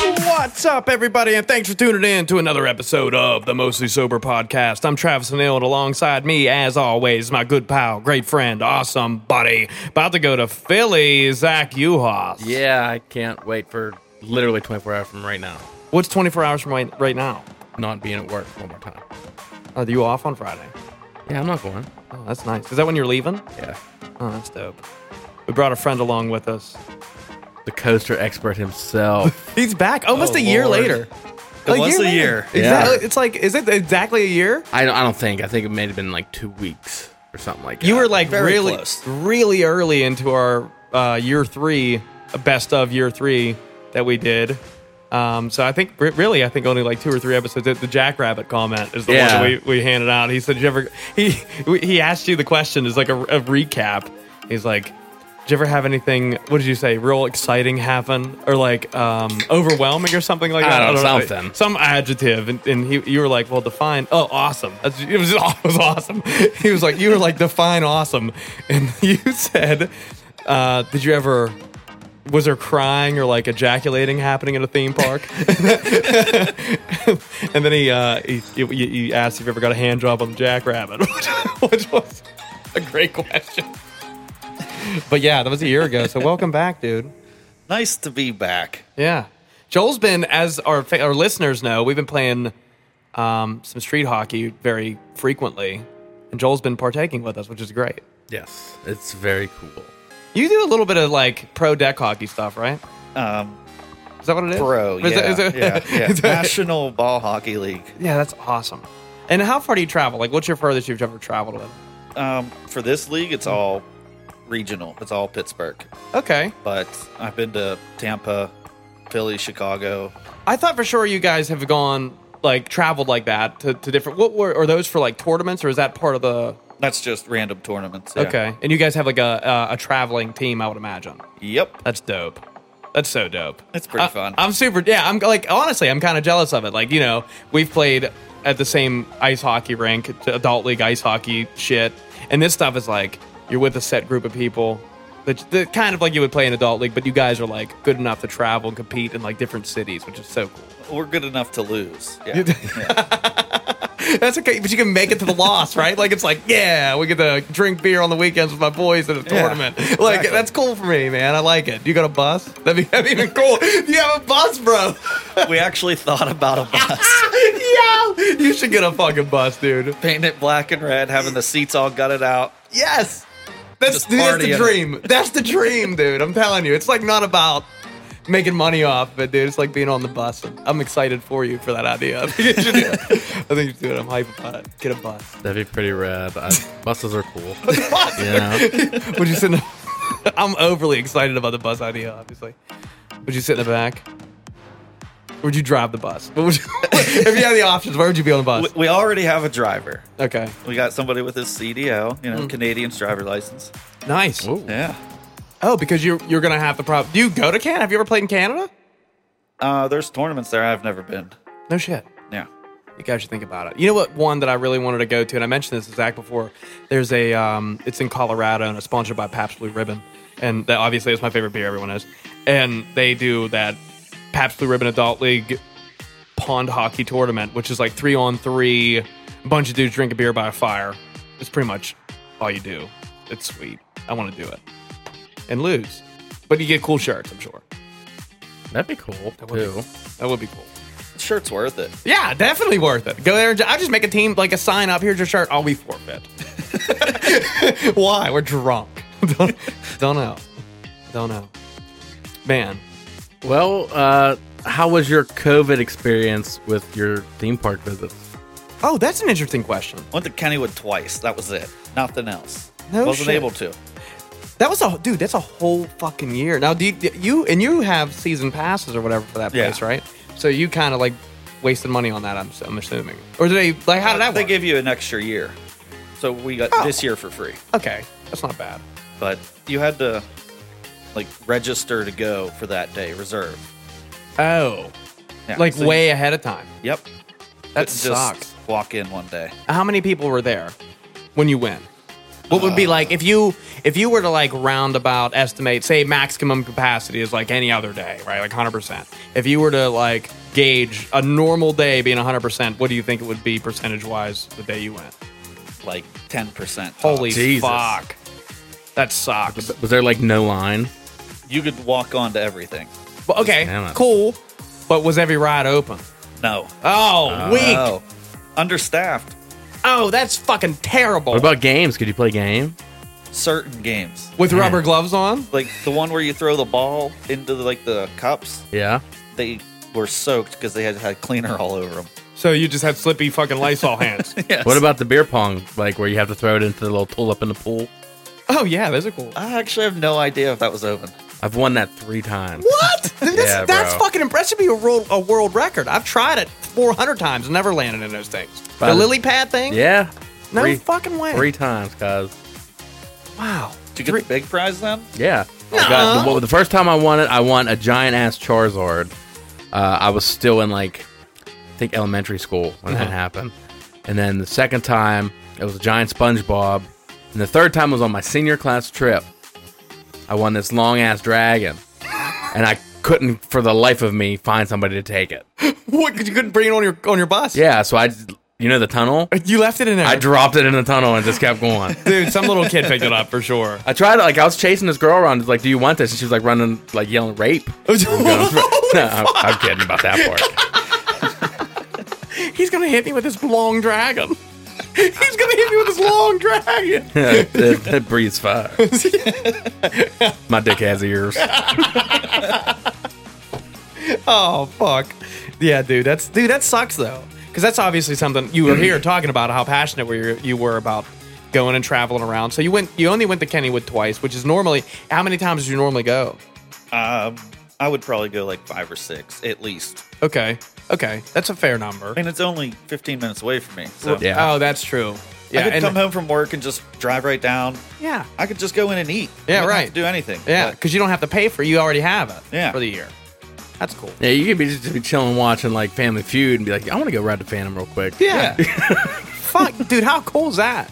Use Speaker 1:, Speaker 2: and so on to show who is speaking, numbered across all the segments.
Speaker 1: What's up, everybody, and thanks for tuning in to another episode of the Mostly Sober Podcast. I'm Travis O'Neill, and alongside me, as always, my good pal, great friend, awesome buddy, about to go to Philly, Zach Uhas.
Speaker 2: Yeah, I can't wait for literally 24 hours from right now.
Speaker 1: What's 24 hours from right, right now?
Speaker 2: Not being at work one more time.
Speaker 1: Are you off on Friday?
Speaker 2: Yeah, I'm not going.
Speaker 1: Oh, that's nice. Is that when you're leaving?
Speaker 2: Yeah.
Speaker 1: Oh, that's dope. We brought a friend along with us.
Speaker 2: The coaster expert himself.
Speaker 1: He's back
Speaker 3: Oh,
Speaker 1: almost a year
Speaker 2: Lord.
Speaker 1: later.
Speaker 3: Almost a
Speaker 1: later.
Speaker 3: year.
Speaker 1: Exactly. It's like, is it exactly a year?
Speaker 2: I don't, I don't think. I think it may have been like two weeks or something like that.
Speaker 1: You were like
Speaker 3: Very
Speaker 1: really,
Speaker 3: close.
Speaker 1: really early into our uh, year three, best of year three that we did. Um, so I think re- really, I think only like two or three episodes. The, the Jackrabbit comment is the
Speaker 2: Yeah.
Speaker 1: one that we, we handed out. He said, "Did you ever?" He we- he asked you the question is like a, a recap. He's like, "Did you ever have anything? What did you say? Real exciting happen or like um, overwhelming or something like
Speaker 2: I
Speaker 1: that?
Speaker 2: don't know,
Speaker 1: know.
Speaker 2: something.
Speaker 1: Some adjective, and, and he, you were like, "Well, define." Oh, awesome! That's, it was it was awesome. He was like, "You were like define awesome," and you said, uh, "Did you ever?" Was there crying or like ejaculating happening in a theme park? and then he, uh, he, he, he asked if you ever got a hand job on the Jackrabbit, which was a great question. But yeah, that was a year ago. So welcome back, dude.
Speaker 3: Nice to be back.
Speaker 1: Yeah. Joel's been, as our fa- our listeners know, we've been playing um, some street hockey very frequently, and Joel's been partaking with us, which is great.
Speaker 2: yes, it's very cool.
Speaker 1: You do a little bit of like pro deck hockey stuff, right?
Speaker 3: Um,
Speaker 1: Is that what it is?
Speaker 3: bro,
Speaker 1: Or
Speaker 3: yeah,
Speaker 1: is that- is that-
Speaker 3: yeah, yeah.
Speaker 1: is that-
Speaker 3: National Ball Hockey League.
Speaker 1: yeah, that's awesome. And how far do you travel? Like, what's your furthest you've ever traveled with?
Speaker 3: Um, for this league, it's all regional. It's all Pittsburgh.
Speaker 1: Okay,
Speaker 3: But I've been to Tampa, Philly, Chicago.
Speaker 1: I thought for sure you guys have gone like traveled like that to, to different. What were are those for? Like tournaments, or is that part of the?
Speaker 3: That's just random tournaments. yeah.
Speaker 1: Okay, and you guys have like a uh, a traveling team, I would imagine.
Speaker 3: Yep.
Speaker 1: That's dope. That's so dope.
Speaker 3: It's pretty
Speaker 1: I-
Speaker 3: fun.
Speaker 1: I'm super. Yeah, I'm like honestly, I'm kind of jealous of it. Like you know, we've played at the same ice hockey rink, t- adult league ice hockey shit, and this stuff is like you're with a set group of people. That, that kind of like you would play in adult league, but you guys are like good enough to travel and compete in like different cities, which is so cool.
Speaker 3: We're good enough to lose. Yeah.
Speaker 1: That's okay, but you can make it to the loss, right? Like it's like yeah, we get to drink beer on the weekends with my boys at a tournament. like
Speaker 3: exactly.
Speaker 1: that's cool for me, man. I like it. You got a bus? That'd be, that'd be even cool. You have a bus, bro.
Speaker 3: we actually thought about a bus.
Speaker 1: Yo, you should get a fucking bus, dude.
Speaker 3: Painting it black and red, having the seats all gutted out.
Speaker 1: Yes, that's
Speaker 3: Just
Speaker 1: dude, that's the
Speaker 3: partying.
Speaker 1: dream. That's the dream, dude. I'm telling you, it's like not about making money off, but dude, it's like being on the bus. I'm excited for you for that idea. I think you should do it. I think you should do it. I'm hype about it. Get a bus.
Speaker 2: That'd be pretty rad. I, buses are cool.
Speaker 1: Bus.
Speaker 2: Yeah.
Speaker 1: Would you sit? In the, I'm overly excited about the bus idea. Obviously, would you sit in the back? Or Would you drive the bus? What would you, if you had the options, where would you be on the
Speaker 3: We,
Speaker 1: bus?
Speaker 3: we already have a driver.
Speaker 1: Okay,
Speaker 3: We got somebody with a CDL, you know,
Speaker 1: Hmm.
Speaker 3: Canadian's driver license.
Speaker 1: nice.
Speaker 3: Yeah.
Speaker 1: Oh, because you're you're gonna have the problem. Do you go to Canada? Have you ever played in Canada?
Speaker 3: Uh, there's tournaments there I've never been.
Speaker 1: No shit.
Speaker 3: Yeah.
Speaker 1: You guys should think about it. You know what? One that I really wanted to go to, and I mentioned this to Zach before. There's a, um, it's in Colorado, and it's sponsored by Pabst Blue Ribbon, and that obviously is my favorite beer. Everyone knows, and they do that Pabst Blue Ribbon Adult League pond hockey tournament, which is like three on three, a bunch of dudes drink a beer by a fire. It's pretty much all you do. It's sweet. I want to do it and lose, but you get cool shirts. I'm sure
Speaker 2: That'd be cool,
Speaker 1: would be
Speaker 2: too.
Speaker 1: that would be cool.
Speaker 3: Shirt's worth it.
Speaker 1: Yeah, definitely worth it. Go there and ju- I'll just make a team, like a sign up. Here's your shirt. I'll be forfeit. Why? We're drunk. don't, don't know. Don't know. Man,
Speaker 2: Well, uh, how was your COVID experience with your theme park visits?
Speaker 1: oh, that's an interesting question.
Speaker 3: Went to Kennywood twice. That was it. Nothing else.
Speaker 1: No
Speaker 3: Wasn't
Speaker 1: shit.
Speaker 3: able to.
Speaker 1: That was a dude. That's a whole fucking year. Now, do you, do you and you have season passes or whatever for that
Speaker 3: Yeah.
Speaker 1: place, right? So you kind of like wasted money on that. I'm, I'm assuming, or did they like how did that
Speaker 3: Uh, they
Speaker 1: work?
Speaker 3: give you an extra year, so we got
Speaker 1: Oh.
Speaker 3: this year for free.
Speaker 1: okay, that's not bad.
Speaker 3: But you had to like register to go for that day reserve.
Speaker 1: Oh,
Speaker 3: Yeah,
Speaker 1: like
Speaker 3: so you-
Speaker 1: way ahead of time.
Speaker 3: yep.
Speaker 1: That
Speaker 3: Couldn't
Speaker 1: sucks.
Speaker 3: walk in one day.
Speaker 1: How many people were there when you went? What would be
Speaker 2: Uh,
Speaker 1: like if you if you were to like roundabout estimate, say maximum capacity is like any other day, right? Like hundred percent. If you were to like gauge a normal day being hundred percent, what do you think it would be percentage wise the day you went?
Speaker 3: Like ten percent.
Speaker 1: Holy
Speaker 2: Oh, Jesus.
Speaker 1: fuck, that sucks.
Speaker 2: Was there like no line?
Speaker 3: You could walk on to everything.
Speaker 1: But,
Speaker 2: Damn
Speaker 1: okay,
Speaker 2: it.
Speaker 1: cool. But was every ride open?
Speaker 3: No.
Speaker 1: Oh, weak.
Speaker 3: No. Understaffed.
Speaker 1: Oh, that's fucking terrible.
Speaker 2: What about games? Could you play game?
Speaker 3: Certain games.
Speaker 1: With rubber gloves on?
Speaker 3: Like the one where you throw the ball into the, like the cups,
Speaker 2: Yeah.
Speaker 3: they were soaked because they had had cleaner all over them.
Speaker 1: So you just had slippy fucking Lysol hands.
Speaker 3: Yes.
Speaker 2: What about the beer pong? Like where you have to throw it into the little tulip in the pool?
Speaker 1: oh yeah, those are cool.
Speaker 3: I actually have no idea if that was open.
Speaker 2: I've won that three times.
Speaker 1: What? Dude, that's,
Speaker 2: Yeah,
Speaker 1: that's
Speaker 2: bro.
Speaker 1: fucking impressive. Be a world a world record. I've tried it 400 times, and never landed in those things.
Speaker 2: By
Speaker 1: the
Speaker 2: the-
Speaker 1: lily pad thing?
Speaker 2: Yeah.
Speaker 1: No
Speaker 2: Three-
Speaker 1: fucking way.
Speaker 2: Three times, guys.
Speaker 1: Wow.
Speaker 3: Did you get the big prize then?
Speaker 2: Yeah. I got the, Oh, well, the first time I won it, I won a giant ass Charizard. Uh, I was still in like, I think elementary school when that happened. And then the second time, it was a giant SpongeBob. And the third time was on my senior class trip. I won this long ass dragon. And I couldn't, for the life of me, find somebody to take it.
Speaker 1: What? 'cause you couldn't bring it on your on your bus?
Speaker 2: Yeah. So I, you know, the tunnel?
Speaker 1: You left it in there.
Speaker 2: I dropped it in the tunnel and just kept going.
Speaker 1: Dude, some little kid picked it up for sure.
Speaker 2: I tried, like, I was chasing this girl around, like, do you want this? And she was like running, like, yelling rape. No, I'm, I'm kidding about that part.
Speaker 1: He's gonna hit me with this long dragon. He's gonna hit me with this long dragon.
Speaker 2: that, that breathes fire. My dick has ears.
Speaker 1: Oh fuck. Yeah, dude. That's dude. That sucks though, because that's obviously something you were here talking about how passionate were you, you were about going and traveling around. So you went. You only went to Kennywood twice, which is normally how many times do you normally go?
Speaker 3: Um, I would probably go like five or six at least.
Speaker 1: Okay. Okay, that's a fair number.
Speaker 3: I mean, it's only 15 minutes away from me. So
Speaker 2: Yeah.
Speaker 1: Oh, that's true.
Speaker 3: I
Speaker 1: Yeah.
Speaker 3: could
Speaker 1: and-
Speaker 3: come home from work and just drive right down.
Speaker 1: Yeah.
Speaker 3: I could just go in and eat.
Speaker 1: Yeah,
Speaker 3: I don't have
Speaker 1: right.
Speaker 3: to do anything.
Speaker 1: Yeah,
Speaker 3: But
Speaker 1: because you don't have to pay for. it. You already have it.
Speaker 3: Yeah.
Speaker 1: For the year. That's cool.
Speaker 2: Yeah, you could be just be chilling, watching like Family Feud, and be like, I want to go ride the Phantom real quick.
Speaker 1: Yeah. Fuck, dude, how cool is that?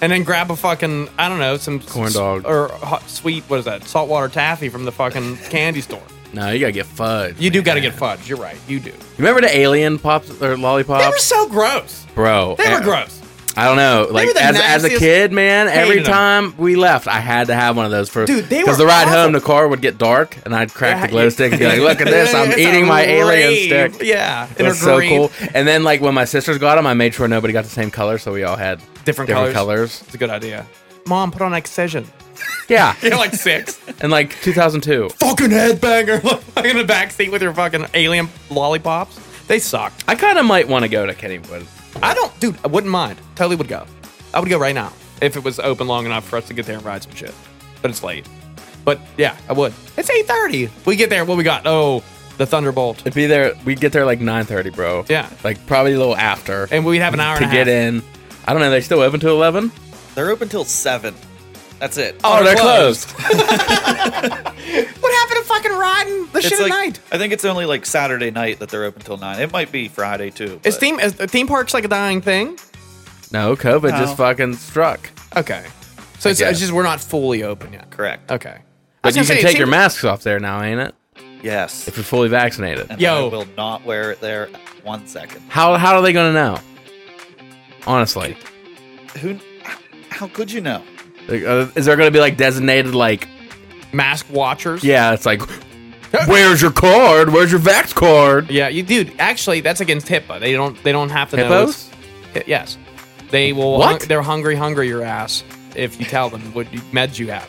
Speaker 1: And then grab a fucking I don't know some
Speaker 2: Corn dog.
Speaker 1: or hot, sweet what is that saltwater taffy from the fucking candy store.
Speaker 2: No, you gotta get fudge.
Speaker 1: You do
Speaker 2: man.
Speaker 1: got to get fudge. You're right. You do.
Speaker 2: Remember the alien pops or
Speaker 1: They were
Speaker 2: lollipops,
Speaker 1: so gross.
Speaker 2: bro?
Speaker 1: They
Speaker 2: eh,
Speaker 1: were gross.
Speaker 2: I don't know. Like
Speaker 1: were the
Speaker 2: as, as a
Speaker 1: nastiest-
Speaker 2: kid, man, every
Speaker 1: Hated 'em.
Speaker 2: time we left, I had to have one of those for
Speaker 1: Dude, they
Speaker 2: because
Speaker 1: were
Speaker 2: the ride
Speaker 1: awful.
Speaker 2: home, the car would get dark, and I'd crack the
Speaker 1: Yeah,
Speaker 2: glow
Speaker 1: you-
Speaker 2: stick and be like, "Look at this! I'm
Speaker 1: It's
Speaker 2: eating
Speaker 1: a
Speaker 2: my alien
Speaker 1: rave.
Speaker 2: stick."
Speaker 1: Yeah,
Speaker 2: It
Speaker 1: in a
Speaker 2: was so
Speaker 1: green-
Speaker 2: cool. And then like when my sisters got them, I made sure nobody got the same color, so we all had
Speaker 1: Different
Speaker 2: colors.
Speaker 1: It's a good idea. Mom, put on Excision.
Speaker 2: Yeah,
Speaker 1: You're like six.
Speaker 2: and like 2002.
Speaker 1: fucking headbanger. like in the back seat with your fucking alien lollipops. They sucked.
Speaker 2: I kind of might want to go to Kennywood.
Speaker 1: I don't, dude. I wouldn't mind. Totally would go. I would go right now if it was open long enough for us to get there and ride some shit. But it's late. But yeah, I would. It's eight thirty. We get there. What we got? Oh, the Thunderbolt,
Speaker 2: It'd be there. We'd get there like 9:30, bro.
Speaker 1: Yeah.
Speaker 2: like probably a little after
Speaker 1: and we'd have an hour
Speaker 2: to
Speaker 1: and a
Speaker 2: get
Speaker 1: half.
Speaker 2: in. I don't know. They still open till 11?
Speaker 3: They're open till seven. That's it.
Speaker 2: Oh, they're
Speaker 1: closed.
Speaker 2: closed.
Speaker 1: What happened to fucking riding the shit
Speaker 3: like,
Speaker 1: at night?
Speaker 3: I think it's only like Saturday night that they're open till nine. It might be Friday too.
Speaker 1: Is
Speaker 3: but-
Speaker 1: theme is theme parks like a dying thing?
Speaker 2: no, COVID just
Speaker 3: No.
Speaker 2: fucking struck.
Speaker 1: Okay, so it's, it's
Speaker 2: guess.
Speaker 1: just we're not fully open yet.
Speaker 3: correct?
Speaker 1: Okay, I was
Speaker 2: But you
Speaker 1: gonna say,
Speaker 2: can
Speaker 1: it
Speaker 2: take your
Speaker 1: seems-
Speaker 2: masks off there now, ain't it?
Speaker 3: Yes.
Speaker 2: If you're fully vaccinated.
Speaker 3: And
Speaker 1: Yo.
Speaker 3: I will not wear it there one second.
Speaker 2: How how are they gonna know? Honestly,
Speaker 3: Who? How could you know?
Speaker 2: Like, uh, is there gonna be like designated like
Speaker 1: mask watchers.
Speaker 2: yeah? It's like where's your card? Where's your vax card?
Speaker 1: Yeah, you dude. Actually, that's against HIPAA. They don't. They don't have to know.
Speaker 2: Hippos?
Speaker 1: it's- hi- Yes, they will.
Speaker 2: What?
Speaker 1: They're hungry, hungry your ass if you tell them what you- meds you have.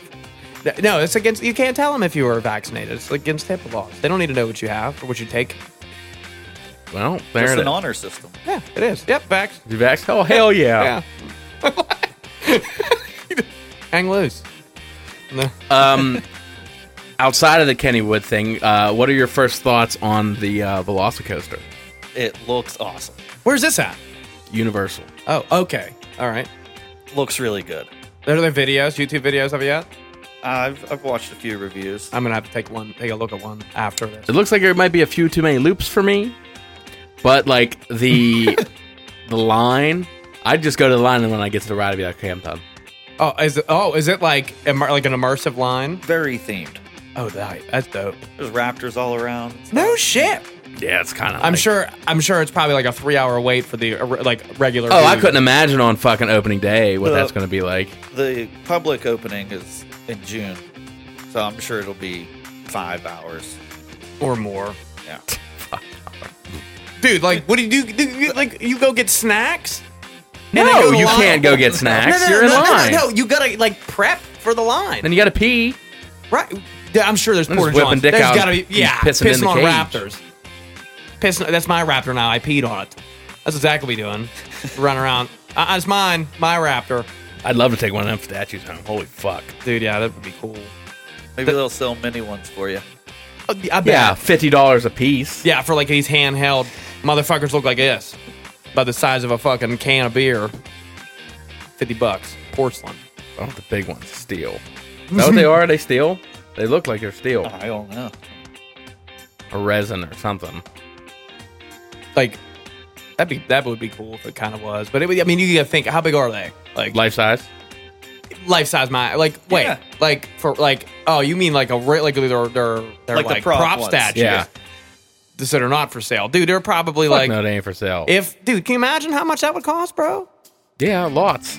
Speaker 1: Th- No, it's against. You can't tell them if you were vaccinated. It's against HIPAA laws. They don't need to know what you have or what you take.
Speaker 2: Well,
Speaker 3: It's
Speaker 2: there it
Speaker 3: an
Speaker 2: is.
Speaker 3: honor system.
Speaker 1: Yeah, it is. Yep, vax.
Speaker 2: You vaxxed? Oh, hell yeah.
Speaker 1: Yeah. Hang loose. No.
Speaker 2: Um, outside of the Kennywood thing, uh, what are your first thoughts on the uh, Velocicoaster?
Speaker 3: It looks awesome.
Speaker 1: Where's this at?
Speaker 2: Universal.
Speaker 1: Oh, okay. All right.
Speaker 3: Looks really good.
Speaker 1: Are there videos, YouTube videos of it yet?
Speaker 3: I've I've watched a few reviews.
Speaker 1: I'm gonna have to take one, take a look at one after this.
Speaker 2: It looks like there might be a few too many loops for me, but like the the line, I'd just go to the line and when I get to the ride, I'd be like, okay, I'm done.
Speaker 1: Oh, is it? Oh, is it like immer- like an immersive line?
Speaker 3: Very themed.
Speaker 1: Oh, that, that's dope.
Speaker 3: There's raptors all around.
Speaker 1: No shit.
Speaker 2: Yeah, it's kind of.
Speaker 1: I'm sure. I'm sure it's probably like a three-hour wait for the uh, re- like regular.
Speaker 2: Oh, I
Speaker 1: food.
Speaker 2: couldn't imagine on fucking opening day what
Speaker 3: Uh,
Speaker 2: that's going to be like.
Speaker 3: The public opening is in June, so I'm sure it'll be five hours.
Speaker 1: Or more,
Speaker 3: Yeah.
Speaker 1: dude. Like, what do you do? do you, like, you go get snacks?
Speaker 2: No,
Speaker 1: then go to
Speaker 2: you
Speaker 1: line.
Speaker 2: can't go get snacks. You're in line.
Speaker 1: No, you gotta like prep for the line.
Speaker 2: Then you got to pee.
Speaker 1: Right. Yeah, I'm sure there's
Speaker 2: I'm just
Speaker 1: porta
Speaker 2: whipping
Speaker 1: johns.
Speaker 2: dick
Speaker 1: There's
Speaker 2: out
Speaker 1: gotta be
Speaker 2: and
Speaker 1: yeah,
Speaker 2: pissing
Speaker 1: pissing,
Speaker 2: in the
Speaker 1: on
Speaker 2: cage.
Speaker 1: raptors. Pissing. That's my raptor now. I peed on it. That's exactly what we doing. Run around. Uh, it's mine. My raptor.
Speaker 2: I'd love to take one of them statues home. Holy fuck.
Speaker 1: Dude, yeah, that would be cool.
Speaker 3: Maybe they'll sell mini ones for you.
Speaker 1: Uh, I bet.
Speaker 2: Yeah, fifty dollars a piece.
Speaker 1: Yeah, for like these handheld motherfuckers look like this, about the size of a fucking can of beer. Fifty bucks, porcelain.
Speaker 2: I want Oh, the big ones. Steel. Is that what they are? Are they steel? They look like they're steel
Speaker 3: I don't know.
Speaker 2: or resin or something.
Speaker 1: Like that'd be that would be cool if it kind of was. But it would, I mean, you gotta think how big are they? Like
Speaker 2: Life size.
Speaker 1: life size my like wait
Speaker 3: Yeah.
Speaker 1: like for like oh you mean like a re- like they're they're, they're like,
Speaker 3: Like the
Speaker 1: prop,
Speaker 3: prop ones.
Speaker 1: statues
Speaker 2: Yeah.
Speaker 1: so they're not for sale dude they're probably
Speaker 2: Fuck
Speaker 1: like
Speaker 2: no, they ain't for sale.
Speaker 1: if dude can you imagine how much that would cost bro
Speaker 2: yeah, lots.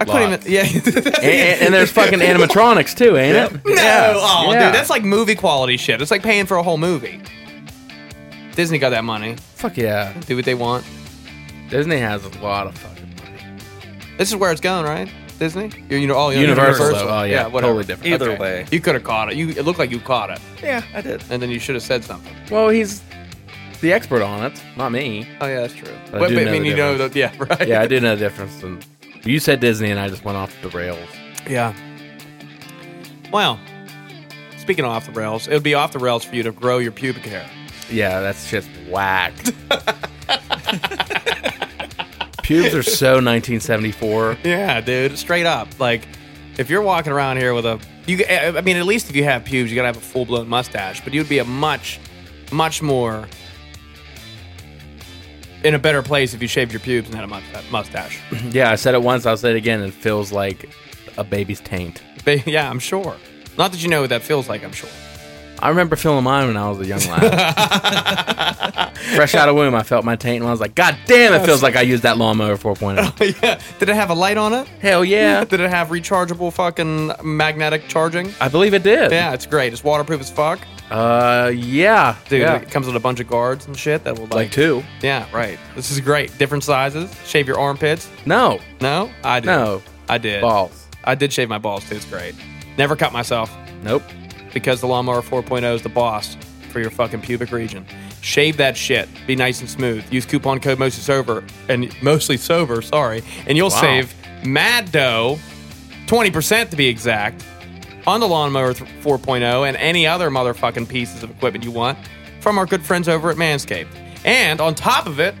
Speaker 1: I couldn't
Speaker 2: Lots.
Speaker 1: even yeah
Speaker 2: and, and- and there's fucking animatronics too, ain't it?
Speaker 1: no oh
Speaker 2: Yeah.
Speaker 1: dude that's like movie quality shit it's like paying for a whole movie Disney got that money
Speaker 2: Fuck yeah.
Speaker 1: do what they want
Speaker 2: Disney has a lot of fucking money.
Speaker 1: this is where it's going right Disney you, you know all
Speaker 2: Universal, though. Oh, yeah.
Speaker 1: whatever.
Speaker 2: Totally different.
Speaker 3: Either way.
Speaker 1: you could have caught it you it looked like you caught it
Speaker 3: Yeah, I did.
Speaker 1: and then you should have said something.
Speaker 2: Well, he's the expert on it, not me.
Speaker 1: Oh yeah, that's true.
Speaker 2: But I
Speaker 1: But,
Speaker 2: do
Speaker 1: but, I
Speaker 2: know
Speaker 1: mean,
Speaker 2: the
Speaker 1: you know, the, yeah, right.
Speaker 2: Yeah, I do know the difference. And you said Disney, and I just went off the rails.
Speaker 1: yeah. Well, speaking of off the rails, it would be off the rails for you to grow your pubic hair.
Speaker 2: Yeah, that's just whacked. Pubes are so 1974.
Speaker 1: Yeah, dude, straight up. Like, if you're walking around here with a, you, I mean, at least if you have pubes, you gotta have a full blown mustache. But you'd be a much, much more in a better place if you shaved your pubes and had a mu- mustache.
Speaker 2: Yeah, I said it once. I'll say it again. It feels like a baby's taint.
Speaker 1: But, yeah, I'm sure. Not that you know what that feels like. I'm sure.
Speaker 2: I remember feeling mine when I was a young lad. Fresh out of womb, I felt my taint, and I was like, "God damn, it feels like I used that lawnmower 4.0."
Speaker 1: yeah. Did it have a light on it?
Speaker 2: Hell yeah,
Speaker 1: Did it have rechargeable fucking magnetic charging?
Speaker 2: I believe it did.
Speaker 1: Yeah, it's great. It's waterproof as fuck.
Speaker 2: Uh, yeah,
Speaker 1: Dude,
Speaker 2: yeah.
Speaker 1: it comes with a bunch of guards and shit that will like,
Speaker 2: like two.
Speaker 1: Yeah, right. This is great. Different sizes. Shave your armpits.
Speaker 2: No,
Speaker 1: No, I did.
Speaker 2: No.
Speaker 1: I did.
Speaker 2: balls.
Speaker 1: I did shave my balls too. It's great. Never cut myself
Speaker 2: Nope.
Speaker 1: because the lawnmower 4.0 is the boss for your fucking pubic region. Shave that shit. Be nice and smooth. Use coupon code mostly sober and mostly sober. Sorry, and you'll
Speaker 2: Wow.
Speaker 1: save mad dough, twenty percent to be exact, on the lawnmower th- 4.0 and any other motherfucking pieces of equipment you want from our good friends over at Manscaped. And on top of it,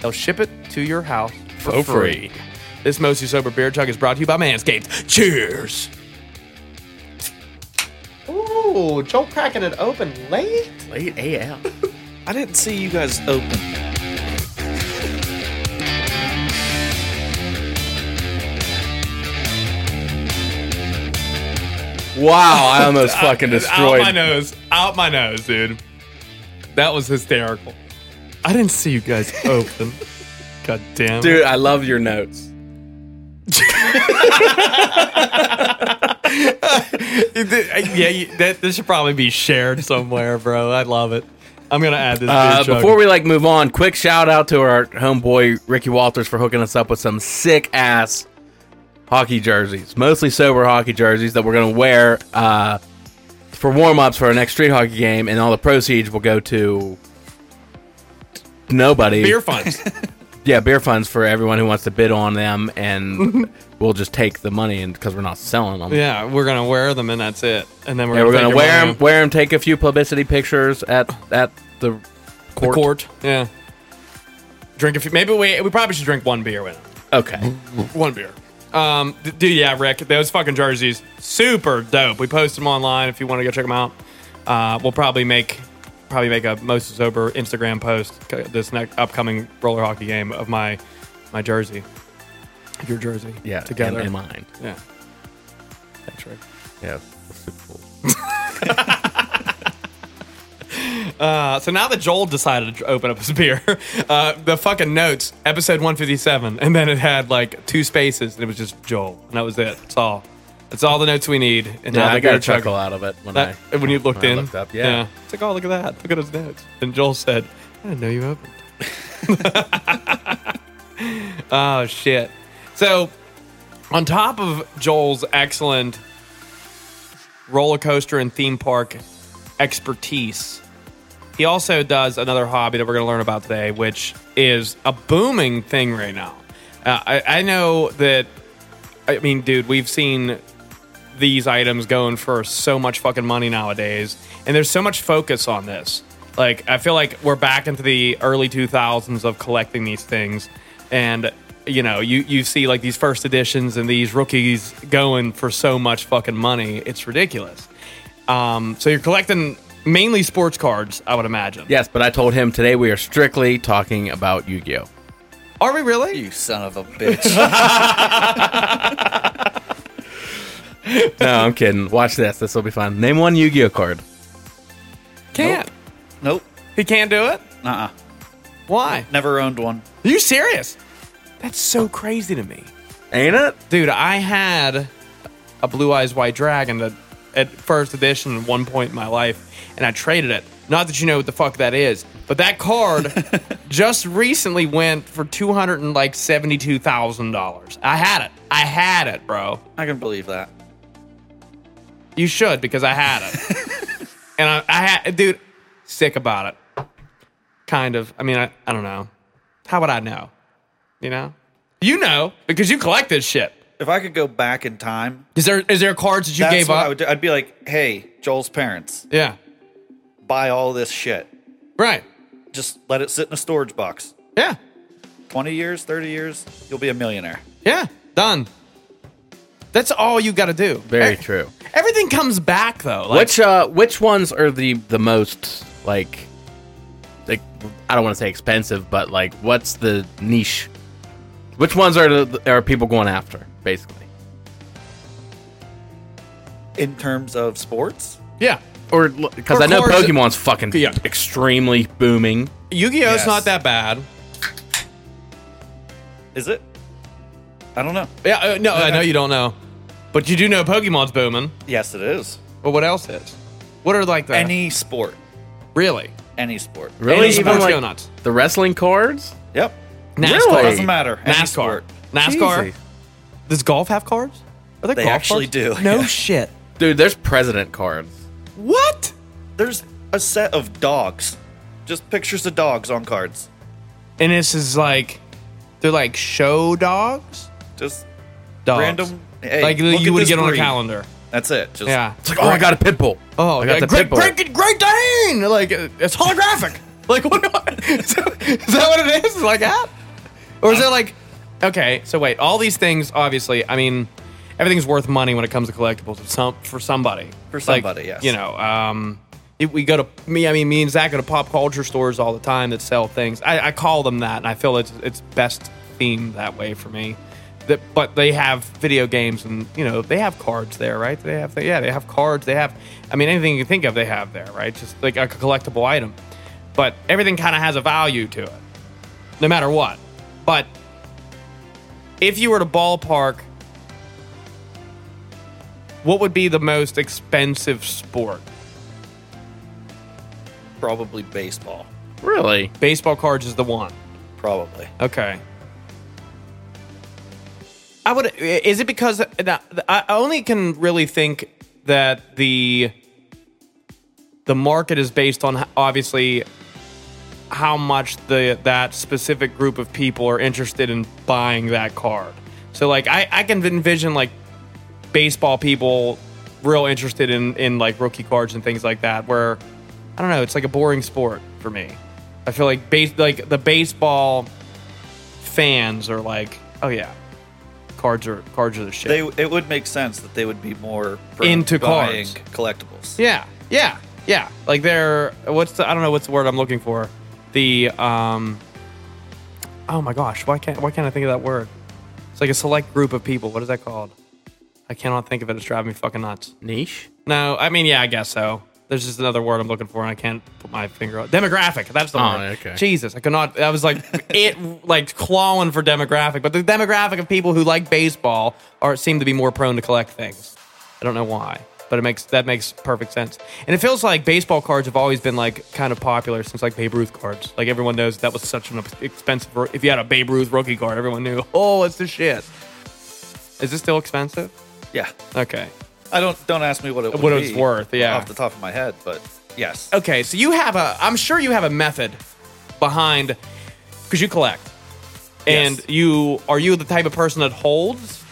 Speaker 1: they'll ship it to your house for,
Speaker 2: For
Speaker 1: free.
Speaker 2: Oh, free.
Speaker 1: This mostly sober beer chug is brought to you by Manscaped. Cheers. Ooh, Joel cracking it open late.
Speaker 2: Late AL.
Speaker 3: I didn't see you guys open.
Speaker 2: Wow, I almost fucking
Speaker 1: Out my
Speaker 2: destroyed.
Speaker 1: nose. Out my nose, dude. That was hysterical. I didn't see you guys open. God damn.
Speaker 2: Dude, I love your notes.
Speaker 1: uh, yeah, you, that, this should probably be shared somewhere, bro. I love it. I'm gonna add this.
Speaker 2: Uh, before we like move on, quick shout out to our homeboy Ricky Walters for hooking us up with some sick ass hockey jerseys, mostly sober hockey jerseys that we're gonna wear uh, for warm ups for our next street hockey game, and all the proceeds will go to nobody.
Speaker 1: beer funds,
Speaker 2: yeah, beer funds for everyone who wants to bid on them, and we'll just take the money and because we're not selling them.
Speaker 1: yeah, we're gonna wear them and that's it. And then we're
Speaker 2: Yeah, we're
Speaker 1: gonna,
Speaker 2: gonna
Speaker 1: take your
Speaker 2: wear
Speaker 1: money
Speaker 2: them, wear them, take a few publicity pictures at at the quart?
Speaker 1: Court. Yeah. Drink a few. Maybe we we probably should drink one beer with it.
Speaker 2: Okay.
Speaker 1: One beer. Um, d- dude, yeah, Rick, those fucking jerseys, super dope. We post them online if you want to go check them out. Uh, we'll probably make probably make a most sober Instagram post c- this next upcoming roller hockey game of my my jersey, your jersey,
Speaker 2: Yeah.
Speaker 1: together.
Speaker 2: In, in mind.
Speaker 1: Yeah. Thanks, Rick.
Speaker 2: Yeah.
Speaker 1: Uh, so now that Joel decided to dr- open up his beer, uh, the fucking notes, episode 157, and then it had like two spaces, and it was just Joel, and that was it. That's all. That's all the notes we need. And
Speaker 2: Yeah,
Speaker 1: now
Speaker 2: I
Speaker 1: the
Speaker 2: got
Speaker 1: beer
Speaker 2: a chuckle
Speaker 1: chug-
Speaker 2: out of it when
Speaker 1: That,
Speaker 2: I
Speaker 1: when you looked
Speaker 2: when I
Speaker 1: in,
Speaker 2: looked up, yeah.
Speaker 1: It's like, oh, look at that. Look at his notes. And Joel said, I didn't know you opened. oh, shit. So, on top of Joel's excellent roller coaster and theme park expertise, he also does another hobby that we're going to learn about today, which is a booming thing right now. Uh, I, I know that, I mean, dude, we've seen these items going for so much fucking money nowadays, and there's so much focus on this. Like, I feel like we're back into the early 2000s of collecting these things, and you know, you you see like these first editions and these rookies going for so much fucking money, it's ridiculous. Um, so you're collecting mainly sports cards, I would imagine.
Speaker 2: Yes, but I told him today we are strictly talking about Yu-Gi-Oh.
Speaker 1: Are we really?
Speaker 3: You son of a bitch.
Speaker 2: No, I'm kidding. Watch this. This will be fun. Name one Yu-Gi-Oh card.
Speaker 1: Can't.
Speaker 3: nope.
Speaker 1: He can't do it.
Speaker 3: Uh uh
Speaker 1: Why?
Speaker 3: Never owned one.
Speaker 1: Are you serious? That's so crazy to me.
Speaker 2: Ain't it?
Speaker 1: Dude, I had a Blue Eyes White Dragon that at first edition at one point in my life, and I traded it. Not that you know what the fuck that is, but that card just recently went for two hundred and like seventy-two thousand dollars. I had it. I had it, bro.
Speaker 3: I can believe that.
Speaker 1: You should because I had it, and I, I had, dude, sick about it. Kind of. I mean, I, I don't know. How would I know? You know? You know because you collect this shit.
Speaker 3: If I could go back in time,
Speaker 1: Is there is there cards that you
Speaker 3: that's
Speaker 1: gave
Speaker 3: what
Speaker 1: up?
Speaker 3: I would do. I'd be like, hey, Joel's parents,
Speaker 1: yeah.
Speaker 3: buy all this shit.
Speaker 1: Right.
Speaker 3: Just let it sit in a storage box.
Speaker 1: Yeah.
Speaker 3: 20 years, 30 years, you'll be a millionaire.
Speaker 1: Yeah. Done. That's all you got to do.
Speaker 2: Very
Speaker 1: E-
Speaker 2: true.
Speaker 1: Everything comes back though. Like,
Speaker 2: Which uh, which ones are the the most like like I don't want to say expensive, but like what's the niche? Which ones are the, are people going after basically,
Speaker 3: In terms of sports,
Speaker 1: Yeah.
Speaker 2: or because
Speaker 1: Or
Speaker 2: I know
Speaker 1: cards-
Speaker 2: Pokemon's fucking
Speaker 1: Yeah.
Speaker 2: extremely booming.
Speaker 1: Yu-Gi-Oh's
Speaker 3: Yes.
Speaker 1: not that bad.
Speaker 3: is it? I don't know.
Speaker 1: Yeah. Uh, no, I know you don't know, but you do know Pokemon's booming.
Speaker 3: Yes, it is.
Speaker 1: But what else is? What are like the
Speaker 3: Any sport.
Speaker 1: really?
Speaker 3: Any sport.
Speaker 2: Really,
Speaker 1: Any
Speaker 2: Even,
Speaker 1: sports
Speaker 2: like,
Speaker 1: go nuts.
Speaker 2: the wrestling cards.
Speaker 3: Yep.
Speaker 1: NASCAR.
Speaker 2: Really?
Speaker 3: Doesn't matter. Any
Speaker 1: NASCAR.
Speaker 3: sport.
Speaker 1: NASCAR.
Speaker 2: Jeezy.
Speaker 1: Does golf have cards? Are there
Speaker 3: They
Speaker 1: golf
Speaker 3: actually
Speaker 1: cards?
Speaker 3: do,
Speaker 1: No
Speaker 3: yeah.
Speaker 1: shit.
Speaker 2: Dude, there's president cards.
Speaker 1: What?
Speaker 3: There's a set of dogs. Just pictures of dogs on cards.
Speaker 1: And this is like, they're like show dogs.
Speaker 3: Just
Speaker 1: Dogs.
Speaker 3: random. Hey,
Speaker 1: like
Speaker 3: look
Speaker 1: you
Speaker 3: at
Speaker 1: would
Speaker 3: this
Speaker 1: get on a
Speaker 3: breed.
Speaker 1: calendar.
Speaker 3: That's it. Just
Speaker 1: Yeah.
Speaker 2: It's like, oh, I got a pit bull.
Speaker 1: Oh,
Speaker 2: I got
Speaker 1: yeah,
Speaker 2: the
Speaker 1: great,
Speaker 2: pit bull.
Speaker 1: great, great Dane! Like uh, it's holographic. like what? Is that, is that what it is? Is it Like that? Or is it like? Okay, so wait. All these things, obviously. I mean, everything's worth money when it comes to collectibles. For some for somebody.
Speaker 3: For
Speaker 1: Like,
Speaker 3: somebody, yes.
Speaker 1: You know, um, it- we go to me. I mean, me and Zach go to pop culture stores all the time that sell things. I, I call them that, and I feel it's it's best themed that way for me. That, but they have video games, and you know they have cards there, right? They have yeah, they have cards. They have, I mean, anything you can think of, they have there, right? Just like a collectible item. But everything kind of has a value to it, no matter what. But if you were to ballpark what would be the most expensive sport?
Speaker 3: probably baseball.
Speaker 2: Really?
Speaker 1: Baseball cards is the one.
Speaker 3: Probably.
Speaker 1: Okay. I would. Is it because now, I only can really think that the the market is based on obviously how much the that specific group of people are interested in buying that card. So like I, I can envision like baseball people real interested in in like rookie cards and things like that where I don't know, it's like a boring sport for me. I feel like base like the baseball fans are like, oh yeah, cards are cards are the shit.
Speaker 3: They it would make sense that they would be more pro-
Speaker 1: Into
Speaker 3: buying
Speaker 1: cards.
Speaker 3: collectibles.
Speaker 1: yeah, yeah, yeah. Like they're what's the I don't know what's the word I'm looking for. The um, oh my gosh, why can't why can't I think of that word? It's like a select group of people. What is that called? I cannot think of it. It's driving me fucking nuts.
Speaker 2: Niche?
Speaker 1: No, I mean, yeah, I guess so. There's just another word I'm looking for, and I can't put my finger on. Demographic. That's the
Speaker 2: Oh,
Speaker 1: word.
Speaker 2: okay.
Speaker 1: Jesus, I could not. I was like, it, like clawing for demographic, but the demographic of people who like baseball are seem to be more prone to collect things. I don't know why, but it makes that makes perfect sense. And it feels like baseball cards have always been like kind of popular since like Babe Ruth cards. Like everyone knows that was such an expensive. If you had a Babe Ruth rookie card, everyone knew. Oh, it's the shit. Is this still expensive?
Speaker 3: Yeah.
Speaker 1: Okay.
Speaker 3: I don't don't ask me what it would
Speaker 1: What it's
Speaker 3: be
Speaker 1: worth, yeah.
Speaker 3: off the top of my head, but yes,
Speaker 1: okay, so you have a, I'm sure you have a method behind, because you collect. And
Speaker 3: Yes.
Speaker 1: you, are you the type of person that holds?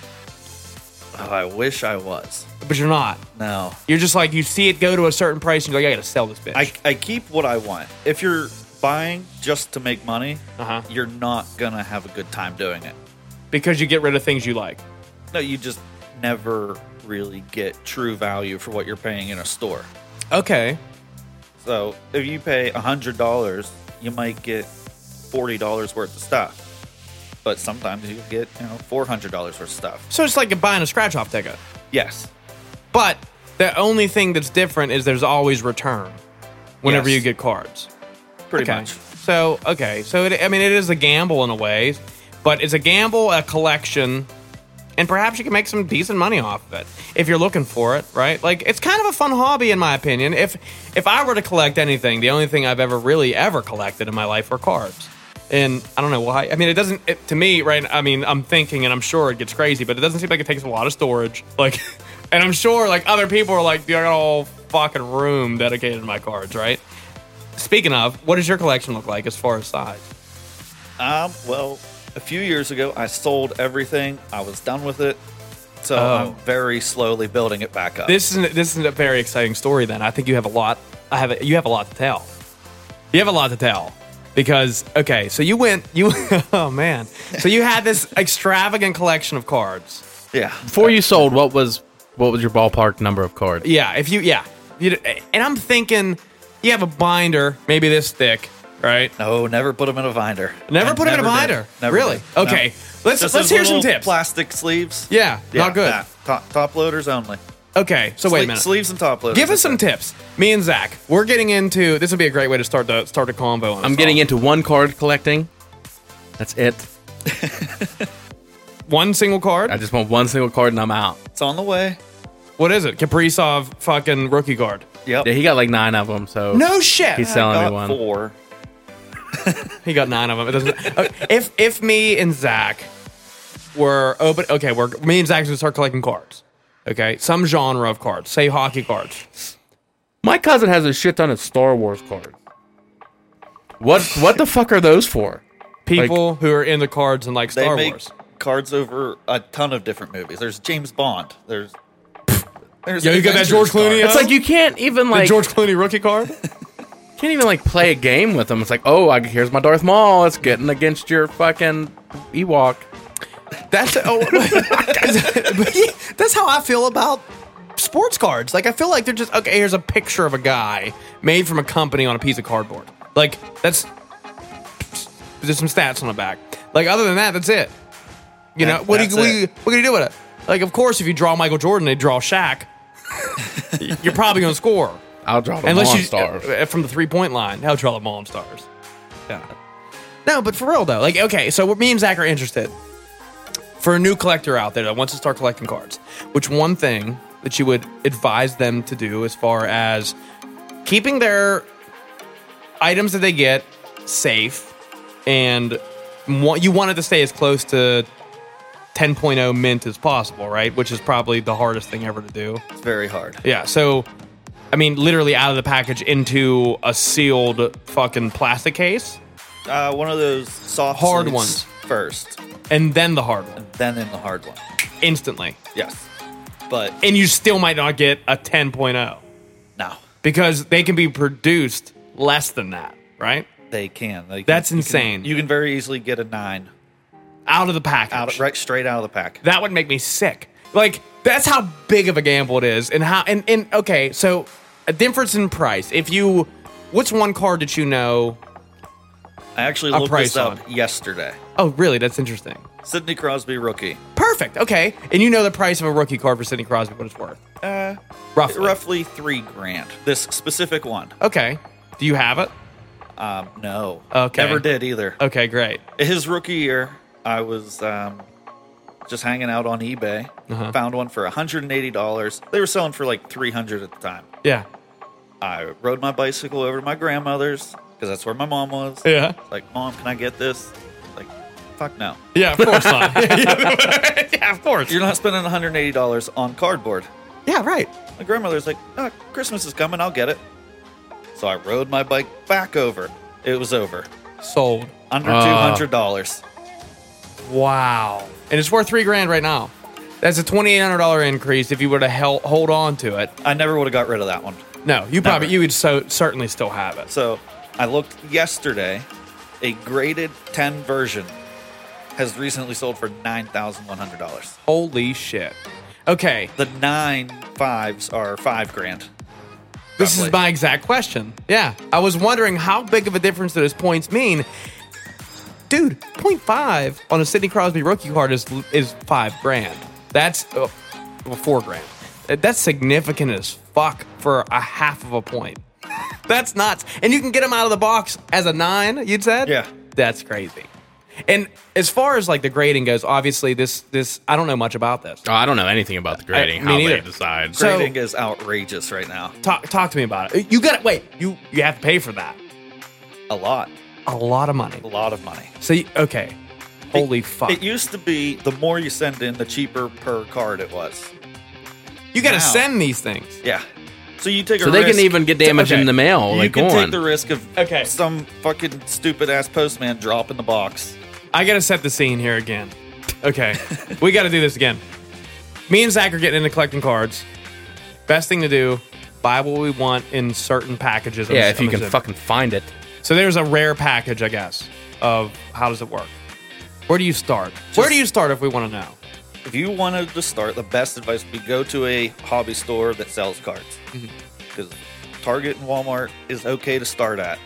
Speaker 3: Oh, I wish I was.
Speaker 1: But you're not.
Speaker 3: No,
Speaker 1: You're just like, you see it go to a certain price and you're like, I gotta sell this bitch.
Speaker 3: I I keep what I want. If you're buying just to make money,
Speaker 1: Uh-huh.
Speaker 3: you're not gonna have a good time doing it.
Speaker 1: because you get rid of things you like.
Speaker 3: No, you just never really get true value for what you're paying in a store.
Speaker 1: Okay.
Speaker 3: So if you pay hundred dollars, you might get forty dollars worth of stuff. But sometimes you get you know four hundred dollars worth of stuff.
Speaker 1: So it's like buying a scratch off ticket.
Speaker 3: Yes,
Speaker 1: But the only thing that's different is there's always return whenever
Speaker 3: Yes.
Speaker 1: you get cards.
Speaker 3: pretty
Speaker 1: okay.
Speaker 3: much.
Speaker 1: So okay, so it, I mean, it is a gamble in a way, but it's a gamble, a collection, and perhaps you can make some decent money off of it if you're looking for it, right? Like it's kind of a fun hobby, in my opinion. If if I were to collect anything, the only thing I've ever really ever collected in my life were cards. And I don't know why. I mean, it doesn't it, to me, right? I mean, I'm thinking, and I'm sure it gets crazy, but it doesn't seem like it takes a lot of storage. Like, and I'm sure like other people are like, dude, I got a whole fucking room dedicated to my cards, right? Speaking of, what does your collection look like as far as size?
Speaker 3: Um, well, a few years ago, I sold everything. I was done with it, so
Speaker 1: Oh.
Speaker 3: I'm very slowly building it back up.
Speaker 1: This is this is a very exciting story. Then I think you have a lot. I have a, you have a lot to tell. You have a lot to tell because okay, so you went you oh man, so you had this extravagant collection of cards.
Speaker 3: yeah,
Speaker 2: Before you sold, what was what was your ballpark number of cards?
Speaker 1: Yeah, if you yeah, you d- and I'm thinking you have a binder maybe this thick, right?
Speaker 3: no, never put them in a binder.
Speaker 1: Never
Speaker 3: I
Speaker 1: put 'em in a
Speaker 3: did.
Speaker 1: binder? Really?
Speaker 3: No.
Speaker 1: Okay. Let's-
Speaker 3: Just
Speaker 1: let's
Speaker 3: those
Speaker 1: hear some
Speaker 3: little
Speaker 1: tips.
Speaker 3: Plastic sleeves.
Speaker 1: Yeah, not good.
Speaker 3: nah, top, top loaders only.
Speaker 1: Okay, so wait a
Speaker 3: Sle-
Speaker 1: minute.
Speaker 3: Sleeves and top loaders.
Speaker 1: Give us
Speaker 3: that's
Speaker 1: some
Speaker 3: it.
Speaker 1: tips. Me and Zach, we're getting into this. Would be a great way to start the start a combo. On
Speaker 2: I'm
Speaker 1: this
Speaker 2: getting
Speaker 1: all.
Speaker 2: into one card collecting. That's it.
Speaker 1: one single card.
Speaker 2: I just want one single card and I'm out.
Speaker 3: It's on the way.
Speaker 1: What is it? Kaprizov fucking rookie guard.
Speaker 3: Yep.
Speaker 2: Yeah, he got like nine of them, so
Speaker 1: No shit.
Speaker 2: he's selling me
Speaker 3: Got
Speaker 2: one.
Speaker 3: four.
Speaker 1: he got nine of them. It doesn't. okay, if if me and Zach were open, okay, we're me and Zach should start collecting cards. Okay, some genre of cards, say hockey cards.
Speaker 2: My cousin has a shit ton of Star Wars cards. What what the fuck are those for?
Speaker 1: People who are into cards and like
Speaker 3: They
Speaker 1: Star
Speaker 3: make
Speaker 1: Wars.
Speaker 3: cards over a ton of different movies. There's James Bond. There's. there's
Speaker 1: Yo, you got that
Speaker 3: Avengers
Speaker 1: George Clooney
Speaker 2: It's
Speaker 3: cards.
Speaker 2: like you can't even
Speaker 1: The
Speaker 2: like
Speaker 1: George Clooney rookie card.
Speaker 2: can't even like play a game with them. It's like, oh, I, here's my Darth Maul. It's getting against your fucking Ewok.
Speaker 1: That's oh, that's how I feel about sports cards. Like I feel like they're just okay. Here's a picture of a guy made from a company on a piece of cardboard. Like that's there's some stats on the back. Like other than that, that's it. You know
Speaker 3: That-
Speaker 1: what? Do you,
Speaker 3: that's
Speaker 1: what, do you,
Speaker 3: it.
Speaker 1: what can you do with it? Like of course, if you draw Michael Jordan, they draw Shaq. you're probably gonna score
Speaker 2: I'll draw the
Speaker 1: unless
Speaker 2: Unless
Speaker 1: you
Speaker 2: stars.
Speaker 1: uh, from the three point line. How draw the mom stars? Yeah. No, but for real though, like okay, so what me and Zach are interested for a new collector out there that wants to start collecting cards. Which one thing that you would advise them to do as far as keeping their items that they get safe and want, you want it to stay as close to 10.0 mint as possible, right? Which is probably the hardest thing ever to do.
Speaker 3: It's very hard.
Speaker 1: Yeah, so I mean, literally out of the package into a sealed fucking plastic case,
Speaker 3: Uh, one of those soft
Speaker 1: Hard
Speaker 3: sleeves
Speaker 1: ones.
Speaker 3: first,
Speaker 1: and then the hard one
Speaker 3: then in the hard one.
Speaker 1: instantly,
Speaker 3: Yes, but
Speaker 1: and you still might not get a oh, 10.0
Speaker 3: no.
Speaker 1: because they can be produced less than that, right?
Speaker 3: they can. Like,
Speaker 1: That's
Speaker 3: you can-
Speaker 1: insane.
Speaker 3: you can very easily get a nine
Speaker 1: out of the package.
Speaker 3: out of, right straight out of the pack.
Speaker 1: That would make me sick. Like that's how big of a gamble it is, and how and and okay, so a difference in price. If you, what's one card that you know?
Speaker 3: I actually
Speaker 1: A
Speaker 3: looked
Speaker 1: price
Speaker 3: this up
Speaker 1: on.
Speaker 3: yesterday.
Speaker 1: Oh, really? That's interesting.
Speaker 3: Sidney Crosby rookie,
Speaker 1: Perfect. Okay, and you know the price of a rookie card for Sidney Crosby, what it's worth? Uh, roughly.
Speaker 3: roughly three grand. This specific one,
Speaker 1: Okay. Do you have it?
Speaker 3: um, no,
Speaker 1: Okay.
Speaker 3: never did either.
Speaker 1: Okay, great.
Speaker 3: His rookie year, I was um, just hanging out on eBay,
Speaker 1: Uh-huh.
Speaker 3: found one for 180 dollars. They were selling for like 300 at the time.
Speaker 1: Yeah.
Speaker 3: I rode my bicycle over to my grandmother's because that's where my mom was.
Speaker 1: Yeah.
Speaker 3: Like, mom, can I get this? Like, fuck no.
Speaker 1: Yeah, of course not. yeah, of course.
Speaker 3: You're not spending 180 dollars on cardboard.
Speaker 1: yeah, right.
Speaker 3: My grandmother's like, oh, Christmas is coming, I'll get it. So I rode my bike back over. It was over.
Speaker 1: Sold.
Speaker 3: Under
Speaker 2: Ah.
Speaker 3: $200.
Speaker 1: Wow. And it's worth three grand right now. That's a twenty eight hundred dollar increase if you were to hel- hold on to it.
Speaker 3: I never would have got rid of that one.
Speaker 1: No, you probably
Speaker 3: Never.
Speaker 1: you would so certainly still have it.
Speaker 3: So I looked yesterday. A graded 10 version has recently sold for $9,100.
Speaker 1: Holy shit. Okay,
Speaker 3: The nine fives are five grand.
Speaker 1: this is
Speaker 3: Roughly.
Speaker 1: my exact question. Yeah, I was wondering how big of a difference do those points mean. Dude, 0.5 on a Sidney Crosby rookie card is is five grand. That's uh, well, four grand. That- That's significant as fuck for a half of a point. That's nuts. And you can get them out of the box as a nine. You'd said.
Speaker 3: Yeah.
Speaker 1: That's crazy. And as far as like the grading goes, obviously this this I don't know much about this.
Speaker 2: Oh, I don't know anything about the grading.
Speaker 1: I- me
Speaker 2: how
Speaker 1: neither.
Speaker 2: they decide.
Speaker 1: So-
Speaker 3: Grading is outrageous right now.
Speaker 1: Talk talk to me about it. You got to wait. You you have to pay for that.
Speaker 3: A lot.
Speaker 1: A lot of
Speaker 3: A
Speaker 1: money.
Speaker 3: lot of money.
Speaker 1: So you, okay. Holy fuck.
Speaker 3: It used to be the more you send in, the cheaper per card it was.
Speaker 1: you got to
Speaker 3: now.
Speaker 1: send these things.
Speaker 3: Yeah. So you take a
Speaker 2: So they
Speaker 3: risk-
Speaker 2: can even get damage
Speaker 1: okay.
Speaker 2: in the mail.
Speaker 3: you
Speaker 2: like,
Speaker 3: can
Speaker 2: go
Speaker 3: take
Speaker 2: on.
Speaker 3: the risk of
Speaker 1: Okay.
Speaker 3: some fucking stupid ass postman dropping the box.
Speaker 1: I got to set the scene here again. Okay. we got to do this again. Me and Zach are getting into collecting cards. Best thing to do, buy what we want in certain packages. I'm
Speaker 2: yeah,
Speaker 1: ass-
Speaker 2: if you
Speaker 1: I'm
Speaker 2: can
Speaker 1: assuming.
Speaker 2: fucking find it.
Speaker 1: So there's a rare package, I guess, of how does it work? Where do you start? Where do you start if we want to know?
Speaker 3: If you wanted to start, the best advice would be go to a hobby store that sells cards.
Speaker 2: Mm-hmm.
Speaker 3: Because Target and Walmart is okay to start at,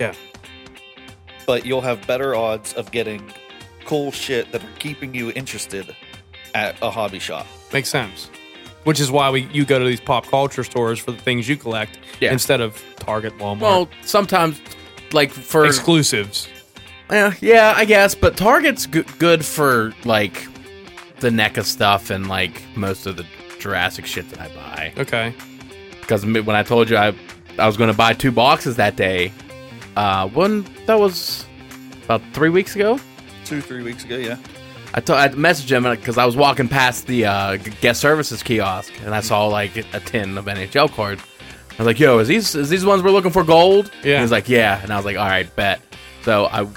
Speaker 1: Yeah.
Speaker 3: but you'll have better odds of getting cool shit that are keeping you interested at a hobby shop.
Speaker 1: Makes sense. Which is why we you go to these pop culture stores for the things you collect
Speaker 2: Yeah.
Speaker 1: instead of Target, Walmart,
Speaker 2: Well, sometimes, like, for.
Speaker 1: exclusives.
Speaker 2: Yeah, yeah, I guess, but Target's g- good for like the NECA stuff and like most of the Jurassic shit that I buy.
Speaker 1: Okay.
Speaker 2: Because when I told you I I was going to buy two boxes that day, uh, one that was about three weeks ago.
Speaker 3: Two, three weeks ago, yeah.
Speaker 2: I told I messaged him because I was walking past the uh, g- guest services kiosk and I saw like a tin of NHL cards. I was like, "Yo, is these is these ones we're looking for gold?"
Speaker 1: Yeah.
Speaker 2: He was like, "Yeah," and I was like, "All right, bet." So I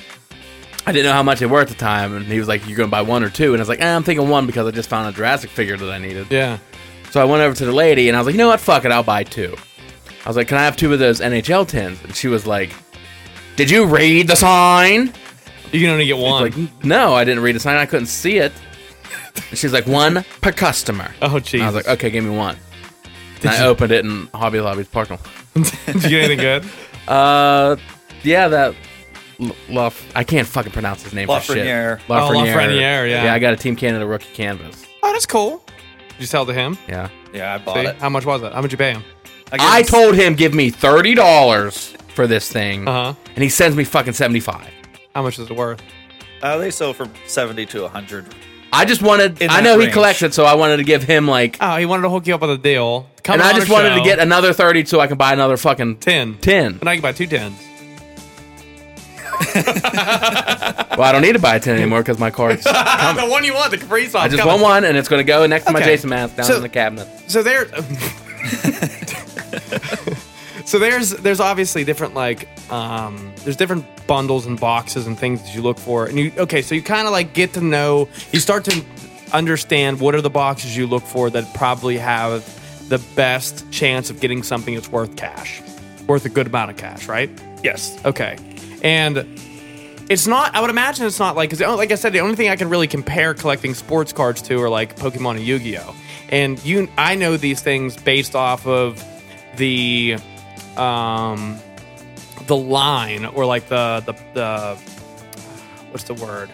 Speaker 2: I didn't know how much they were at the time, and he was like, "You're gonna buy one or two? and I was like, eh, "I'm thinking one because I just found a Jurassic figure that I needed."
Speaker 1: Yeah.
Speaker 2: So I went over to the lady and I was like, you know what? Fuck it, I'll buy two. I was like, can I have two of those NHL tins? And she was like, did you read the sign?
Speaker 1: You can only get one.
Speaker 2: Like, no, I didn't read the sign. I couldn't see it. And she's like, one per customer.
Speaker 1: oh
Speaker 2: And
Speaker 1: jeez.
Speaker 2: I was like, okay, give me one. And I opened it in Hobby Lobby's parking lot.
Speaker 1: Did you get anything good?
Speaker 2: Uh, yeah, that L- Luff. I can't fucking pronounce his name for shit.
Speaker 3: Lafreniere.
Speaker 2: Lafreniere.
Speaker 1: Oh, Lafreniere, yeah.
Speaker 2: Yeah, I got a Team Canada rookie canvas.
Speaker 1: Oh, that's cool. Did you sell to him?
Speaker 2: Yeah.
Speaker 3: Yeah, I bought
Speaker 1: See?
Speaker 3: it.
Speaker 1: How much was it? How much you pay him?
Speaker 2: I
Speaker 3: guess-
Speaker 2: told him give me thirty dollars for this thing,
Speaker 1: Uh-huh.
Speaker 2: and he sends me fucking seventy five.
Speaker 1: How much is it worth?
Speaker 3: Uh, they sell from 70 to 100.
Speaker 2: I just wanted.
Speaker 3: In
Speaker 2: I
Speaker 3: that
Speaker 2: know he
Speaker 3: range.
Speaker 2: collects it, so I wanted to give him like,
Speaker 1: Oh, he wanted to hook you up with a deal. Come
Speaker 2: and I
Speaker 1: on
Speaker 2: just
Speaker 1: the
Speaker 2: wanted to
Speaker 1: show.
Speaker 2: get another thirty so I can buy another fucking
Speaker 1: ten.
Speaker 2: Ten.
Speaker 1: But I can buy two tens.
Speaker 2: well, I don't need to buy a ten anymore because my card's. I
Speaker 1: the one you want, the Capri Sun.
Speaker 2: just want one, and it's going to go next to my
Speaker 1: Okay.
Speaker 2: Jason mask down
Speaker 1: So-
Speaker 2: in the cabinet.
Speaker 1: so there so there's there's obviously different like um there's different bundles and boxes and things that you look for and you okay so you kind of like get to know you start to understand what are the boxes you look for that probably have the best chance of getting something that's worth cash worth a good amount of cash right
Speaker 3: Yes.
Speaker 1: okay and it's not. I would imagine it's not like because like I said, the only thing I can really compare collecting sports cards to are like Pokemon and Yu Gi Oh. And you, I know these things based off of the um the line or like the the, the what's the word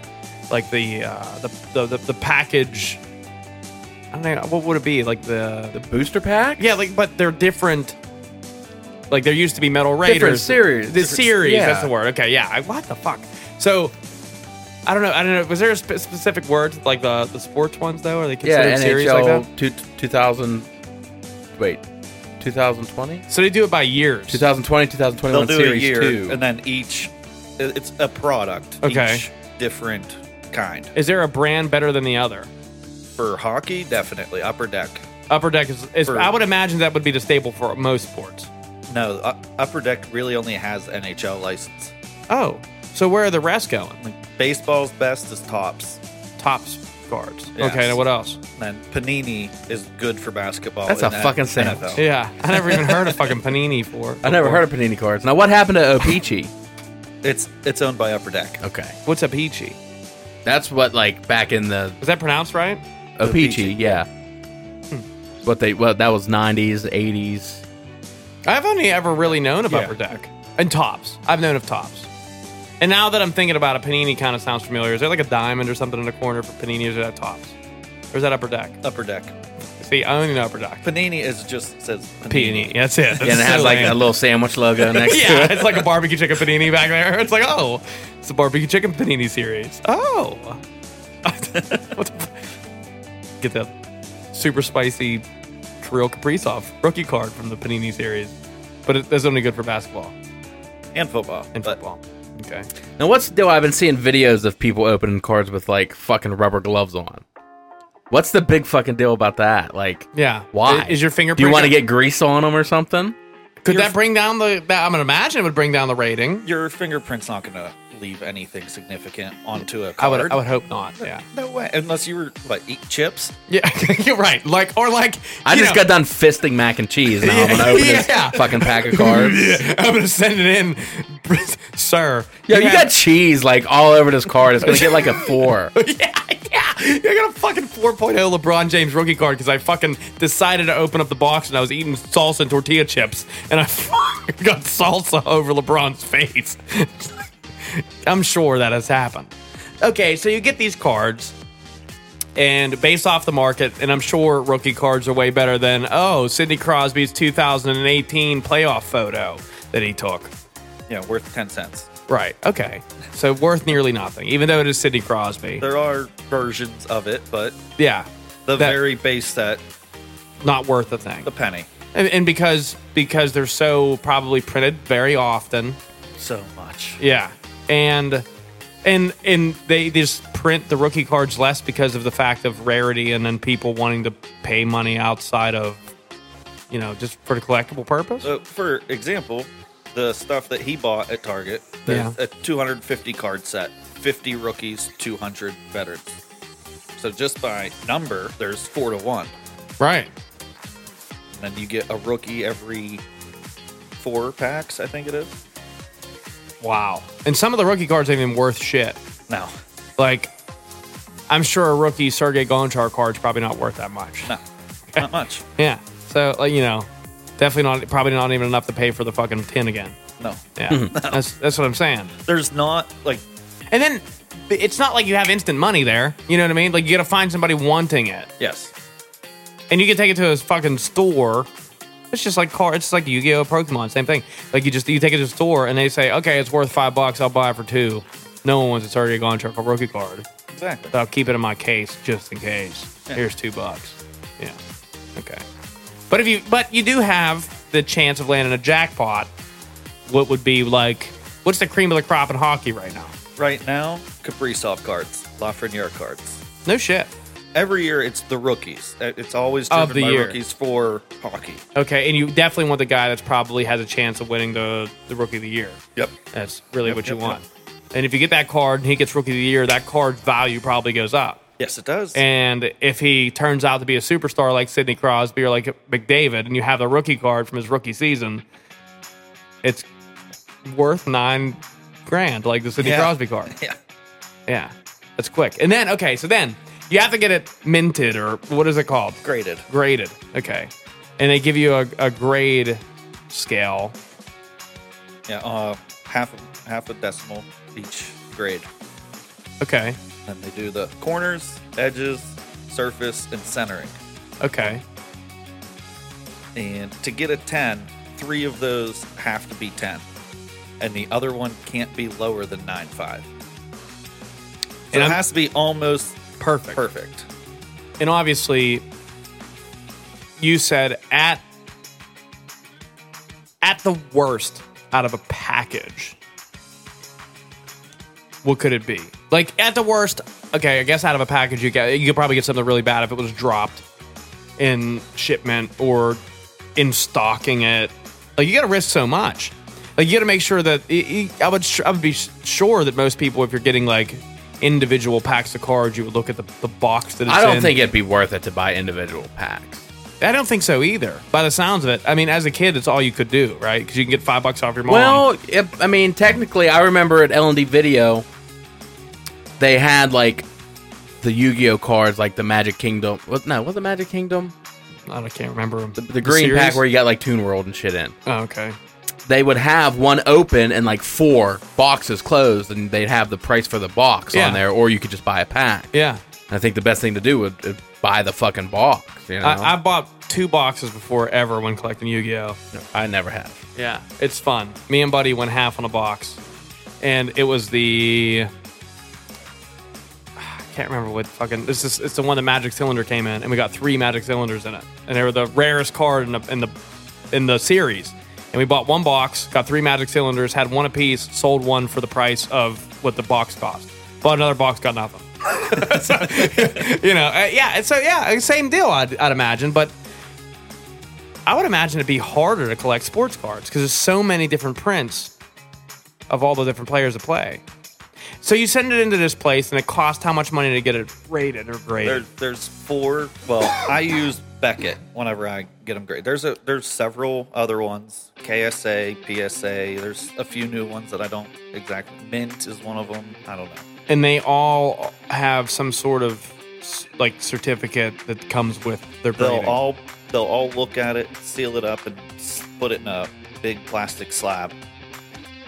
Speaker 1: like the uh the the, the, the package. I don't know what would it be like the
Speaker 2: The booster pack?
Speaker 1: yeah, like but they're different. Like there used to be Metal Raiders.
Speaker 2: series.
Speaker 1: The
Speaker 2: Different-
Speaker 1: series.
Speaker 2: yeah.
Speaker 1: That's the word. Okay. Yeah. I, what the fuck? So I don't know. I don't know. Was there a spe- specific word like the the sports ones though? Are they
Speaker 2: Yeah,
Speaker 1: considered
Speaker 2: NHL
Speaker 1: series like that?
Speaker 2: two, 2000. Wait, 2020?
Speaker 1: So they do it by years.
Speaker 2: 2020, 2021
Speaker 3: They'll do a
Speaker 2: series
Speaker 3: year,
Speaker 2: two.
Speaker 3: and then each it- it's a product.
Speaker 1: Okay.
Speaker 3: Each different kind.
Speaker 1: Is there a brand better than the other?
Speaker 3: For hockey, definitely upper deck.
Speaker 1: Upper Deck is. is
Speaker 3: For-
Speaker 1: I would imagine that would be the staple for most sports.
Speaker 3: No, U- upper deck really only has NHL license.
Speaker 1: Oh, so where are the rest going? Like
Speaker 3: Baseball's best is tops.
Speaker 1: tops cards.
Speaker 3: Yes.
Speaker 1: Okay. Now what else?
Speaker 3: Then Panini is good for basketball.
Speaker 2: That's
Speaker 3: and
Speaker 2: a
Speaker 3: then
Speaker 2: fucking sentence.
Speaker 3: NFL.
Speaker 1: Yeah, I never even heard of fucking Panini for.
Speaker 2: I never heard of Panini cards. Now, what happened to Opeachy?
Speaker 3: It's it's owned by Upper Deck.
Speaker 2: okay.
Speaker 1: What's a peachy?
Speaker 2: That's what, like, back in the
Speaker 1: Is that pronounced right?
Speaker 2: Opeachy, yeah. What they, well, that was 90s, 80s.
Speaker 1: I've only ever really known of
Speaker 3: Yeah.
Speaker 1: Upper Deck and Tops. I've known of Tops. And now that I'm thinking about it, Panini kind of sounds familiar. Is there like a diamond or something in the corner for Panini? Or is that Tops? Or is that Upper Deck?
Speaker 3: Upper Deck.
Speaker 1: See, I only know Upper Deck.
Speaker 3: Panini is just says Panini.
Speaker 1: Panini. That's it. That's
Speaker 2: Yeah, and it has,
Speaker 1: so
Speaker 2: like,
Speaker 1: lame.
Speaker 2: a little sandwich logo next to it.
Speaker 1: yeah, it's like a barbecue chicken panini back there. It's like, oh, it's the barbecue chicken panini series. Oh, what the f- get that super spicy Kirill Kaprizov rookie card from the panini series, but it, that's only good for basketball
Speaker 3: and football.
Speaker 1: and
Speaker 3: But
Speaker 1: football. Okay,
Speaker 2: Now, what's the deal? I've been seeing videos of people opening cards with like fucking rubber gloves on. What's the big fucking deal about that? Like,
Speaker 1: yeah.
Speaker 2: why?
Speaker 1: I- is your
Speaker 2: Do you
Speaker 1: fingerprint?
Speaker 2: want to get grease on them or something?
Speaker 1: Could that bring down the? That, I'm gonna imagine it would bring down the rating.
Speaker 3: Your fingerprint's not going to leave anything significant onto a
Speaker 1: I
Speaker 3: card.
Speaker 1: would. I would hope not. Yeah.
Speaker 3: No way. Unless you were like eat chips.
Speaker 1: Yeah. You're right. Like or like.
Speaker 2: I
Speaker 1: you
Speaker 2: just
Speaker 1: know,
Speaker 2: got done fisting mac and cheese. Now I'm gonna open
Speaker 1: Yeah.
Speaker 2: this fucking pack of cards.
Speaker 1: I'm gonna send it in, sir.
Speaker 2: Yo, you
Speaker 1: had-
Speaker 2: got cheese like all over this card. It's gonna get like a four.
Speaker 1: yeah, yeah. I got a fucking 4.0 LeBron James rookie card because I fucking decided to open up the box and I was eating salsa and tortilla chips and I got salsa over LeBron's face. I'm sure that has happened. Okay, so you get these cards and based off the market, and I'm sure rookie cards are way better than, oh, Sidney Crosby's 2018 playoff photo that he took.
Speaker 3: Yeah, worth ten cents.
Speaker 1: Right. Okay. So worth nearly nothing, even though it is Sidney Crosby.
Speaker 3: There are versions of it, but
Speaker 1: Yeah.
Speaker 3: the
Speaker 1: That-
Speaker 3: very base set,
Speaker 1: not worth a thing.
Speaker 3: the penny.
Speaker 1: And, and because because they're so probably printed very often,
Speaker 3: So much.
Speaker 1: yeah. And and and they just print the rookie cards less because of the fact of rarity and then people wanting to pay money outside of you know just for the collectible purpose.
Speaker 3: So, for example, the stuff that he bought at Target, there's
Speaker 1: Yeah.
Speaker 3: a 250 card set, 50 rookies, 200 veterans. So just by number, there's four to one.
Speaker 1: Right.
Speaker 3: And then you get a rookie every four packs, I think it is.
Speaker 1: Wow. And some of the rookie cards ain't even worth shit.
Speaker 3: No,
Speaker 1: Like I'm sure a rookie Sergey Gonchar card's probably not worth that much.
Speaker 3: no, not much.
Speaker 1: Yeah. So like you know, definitely not probably not even enough to pay for the fucking tin again.
Speaker 3: No.
Speaker 1: Yeah, that's that's what I'm saying.
Speaker 3: There's not, like,
Speaker 1: Mm-hmm. And then it's not like you have instant money there. You know what I mean? Like you got to find somebody wanting it,
Speaker 3: yes.
Speaker 1: and you can take it to a fucking store. It's just like car. It's just like Yu-Gi-Oh, Pokemon, same thing. Like you just you take it to a store and they say, okay, it's worth five bucks. I'll buy it for two. No one wants a Sergey Gonchar or rookie card.
Speaker 3: Exactly.
Speaker 1: But I'll keep it in my case just in case. Here's two bucks. Yeah. Okay. But if you but you do have the chance of landing a jackpot, what would be like what's the cream of the crop in hockey right now?
Speaker 3: Right now, Kaprizov cards, Lafreniere cards.
Speaker 1: No shit.
Speaker 3: Every year, it's the rookies. Uh, It's always driven
Speaker 1: Of the
Speaker 3: by
Speaker 1: year.
Speaker 3: rookies for hockey.
Speaker 1: Okay, and you definitely want the guy that's probably has a chance of winning the, the rookie of the year.
Speaker 3: Yep.
Speaker 1: That's really
Speaker 3: Yep,
Speaker 1: what you
Speaker 3: yep,
Speaker 1: want. And if you get that card and he gets rookie of the year, that card value probably goes up.
Speaker 3: Yes, it does.
Speaker 1: And if he turns out to be a superstar like Sidney Crosby or like McDavid, and you have the rookie card from his rookie season, it's worth nine grand, like the Sidney
Speaker 3: Yeah.
Speaker 1: Crosby card.
Speaker 3: Yeah.
Speaker 1: Yeah, that's quick. And then okay, so then you have to get it minted or what is it called?
Speaker 3: Graded.
Speaker 1: Graded. Okay, and they give you a, a grade scale.
Speaker 3: Yeah. Uh, half half a decimal each grade.
Speaker 1: Okay,
Speaker 3: And they do the corners, edges, surface, and centering.
Speaker 1: okay,
Speaker 3: And to get a 10, three of those have to be 10. And the other one can't be lower than 9.5. So
Speaker 1: And
Speaker 3: it
Speaker 1: I'm-
Speaker 3: has to be almost
Speaker 1: perfect.
Speaker 3: perfect.
Speaker 1: And obviously, you said at at the worst out of a package. What could it be? Like at the worst, okay, I guess out of a package you get you could probably get something really bad if it was dropped in shipment or in stocking it. Like you got to risk so much. Like you got to make sure that y- y- I would sh- I would be s- sure that most people, if you're getting like individual packs of cards, you would look at the, the box that it's
Speaker 2: I don't
Speaker 1: in.
Speaker 2: think it'd be worth it to buy individual packs.
Speaker 1: I don't think so either. By the sounds of it, I mean, as a kid, it's all you could do, right? Because you can get five bucks off your mom.
Speaker 2: Well, it, I mean, technically, I remember at L and D Video, they had like the Yu Gi Oh cards, like the Magic Kingdom. What, no, was the Magic Kingdom
Speaker 1: I don't- can't remember
Speaker 2: the, the green
Speaker 1: series?
Speaker 2: pack where you got like Toon World and shit in?
Speaker 1: Oh, okay,
Speaker 2: They would have one open and like four boxes closed, and they'd have the price for the box
Speaker 1: Yeah.
Speaker 2: on there, or you could just buy a pack.
Speaker 1: yeah.
Speaker 2: And I think the best thing to do would, would buy the fucking box. You know,
Speaker 1: I, I bought two boxes before ever when collecting Yu-Gi-Oh.
Speaker 2: I never have.
Speaker 1: Yeah, it's fun. Me and Buddy went half on a box, and it was the I can't remember what fucking this is. It's the one the Magic Cylinder came in, and we got three Magic Cylinders in it, and they were the rarest card in the in the in the series. And we bought one box, got three Magic Cylinders, had one apiece, sold one for the price of what the box cost. Bought another box, got nothing. you know, uh, yeah. and So yeah, same deal. I'd, I'd imagine, but I would imagine it'd be harder to collect sports cards because there's so many different prints of all the different players to play. So you send it into this place, and it costs how much money to get it rated or
Speaker 3: There,
Speaker 1: graded?
Speaker 3: there's four. Well, I use Beckett whenever I get them graded. There's a there's several other ones. KSA, PSA. There's a few new ones that I don't exactly. Mint is one of them. I don't know.
Speaker 1: and they all have some sort of s- like certificate that comes with their
Speaker 3: They'll
Speaker 1: grading.
Speaker 3: all they'll all look at it, seal it up, and s- put it in a big plastic slab.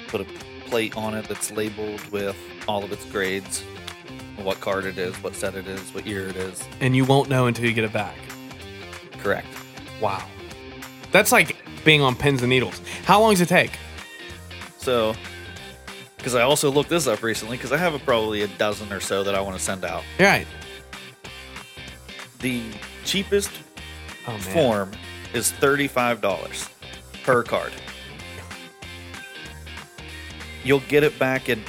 Speaker 3: Put a plate on it that's labeled with all of its grades, what card it is, what set it is, what year it is.
Speaker 1: and you won't know until you get it back.
Speaker 3: Correct.
Speaker 1: Wow, that's like being on pins and needles. How long does it take?
Speaker 3: So, because I also looked this up recently, because I have a, probably a dozen or so that I want to send out.
Speaker 1: All right.
Speaker 3: The cheapest
Speaker 1: Oh man.
Speaker 3: form is thirty-five dollars per card. You'll get it back in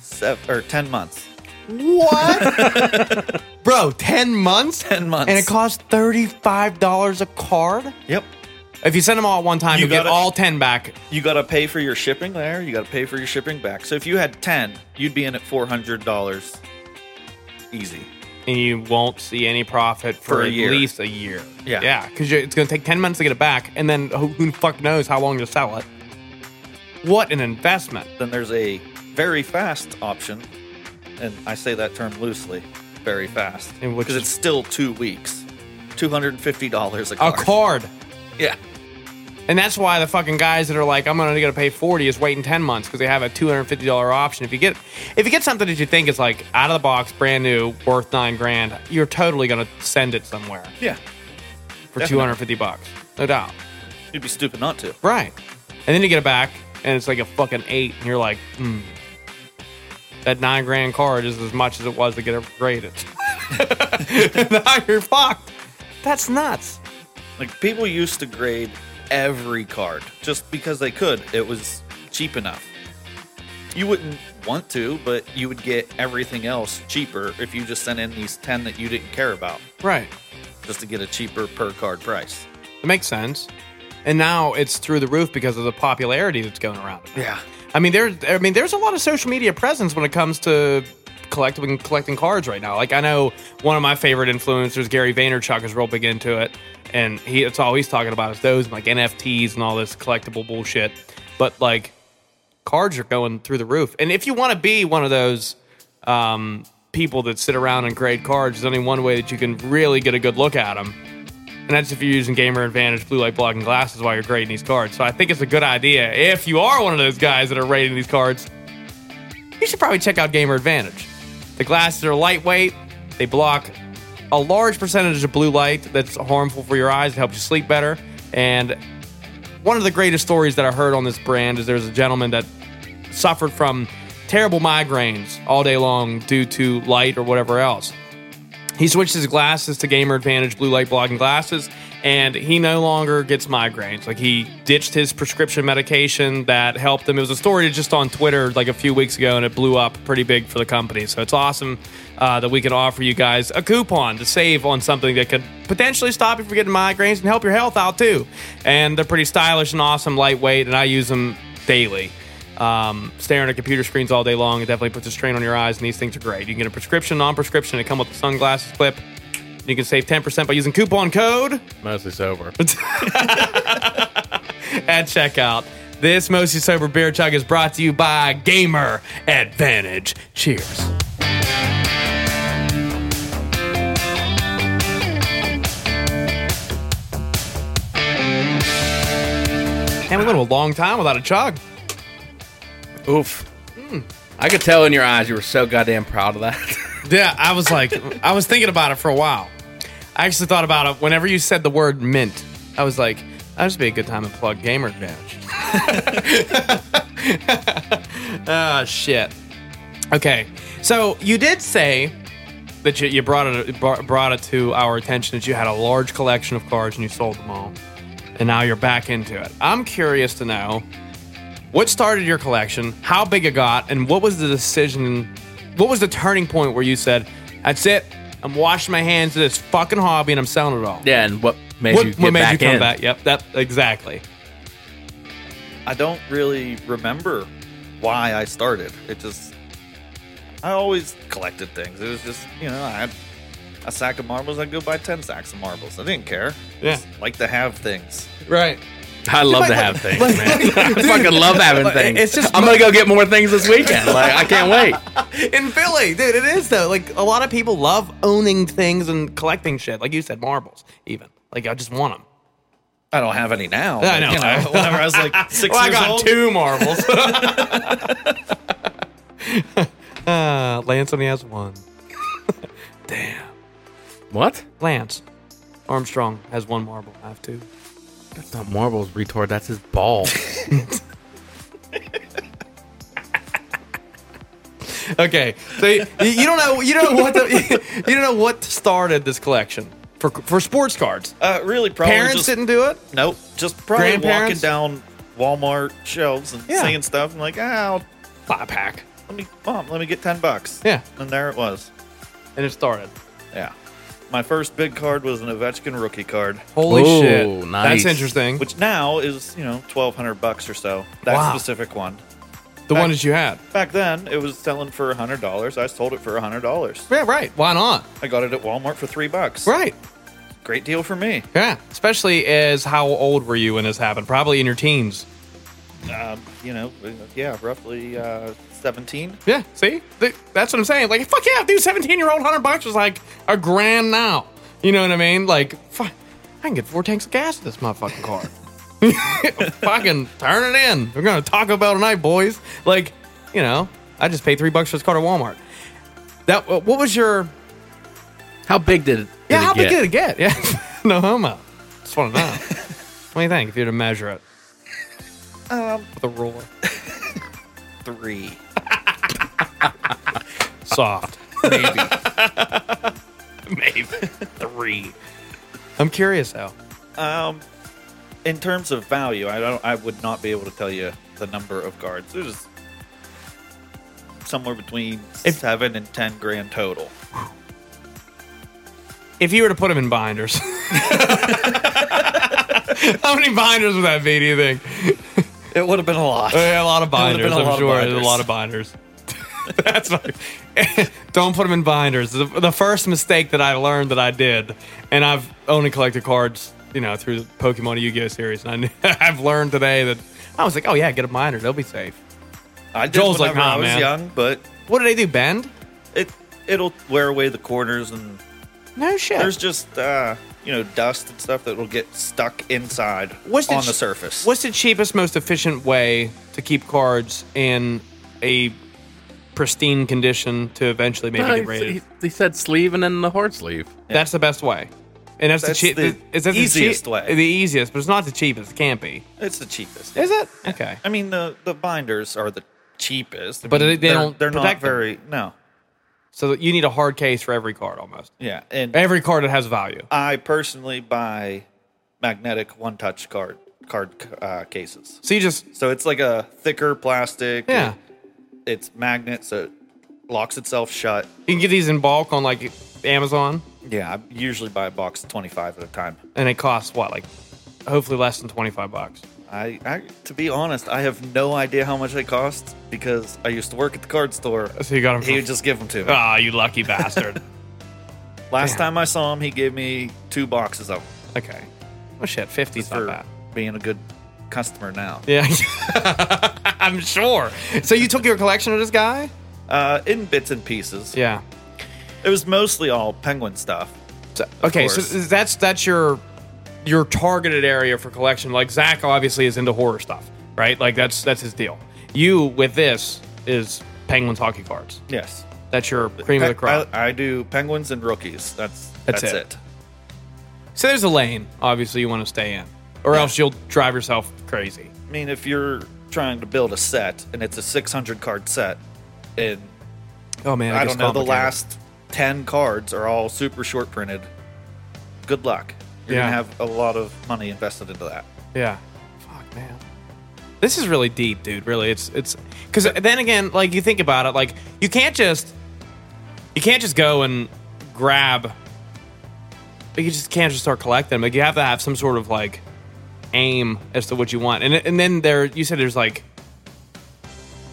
Speaker 3: seven or ten months.
Speaker 1: What? Bro, 10 months?
Speaker 3: 10 months.
Speaker 1: And it costs $35 a card?
Speaker 3: Yep.
Speaker 1: If you send them all at one time,
Speaker 3: You
Speaker 1: you, get
Speaker 3: gotta-
Speaker 1: all 10 back.
Speaker 3: You got to pay for your shipping there. You got to pay for your shipping back. So if you had ten, you'd be in at four hundred dollars, easy.
Speaker 1: And you won't see any profit for,
Speaker 3: For a
Speaker 1: at
Speaker 3: year.
Speaker 1: least a year.
Speaker 3: Yeah.
Speaker 1: Yeah, because it's going to take 10 months to get it back. And then who, who the fuck knows how long to sell it? What an investment.
Speaker 3: Then there's a very fast option, and I say that term loosely, very fast,
Speaker 1: And which
Speaker 3: because
Speaker 1: is-
Speaker 3: it's still two weeks, two hundred and fifty dollars a
Speaker 1: A
Speaker 3: card.
Speaker 1: card.
Speaker 3: Yeah,
Speaker 1: And that's why the fucking guys that are like, I'm only gonna pay 40 is waiting 10 months because they have a $250 option. If you get if you get something that you think is like out of the box, brand new, worth nine grand, you're totally gonna send it somewhere
Speaker 3: yeah.
Speaker 1: for
Speaker 3: Definitely.
Speaker 1: 250 bucks. No doubt.
Speaker 3: You'd be stupid not to.
Speaker 1: Right. And then you get it back and it's like a fucking eight, and you're like, hmm. That nine grand card is as much as it was to get it graded. now you're fucked. That's nuts.
Speaker 3: Like people used to grade every card just because they could. It was cheap enough. You wouldn't want to, but you would get everything else cheaper if you just sent in these 10 that you didn't care about
Speaker 1: Right.
Speaker 3: just to get a cheaper per card price.
Speaker 1: It makes sense. And now it's through the roof because of the popularity that's going around.
Speaker 3: Yeah.
Speaker 1: I mean, there's I mean, there's a lot of social media presence when it comes to collecting collecting cards right now. Like I know one of my favorite influencers, Gary Vaynerchuk, is real big into it, and he it's all he's talking about is those and like NFTs and all this collectible bullshit. But like cards are going through the roof. And if you want to be one of those um, people that sit around and grade cards, there's only one way that you can really get a good look at them. And that's if you're using gamer advantage, blue light blocking glasses while you're grading these cards. So I think it's a good idea if you are one of those guys that are rating these cards. You should probably check out gamer advantage. The glasses are lightweight. They block a large percentage of blue light that's harmful for your eyes. It helps you sleep better. And one of the greatest stories that I heard on this brand is there's a gentleman that suffered from terrible migraines all day long due to light or whatever else. He switched his glasses to Gamer Advantage blue light blocking glasses, and he no longer gets migraines. Like he ditched his prescription medication that helped him. It was a story just on Twitter like a few weeks ago, and it blew up pretty big for the company. So it's awesome uh, that we can offer you guys a coupon to save on something that could potentially stop you from getting migraines and help your health out too. And they're pretty stylish and awesome, lightweight, and I use them daily um, staring at computer screens all day long. It definitely puts a strain on your eyes, and these things are great. You can get a prescription, non prescription, and come with a sunglasses clip. You can save 10% by using coupon code
Speaker 2: Mostly sober.
Speaker 1: at checkout. This Mostly Sober Beer Chug is brought to you by Gamer Advantage. Cheers. And we went a long time without a chug.
Speaker 2: Oof.
Speaker 1: Hmm.
Speaker 2: I could tell in your eyes you were so goddamn proud of that.
Speaker 1: Yeah, I was like, I was thinking about it for a while. I actually thought about it whenever you said the word mint. I was like, that'd just be a good time to plug gamer advantage. Ah, shit. Okay, so you did say that you, you brought it brought brought it to our attention that you had a large collection of cards and you sold them all, and now you're back into it. I'm curious to know what started your collection, how big it got, and what was the decision? What was the turning point where you said, "That's it, I'm washing my hands of this fucking hobby and I'm selling it all"?
Speaker 2: yeah, and what made
Speaker 1: What,
Speaker 2: you get
Speaker 1: what made
Speaker 2: back
Speaker 1: you come
Speaker 2: in?
Speaker 1: back? Yep, that exactly.
Speaker 3: I don't really remember why I started. It just I always collected things. It was just you know I had a sack of marbles. I'd go buy ten sacks of marbles. I didn't care.
Speaker 1: Yeah.
Speaker 3: Just like to have things.
Speaker 1: Right.
Speaker 2: I love to have things, man. I fucking love having things. It's just I'm gonna go get more things this weekend. Like I can't wait.
Speaker 1: In Philly, dude, it is though. Like a lot of people love owning things and collecting shit. Like you said, marbles, even. Like I just want them.
Speaker 3: I don't have any now.
Speaker 1: I
Speaker 3: but,
Speaker 1: know.
Speaker 3: You know whenever I was like six
Speaker 1: well, I
Speaker 3: years
Speaker 1: got
Speaker 3: old,
Speaker 1: two marbles. uh, Lance only has one. Damn.
Speaker 2: What?
Speaker 1: Lance Armstrong has one marble. I have two.
Speaker 2: That's not marbles, retard. That's his ball.
Speaker 1: Okay, so you, you don't know you don't know what the, you don't know what started this collection for for sports cards.
Speaker 3: Uh, really, probably
Speaker 1: Parents
Speaker 3: just,
Speaker 1: didn't do it.
Speaker 3: Nope. Just probably walking
Speaker 1: Grandparents?
Speaker 3: down Walmart shelves and
Speaker 1: Yeah.
Speaker 3: seeing stuff. I'm like, ah, I'll-
Speaker 1: Five pack,
Speaker 3: let me, mom, let me get ten bucks.
Speaker 1: Yeah.
Speaker 3: And there it was.
Speaker 1: and it started.
Speaker 3: Yeah. My first big card was an Ovechkin rookie card,
Speaker 1: Holy
Speaker 2: Ooh,
Speaker 1: shit!
Speaker 2: nice.
Speaker 1: That's interesting.
Speaker 3: which now is you know twelve hundred bucks or so. That
Speaker 1: Wow.
Speaker 3: specific one.
Speaker 1: the one that you had.
Speaker 3: Back then, it was selling for hundred dollars. I sold it for hundred dollars.
Speaker 1: Yeah, right. Why not?
Speaker 3: I got it at Walmart for three bucks.
Speaker 1: Right.
Speaker 3: Great deal for me.
Speaker 1: Yeah. Especially as how old were you when this happened? Probably in your teens.
Speaker 3: Um, you know, yeah, roughly uh, seventeen.
Speaker 1: Yeah. See, Th- that's what I'm saying. Like, fuck yeah, dude. Seventeen year old, hundred bucks was like a grand now. You know what I mean? Like, fuck, I can get four tanks of gas in this motherfucking car. fucking turn it in. We're gonna talk about tonight, boys. Like, you know, I just paid three bucks for this car at Walmart. That uh, what was your?
Speaker 2: How big did it? did
Speaker 1: yeah,
Speaker 2: it
Speaker 1: how big
Speaker 2: get?
Speaker 1: did it get? Yeah, no homo. Just want to know. what do you think if you were to measure it? Um, with a ruler,
Speaker 3: Three.
Speaker 1: soft.
Speaker 3: Maybe.
Speaker 1: Maybe three. I'm curious though.
Speaker 3: Um, in terms of value, I don't. I would not be able to tell you the number of cards. It was somewhere between seven and ten grand total.
Speaker 1: If you were to put them in binders, how many binders would that be? Do you think?
Speaker 3: It would have been a lot.
Speaker 1: Uh, yeah, a lot of
Speaker 3: That would've
Speaker 1: binders.
Speaker 3: been a
Speaker 1: I'm
Speaker 3: lot of
Speaker 1: sure
Speaker 3: binders.
Speaker 1: a lot of binders. That's like, don't put them in binders. The, the first mistake that I learned that I did, and I've only collected cards, you know, through the Pokemon Yu-Gi-Oh series, and I knew, I've learned today that I was like, oh yeah, get a binder, they'll be safe.
Speaker 3: I did
Speaker 1: Joel's like,
Speaker 3: whenever
Speaker 1: "Nah,
Speaker 3: I was
Speaker 1: man."
Speaker 3: young, but
Speaker 1: What did they do? Bend?
Speaker 3: it it'll wear away the corners and
Speaker 1: No shit.
Speaker 3: there's just uh, you know dust and stuff that will get stuck inside on the
Speaker 1: ch-
Speaker 3: surface.
Speaker 1: What's the cheapest, most efficient way to keep cards in a pristine condition to eventually make
Speaker 2: No,
Speaker 1: it
Speaker 2: Uh, he-
Speaker 1: rated?
Speaker 2: he, he said sleeve and then the hard sleeve.
Speaker 1: That's the best way. And that's,
Speaker 3: That's
Speaker 1: the, chea-
Speaker 3: the
Speaker 1: is that
Speaker 3: easiest
Speaker 1: the chea-
Speaker 3: way.
Speaker 1: The easiest, but it's not the cheapest. It can't be.
Speaker 3: it's the cheapest.
Speaker 1: Is it? Okay.
Speaker 3: I mean the the binders are the cheapest, I
Speaker 1: But
Speaker 3: mean,
Speaker 1: they- they
Speaker 3: they're-
Speaker 1: don't
Speaker 3: They're not
Speaker 1: protect them.
Speaker 3: very no.
Speaker 1: So you need a hard case for every card almost.
Speaker 3: Yeah, and
Speaker 1: Every card that has value.
Speaker 3: I personally buy magnetic one touch card card uh, cases.
Speaker 1: So you just
Speaker 3: So it's like a thicker plastic.
Speaker 1: yeah.
Speaker 3: it's magnet, so it locks itself shut.
Speaker 1: You can get these in bulk on like Amazon,
Speaker 3: Yeah, I usually buy a box of 25 at a time.
Speaker 1: and it costs what like hopefully less than twenty five bucks.
Speaker 3: I, I, to be honest, I have no idea how much they cost because I used to work at the card store.
Speaker 1: So you got them.
Speaker 3: He would just give them to me.
Speaker 1: ah, you lucky bastard. damn.
Speaker 3: Last time I saw him, he gave me two boxes of them.
Speaker 1: okay. Oh shit, fifty's not
Speaker 3: for
Speaker 1: bad.
Speaker 3: being a good customer now.
Speaker 1: Yeah, I'm sure. So you took your collection of this guy?
Speaker 3: Uh, in bits and pieces.
Speaker 1: Yeah.
Speaker 3: It was mostly all penguin stuff.
Speaker 1: So, okay, so
Speaker 3: course.
Speaker 1: that's that's your your targeted area for collection. Like Zach obviously is into horror stuff, right? Like that's that's his deal. You with this is Penguins hockey cards.
Speaker 3: Yes.
Speaker 1: That's your cream of the
Speaker 3: Pe- I,
Speaker 1: crop.
Speaker 3: I do penguins and rookies. That's
Speaker 1: That's
Speaker 3: that's,
Speaker 1: it.
Speaker 3: it.
Speaker 1: so there's a lane, obviously you want to stay in, or else you'll drive yourself crazy.
Speaker 3: I mean, if you're trying to build a set and it's a 600 card set, and
Speaker 1: Oh man,
Speaker 3: I don't know, the last 10 cards are all super short printed, good luck. You're
Speaker 1: Yeah.
Speaker 3: going to have a lot of money invested into that.
Speaker 1: Yeah. Fuck, man. This is really deep, dude. Really, it's it's because then again, like you think about it, like you can't just you can't just go and grab. You just can't just start collecting. Like you have to have some sort of like aim as to what you want, and and then there you said there's like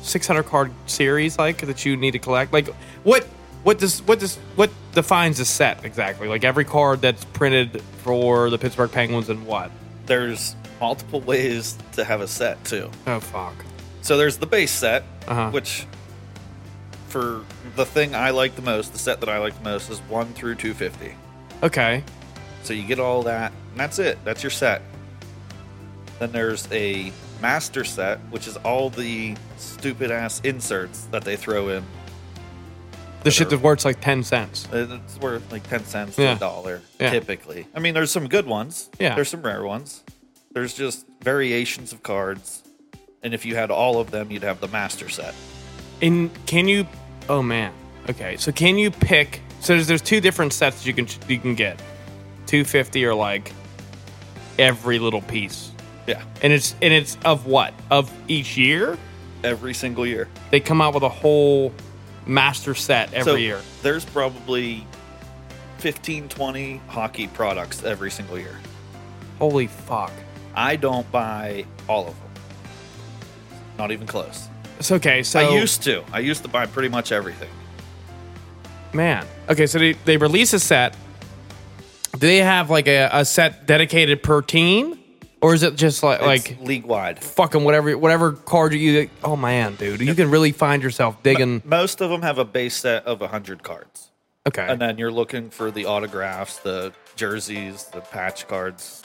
Speaker 1: six hundred card series like that you need to collect. Like what what does what does what defines a set exactly? Like every card that's printed for the Pittsburgh Penguins and what?
Speaker 3: There's multiple ways to have a set, too.
Speaker 1: Oh fuck.
Speaker 3: So there's the base set,
Speaker 1: Uh-huh.
Speaker 3: which for the thing I like the most, the set that I like the most is 1 through 250.
Speaker 1: Okay.
Speaker 3: So you get all that, and that's it. That's your set. Then there's a master set, which is all the stupid ass inserts that they throw in.
Speaker 1: The shit that worth's like ten cents.
Speaker 3: Uh, It's worth like 10 cents
Speaker 1: Yeah.
Speaker 3: to a dollar,
Speaker 1: Yeah.
Speaker 3: typically. I mean, there's some good ones.
Speaker 1: Yeah.
Speaker 3: There's some rare ones. There's just variations of cards. And if you had all of them, you'd have the master set.
Speaker 1: And can you? Oh man. Okay. So can you pick? So there's, there's two different sets you can you can get. Two fifty or like every little piece,
Speaker 3: Yeah.
Speaker 1: and it's and it's of what of each year
Speaker 3: Every single year.
Speaker 1: they come out with a whole master set every
Speaker 3: so
Speaker 1: year.
Speaker 3: There's probably 15, 20 hockey products every single year.
Speaker 1: Holy fuck.
Speaker 3: I don't buy all of them. Not even close.
Speaker 1: It's okay. So
Speaker 3: I used to. I used to buy pretty much everything.
Speaker 1: Man. Okay, so they, they release a set. Do they have like a, a set dedicated per team? Or is it just like like
Speaker 3: league wide.
Speaker 1: fucking whatever whatever card you oh man, dude. You can really find yourself digging
Speaker 3: Most of them have a base set of 100 cards.
Speaker 1: Okay.
Speaker 3: And then you're looking for the autographs, the jerseys, the patch cards,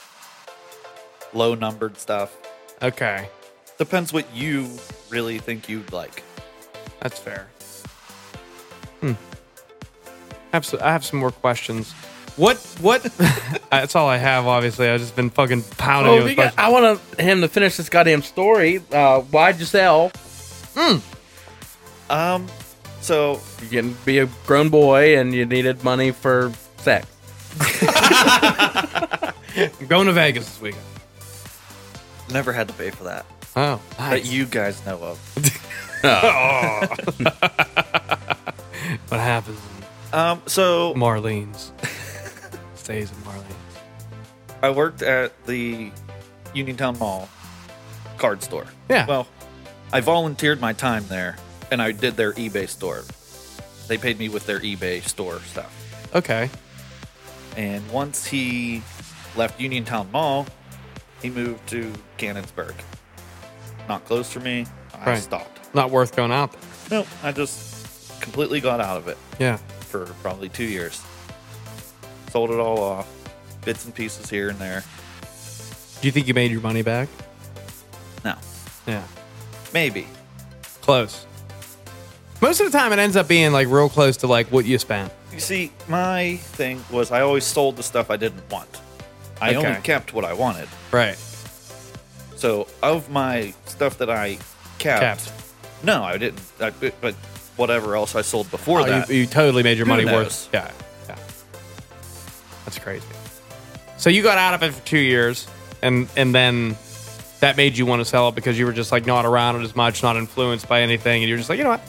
Speaker 3: low numbered stuff.
Speaker 1: Okay.
Speaker 3: Depends what you really think you'd like.
Speaker 1: That's fair. Hmm. Have so- I have some more questions. What what that's all I have, obviously. I've just been fucking pounding you
Speaker 2: Oh,
Speaker 1: with
Speaker 2: we got,
Speaker 1: questions.
Speaker 2: I want him to finish this goddamn story. Uh, why'd you sell?
Speaker 3: Um, so
Speaker 2: You can be a grown boy and you needed money for sex.
Speaker 1: I'm going to Vegas this weekend.
Speaker 3: never had to pay for that.
Speaker 1: Oh.
Speaker 3: That
Speaker 1: Nice.
Speaker 3: you guys know of.
Speaker 1: what happens?
Speaker 3: Um, so
Speaker 1: Marlene's. Stays in Marlene's.
Speaker 3: I worked at the Uniontown Mall card store.
Speaker 1: Yeah.
Speaker 3: Well, I volunteered my time there and I did their eBay store. They paid me with their eBay store stuff.
Speaker 1: Okay.
Speaker 3: And once he left Uniontown Mall, he moved to Cannonsburg. Not close for me. I
Speaker 1: Right.
Speaker 3: stopped.
Speaker 1: not worth going out. There.
Speaker 3: No, I just completely got out of it
Speaker 1: Yeah.
Speaker 3: for probably two years. Sold it all off, bits and pieces here and there.
Speaker 1: Do you think you made your money back?
Speaker 3: No,
Speaker 1: Yeah.
Speaker 3: maybe.
Speaker 1: Close. Most of the time, it ends up being like real close to like what you spent.
Speaker 3: You see, my thing was I always sold the stuff I didn't want. I
Speaker 1: Okay.
Speaker 3: only kept what I wanted.
Speaker 1: Right.
Speaker 3: So of my stuff that I kept,
Speaker 1: Kept.
Speaker 3: no, I didn't. I, but but whatever else I sold before
Speaker 1: Oh,
Speaker 3: that,
Speaker 1: you, you totally made your
Speaker 3: Who
Speaker 1: money
Speaker 3: knows?
Speaker 1: worth. Yeah. Yeah. That's crazy. So you got out of it for two years, and and then that made you want to sell it because you were just like not around it as much, not influenced by anything, and you're just like, you know what,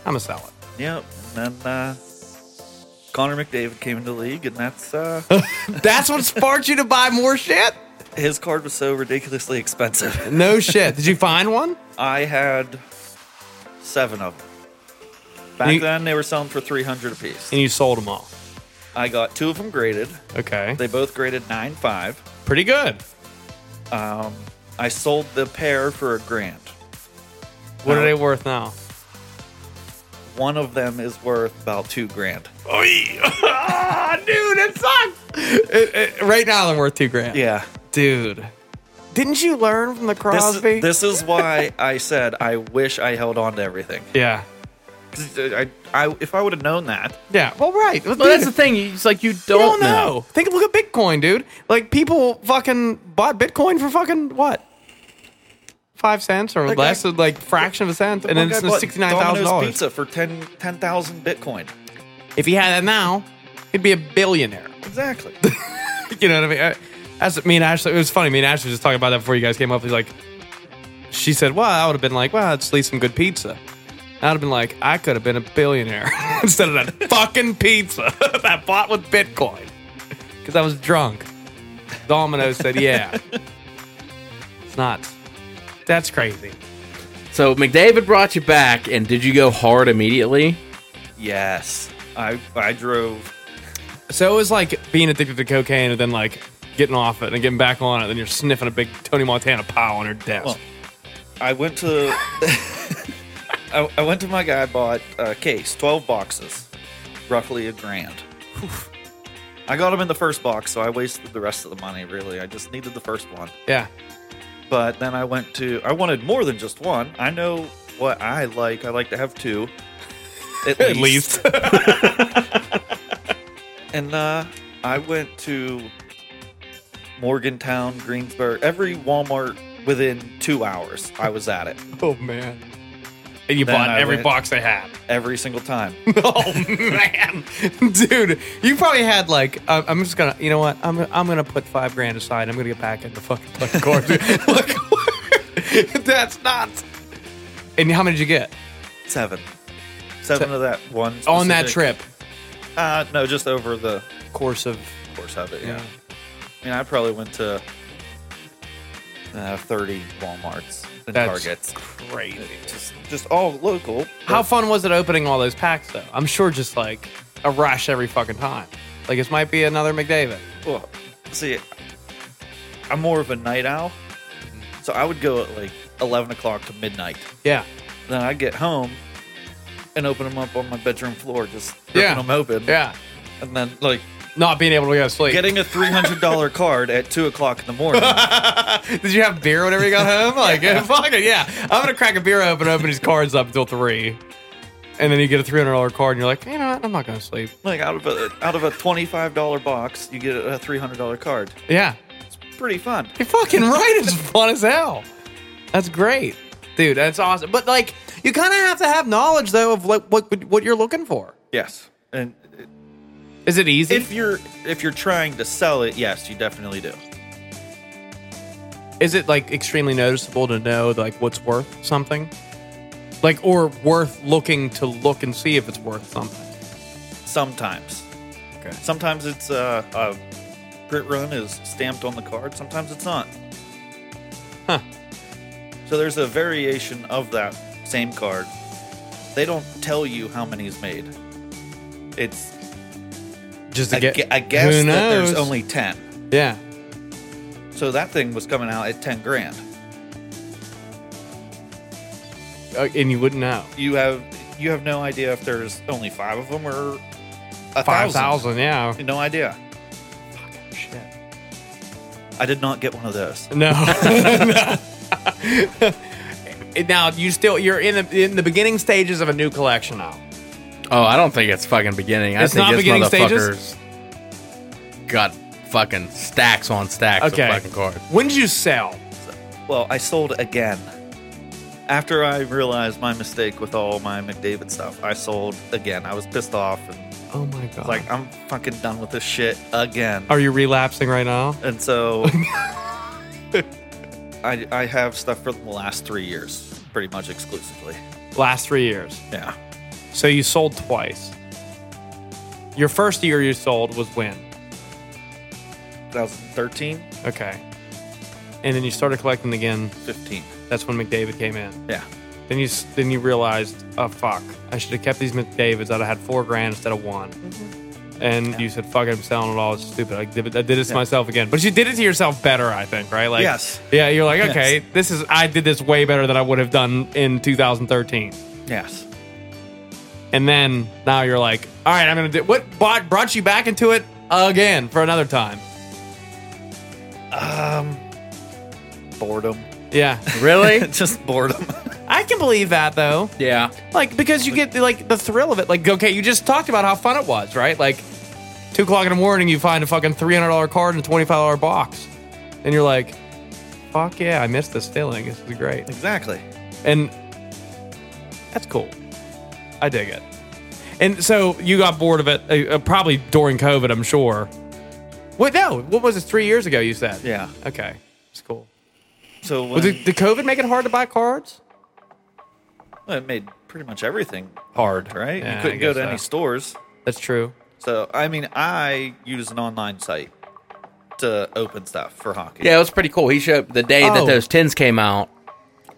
Speaker 1: I'm gonna sell it.
Speaker 3: yep. And then uh, Connor McDavid came into the league, and that's uh,
Speaker 1: That's what sparked you to buy more shit.
Speaker 3: his card was so ridiculously expensive.
Speaker 1: No shit. Did you find one?
Speaker 3: I had seven of them. Back
Speaker 1: You-
Speaker 3: then, they were selling for three hundred apiece.
Speaker 1: And you sold them all.
Speaker 3: I got two of them graded.
Speaker 1: Okay.
Speaker 3: They both graded nine five.
Speaker 1: Pretty good.
Speaker 3: Um, I sold the pair for a grand.
Speaker 1: What
Speaker 3: Now,
Speaker 1: are they worth now?
Speaker 3: One of them is worth about two grand.
Speaker 1: Ah, dude, it sucks. It- it- right now, they're worth two grand.
Speaker 3: Yeah.
Speaker 1: dude. Didn't you learn from the
Speaker 3: This,
Speaker 1: Crosby?
Speaker 3: this is why I said I wish I held on to everything.
Speaker 1: yeah,
Speaker 3: 'Cause I, I, if I would have known that,
Speaker 1: yeah. Well, right.
Speaker 2: Well, that's the thing. It's like you
Speaker 1: you
Speaker 2: don't,
Speaker 1: don't
Speaker 2: know.
Speaker 1: know. Think, look at Bitcoin, dude. Like people fucking bought Bitcoin for fucking what? Five cents or
Speaker 3: Like,
Speaker 1: less,
Speaker 3: I-
Speaker 1: like, like fraction of a cent, and then
Speaker 3: one guy
Speaker 1: it's
Speaker 3: bought
Speaker 1: sixty nine thousand
Speaker 3: Domino's
Speaker 1: dollars.
Speaker 3: Pizza for 10 10,000 Bitcoin.
Speaker 1: If he had that now, he'd be a billionaire.
Speaker 3: Exactly.
Speaker 1: you know what I mean? I, as me and Ashley, it was funny. Me and Ashley were just talking about that before you guys came up. He's like, she said, "Well, I would have been like, well, let's leave some good pizza." I'd have been like, I could have been a billionaire instead of that fucking pizza that I bought with Bitcoin because I was drunk. Domino said, "Yeah, it's not. That's crazy."
Speaker 2: So McDavid brought you back, and did you go hard immediately?
Speaker 3: yes. I, I drove.
Speaker 1: So it was like being addicted to cocaine and then like getting off it and getting back on it. Then you're sniffing a big Tony Montana pile on her desk.
Speaker 3: Well, I went to. I, I went to my guy, bought a case, 12 boxes, roughly a grand. Whew. I got them in the first box, so I wasted the rest of the money, really. I just needed the first one.
Speaker 1: yeah.
Speaker 3: but then I went to I wanted more than just one. I know what I like. I like to have two. At,
Speaker 1: At least.
Speaker 3: And uh I went to Morgantown, Greensboro, every Walmart within 2 hours. I was at it
Speaker 1: Oh man. And you
Speaker 3: Then
Speaker 1: bought
Speaker 3: I
Speaker 1: every
Speaker 3: went-
Speaker 1: box they had.
Speaker 3: every single time.
Speaker 1: Oh man, dude, you probably had like uh, I'm just gonna, you know what? I'm I'm gonna put five grand aside. I'm gonna get back in the fucking fucking car. dude. like, that's not. And how many did you get
Speaker 3: 7. 7
Speaker 1: Se-
Speaker 3: of that one
Speaker 1: on that
Speaker 3: specific-
Speaker 1: trip?
Speaker 3: Uh no, just over the
Speaker 1: Course of
Speaker 3: course of
Speaker 1: Mm.
Speaker 3: it. Yeah. I mean, I probably went to uh, 30 Walmarts and
Speaker 1: That's
Speaker 3: Targets.
Speaker 1: crazy.
Speaker 3: Just, just all local.
Speaker 1: How fun was it opening all those packs though? I'm sure just like a rush every fucking time. Like this might be another McDavid.
Speaker 3: Well, see, I'm more of a night owl, so I would go at like 11 o'clock to midnight.
Speaker 1: Yeah.
Speaker 3: Then I'd get home and open them up on my bedroom floor, just ripping
Speaker 1: Yeah.
Speaker 3: them open.
Speaker 1: Yeah.
Speaker 3: And then, like,
Speaker 1: Not being able to go to sleep.
Speaker 3: getting a $300 card at 2 o'clock in the morning.
Speaker 1: Did you have beer whenever you got home? Like, fuck it, yeah. I'm gonna crack a beer open, open his cards up until three, and then you get a three hundred dollar card, and you're like, you know what? I'm not gonna sleep.
Speaker 3: like, out of, a, out of a $25 box, you get a $300 card.
Speaker 1: Yeah,
Speaker 3: Pretty fun.
Speaker 1: you're fucking right. It's fun as hell. That's great, dude. That's awesome. But like, you kind of have to have knowledge though of like what what you're looking for.
Speaker 3: Yes. And
Speaker 1: Is it easy?
Speaker 3: if you're if you're trying to sell it, yes, you definitely do.
Speaker 1: Is it like extremely noticeable to know like what's worth something, like or worth looking to look and see if it's worth something?
Speaker 3: Sometimes.
Speaker 1: Okay.
Speaker 3: Sometimes it's uh, a print run is stamped on the card. Sometimes it's not.
Speaker 1: Huh.
Speaker 3: So there's a variation of that same card. They don't tell you how many's made. It's
Speaker 1: Just to
Speaker 3: I,
Speaker 1: get,
Speaker 3: gue- I guess
Speaker 1: who
Speaker 3: that there's
Speaker 1: knows?
Speaker 3: only ten.
Speaker 1: yeah.
Speaker 3: So that thing was coming out at ten grand.
Speaker 1: uh, and you wouldn't know.
Speaker 3: You have you have no idea if there's only five of them or a
Speaker 1: Five
Speaker 3: thousand.
Speaker 1: thousand, yeah.
Speaker 3: No idea.
Speaker 1: Shit.
Speaker 3: I did not get one of those.
Speaker 1: No. now you still you're in the in the beginning stages of a new collection now.
Speaker 2: Oh, I don't think it's fucking beginning. I
Speaker 1: It's
Speaker 2: think
Speaker 1: not
Speaker 2: this
Speaker 1: beginning
Speaker 2: motherfucker's got fucking stacks on stacks
Speaker 1: Okay.
Speaker 2: of fucking cards.
Speaker 1: When did you sell?
Speaker 3: Well, I sold again. After I realized my mistake with all my McDavid stuff, I sold again. I was pissed off and
Speaker 1: Oh my god!
Speaker 3: was like, I'm fucking done with this shit again.
Speaker 1: are you relapsing right now?
Speaker 3: And so I, I have stuff for the last three years, pretty much exclusively.
Speaker 1: Last three years.
Speaker 3: Yeah.
Speaker 1: So you sold twice. Your first year you sold was when?
Speaker 3: 2013,
Speaker 1: Okay. And then you started collecting again.
Speaker 3: 15.
Speaker 1: That's when McDavid came in.
Speaker 3: Yeah.
Speaker 1: Then you s- then you realized, oh fuck, I should have kept these McDavid's. I'd have had four grand instead of one. And you said, fuck, it, I'm selling it all. It's stupid. I did, it- I did this to
Speaker 3: Mm-hmm. Yeah.
Speaker 1: myself again. But you did it to yourself better, I think, right? Like,
Speaker 3: Yes.
Speaker 1: Yeah, you're like,
Speaker 3: Yes.
Speaker 1: okay, this is I did this way better than I would have done in 2013.
Speaker 3: Yes.
Speaker 1: And then now you're like, all right, I'm gonna do what brought brought you back into it again for another time.
Speaker 3: Um, boredom.
Speaker 1: Yeah,
Speaker 2: Really?
Speaker 3: Just boredom.
Speaker 1: I can believe that though.
Speaker 2: yeah.
Speaker 1: Like because you get the, like the thrill of it. Like okay, you just talked about how fun it was, right? Like two o'clock in the morning, you find a fucking three hundred dollar card in a twenty five dollar box, and you're like, "Fuck yeah, I missed this feeling. This is great."
Speaker 3: exactly.
Speaker 1: And that's cool. I dig it. And so you got bored of it, uh, uh, probably during COVID, I'm sure. What? No, what was it? Three years ago, you said.
Speaker 3: Yeah.
Speaker 1: Okay, it's cool.
Speaker 3: So
Speaker 1: Well,
Speaker 3: when,
Speaker 1: did, did COVID make it hard to buy cards?
Speaker 3: it made pretty much everything hard, right?
Speaker 1: Yeah, I
Speaker 3: you couldn't go
Speaker 1: guess
Speaker 3: to any
Speaker 1: so.
Speaker 3: stores.
Speaker 1: That's true.
Speaker 3: So, I mean, I use an online site to open stuff for hockey.
Speaker 2: Yeah, it was pretty cool. He showed the day that
Speaker 1: Oh.
Speaker 2: those tins came out.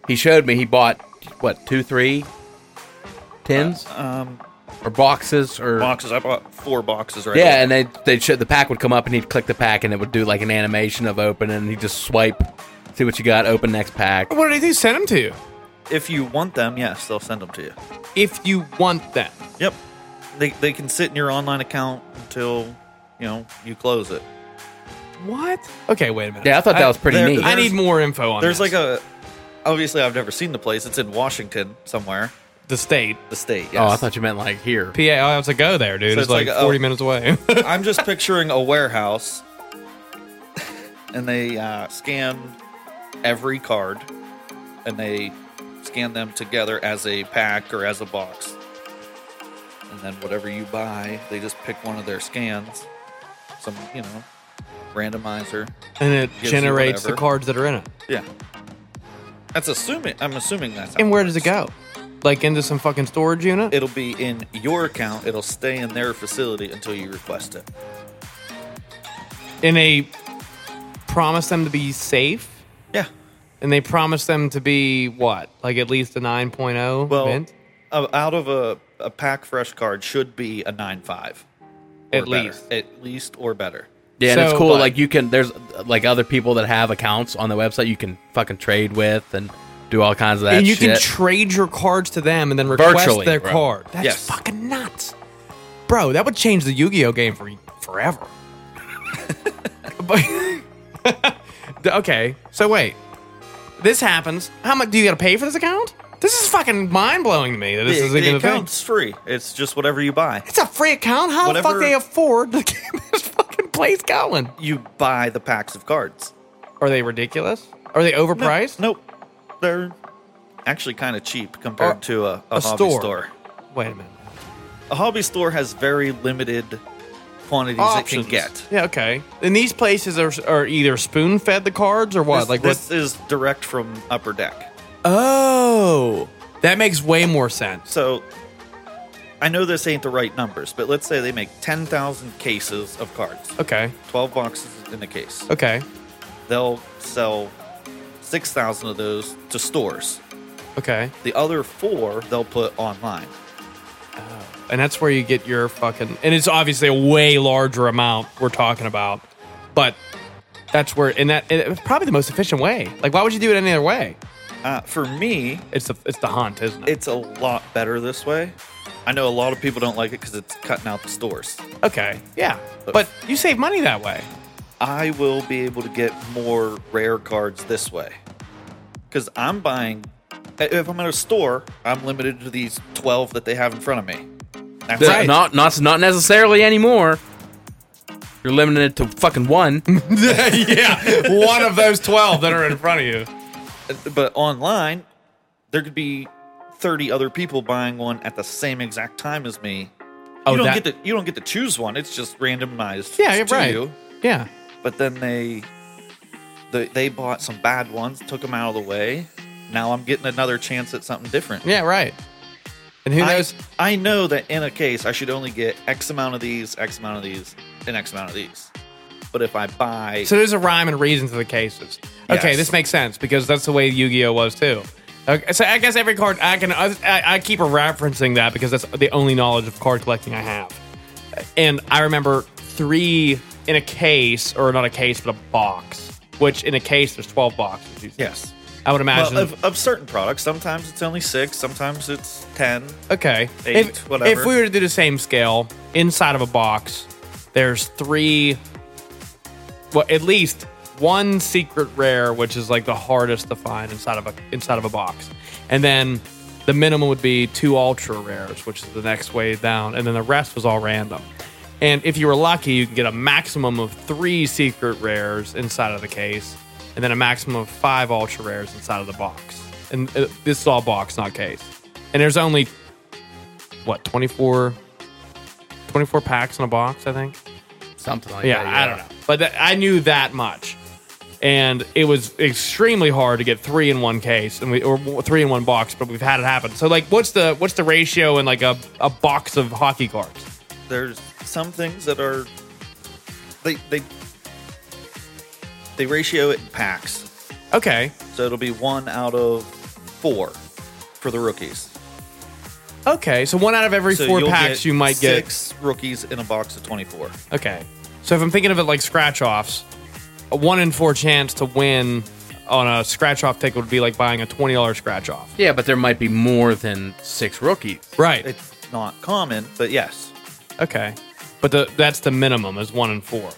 Speaker 2: He showed me he bought what two, three tins
Speaker 1: Uh,
Speaker 3: Um,
Speaker 2: or boxes or
Speaker 3: boxes. I bought four boxes right
Speaker 2: yeah, and they they show the pack would come up and he'd click the pack and it would do like an animation of open and he'd just swipe, see what you got, open next pack.
Speaker 1: What did they do? Send them to you
Speaker 3: If you want them, yes, they'll send them to you.
Speaker 1: if you want them.
Speaker 3: Yep. They, they can sit in your online account until, you know, you close it.
Speaker 1: What? Okay, wait a minute.
Speaker 2: Yeah, I thought that was pretty
Speaker 3: there-
Speaker 2: neat.
Speaker 1: I need more info on.
Speaker 3: There's
Speaker 1: this.
Speaker 3: like a. Obviously, I've never seen the place. It's in Washington somewhere,
Speaker 1: the state.
Speaker 3: the state.
Speaker 2: Oh, I
Speaker 3: yes.
Speaker 2: thought you meant like here.
Speaker 1: PA. I have to go there, dude.
Speaker 3: So
Speaker 1: it's,
Speaker 3: it's
Speaker 1: like,
Speaker 3: like, oh.
Speaker 1: 40 minutes away.
Speaker 3: I'm just picturing a warehouse, and they uh, scanned every card, and they scanned them together as a pack or as a box, and then whatever you buy, they just pick one of their scans, some you know, randomizer.
Speaker 1: and it
Speaker 3: you
Speaker 1: generates the
Speaker 3: whatever.
Speaker 1: cards that are in it.
Speaker 3: Yeah, that's assuming. I'm assuming that's. how
Speaker 1: And where does it go? Like into some fucking storage unit?
Speaker 3: It'll be in your account. It'll stay in their facility until you request it.
Speaker 1: and they promise them to be safe
Speaker 3: Yeah.
Speaker 1: and they promise them to be what like at least a 9.0
Speaker 3: Well,
Speaker 1: mint
Speaker 3: uh, out of a, a pack fresh card should be a nine five,
Speaker 1: At least.
Speaker 3: at least or better.
Speaker 2: Yeah, and
Speaker 1: So-
Speaker 2: it's cool.
Speaker 1: But-
Speaker 2: like you can, there's like other people that have accounts on the website you can fucking trade with and do all kinds of that.
Speaker 1: and you
Speaker 2: shit.
Speaker 1: can trade your cards to them and then request
Speaker 2: Virtually,
Speaker 1: their
Speaker 2: bro.
Speaker 1: card that's
Speaker 3: Yes.
Speaker 1: fucking nuts bro that would change the yu-gi-oh game for forever but okay so wait this happens how much do you gotta pay for this account this is fucking mind-blowing to me that this
Speaker 3: the,
Speaker 1: is even
Speaker 3: the
Speaker 1: a thing.
Speaker 3: account's free. It's just whatever you buy.
Speaker 1: It's a free account. How the fuck
Speaker 3: Whatever-
Speaker 1: they afford to keep this fucking place going?
Speaker 3: You buy the packs of cards.
Speaker 1: Are they ridiculous? Are they overpriced?
Speaker 3: Nope, they're actually kind of cheap compared
Speaker 1: Or-
Speaker 3: to a, a,
Speaker 1: a
Speaker 3: hobby
Speaker 1: store.
Speaker 3: store.
Speaker 1: Wait a minute.
Speaker 3: A hobby store has very limited quantities it can get.
Speaker 1: Yeah, okay. And these places are, are either spoon fed the cards or what?
Speaker 3: This,
Speaker 1: like
Speaker 3: this
Speaker 1: what?
Speaker 3: is direct from Upper Deck.
Speaker 1: Oh, that makes way more sense.
Speaker 3: So I know this ain't the right numbers, but let's say they make ten thousand cases of cards.
Speaker 1: Okay,
Speaker 3: 12 boxes in the case.
Speaker 1: okay,
Speaker 3: They'll sell 6,000 of those to stores.
Speaker 1: okay.
Speaker 3: The other four they'll put online.
Speaker 1: And that's where you get your fucking. And it's obviously a way larger amount we're talking about, but that's where. And that and it's probably the most efficient way. Like, why would you do it any other way?
Speaker 3: Uh, for me,
Speaker 1: It's the it's the haunt, isn't it?
Speaker 3: it's a lot better this way. I know a lot of people don't like it because it's cutting out the stores.
Speaker 1: okay, yeah, but you save money that way.
Speaker 3: I will be able to get more rare cards this way. Because I'm buying, if I'm at a store, I'm limited to these 12 that they have in front of me. That's
Speaker 2: The-
Speaker 3: it.
Speaker 2: Not not not necessarily anymore. You're limited to fucking one.
Speaker 1: yeah, one of those twelve that are in front of you.
Speaker 3: But online, there could be 30 other people buying one at the same exact time as me.
Speaker 1: Oh,
Speaker 3: you don't
Speaker 1: that-
Speaker 3: get to you don't get to choose one. It's just randomized.
Speaker 1: Yeah, you're
Speaker 3: to
Speaker 1: right.
Speaker 3: you.
Speaker 1: Yeah,
Speaker 3: But then they, they they bought some bad ones, took them out of the way. Now I'm getting another chance at something different.
Speaker 1: yeah, right. And who
Speaker 3: I,
Speaker 1: knows?
Speaker 3: I know that in a case I should only get X amount of these, X amount of these, and X amount of these. But if I buy,
Speaker 1: So there's a rhyme and reason to the cases. Okay,
Speaker 3: Yes.
Speaker 1: this makes sense because that's the way Yu-Gi-Oh was too. Okay, so I guess every card I can I, I keep referencing that because that's the only knowledge of card collecting I have. And I remember three in a case or not a case but a box, which in a case there's 12 boxes.
Speaker 3: Yes.
Speaker 1: I would imagine.
Speaker 3: well, of, of certain products, sometimes it's only six, sometimes it's ten.
Speaker 1: Okay.
Speaker 3: Eight,
Speaker 1: if,
Speaker 3: whatever.
Speaker 1: if we were to do the same scale inside of a box, there's three, well, at least one secret rare, which is like the hardest to find inside of a inside of a box, and then the minimum would be two ultra rares, which is the next way down, and then the rest was all random. And if you were lucky, you could get a maximum of three secret rares inside of the case, and then a maximum of five ultra rares inside of the box. And uh, this is all box, not case. And there's only what 24 24 packs in a box i think
Speaker 2: Something like
Speaker 1: yeah,
Speaker 2: that.
Speaker 1: i don't know but that i knew that much and it was extremely hard to get three in one case and we or three in one box but we've had it happen so like what's the what's the ratio in like a, a box of hockey cards
Speaker 3: There's some things that are they they they ratio it in packs,
Speaker 1: okay
Speaker 3: so it'll be one out of four for the rookies.
Speaker 1: okay so one out of every
Speaker 3: So
Speaker 1: four
Speaker 3: you'll
Speaker 1: packs you might
Speaker 3: six rookies in a box of twenty-four.
Speaker 1: get okay so if i'm thinking of it like scratch offs a one in four chance to win on a scratch off ticket would be like buying a $20 scratch off
Speaker 2: Yeah, but there might be more than six rookies.
Speaker 1: right
Speaker 3: It's not common, but yes,
Speaker 1: Okay, but the, that's the minimum is one in four.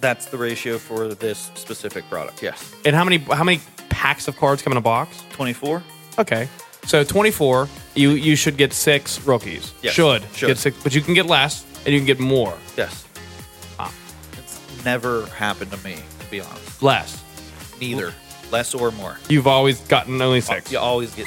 Speaker 3: that's the ratio for this specific product. Yes,
Speaker 1: And how many how many packs of cards come in a box?
Speaker 3: twenty-four.
Speaker 1: Okay, so twenty four. You you should get six rookies.
Speaker 3: Yes,
Speaker 1: should
Speaker 3: should.
Speaker 1: get six, but you can get less and you can get more
Speaker 3: Yes. It's never happened to me, to be honest.
Speaker 1: less.
Speaker 3: Neither. Less or more.
Speaker 1: You've always gotten only six.
Speaker 3: You always get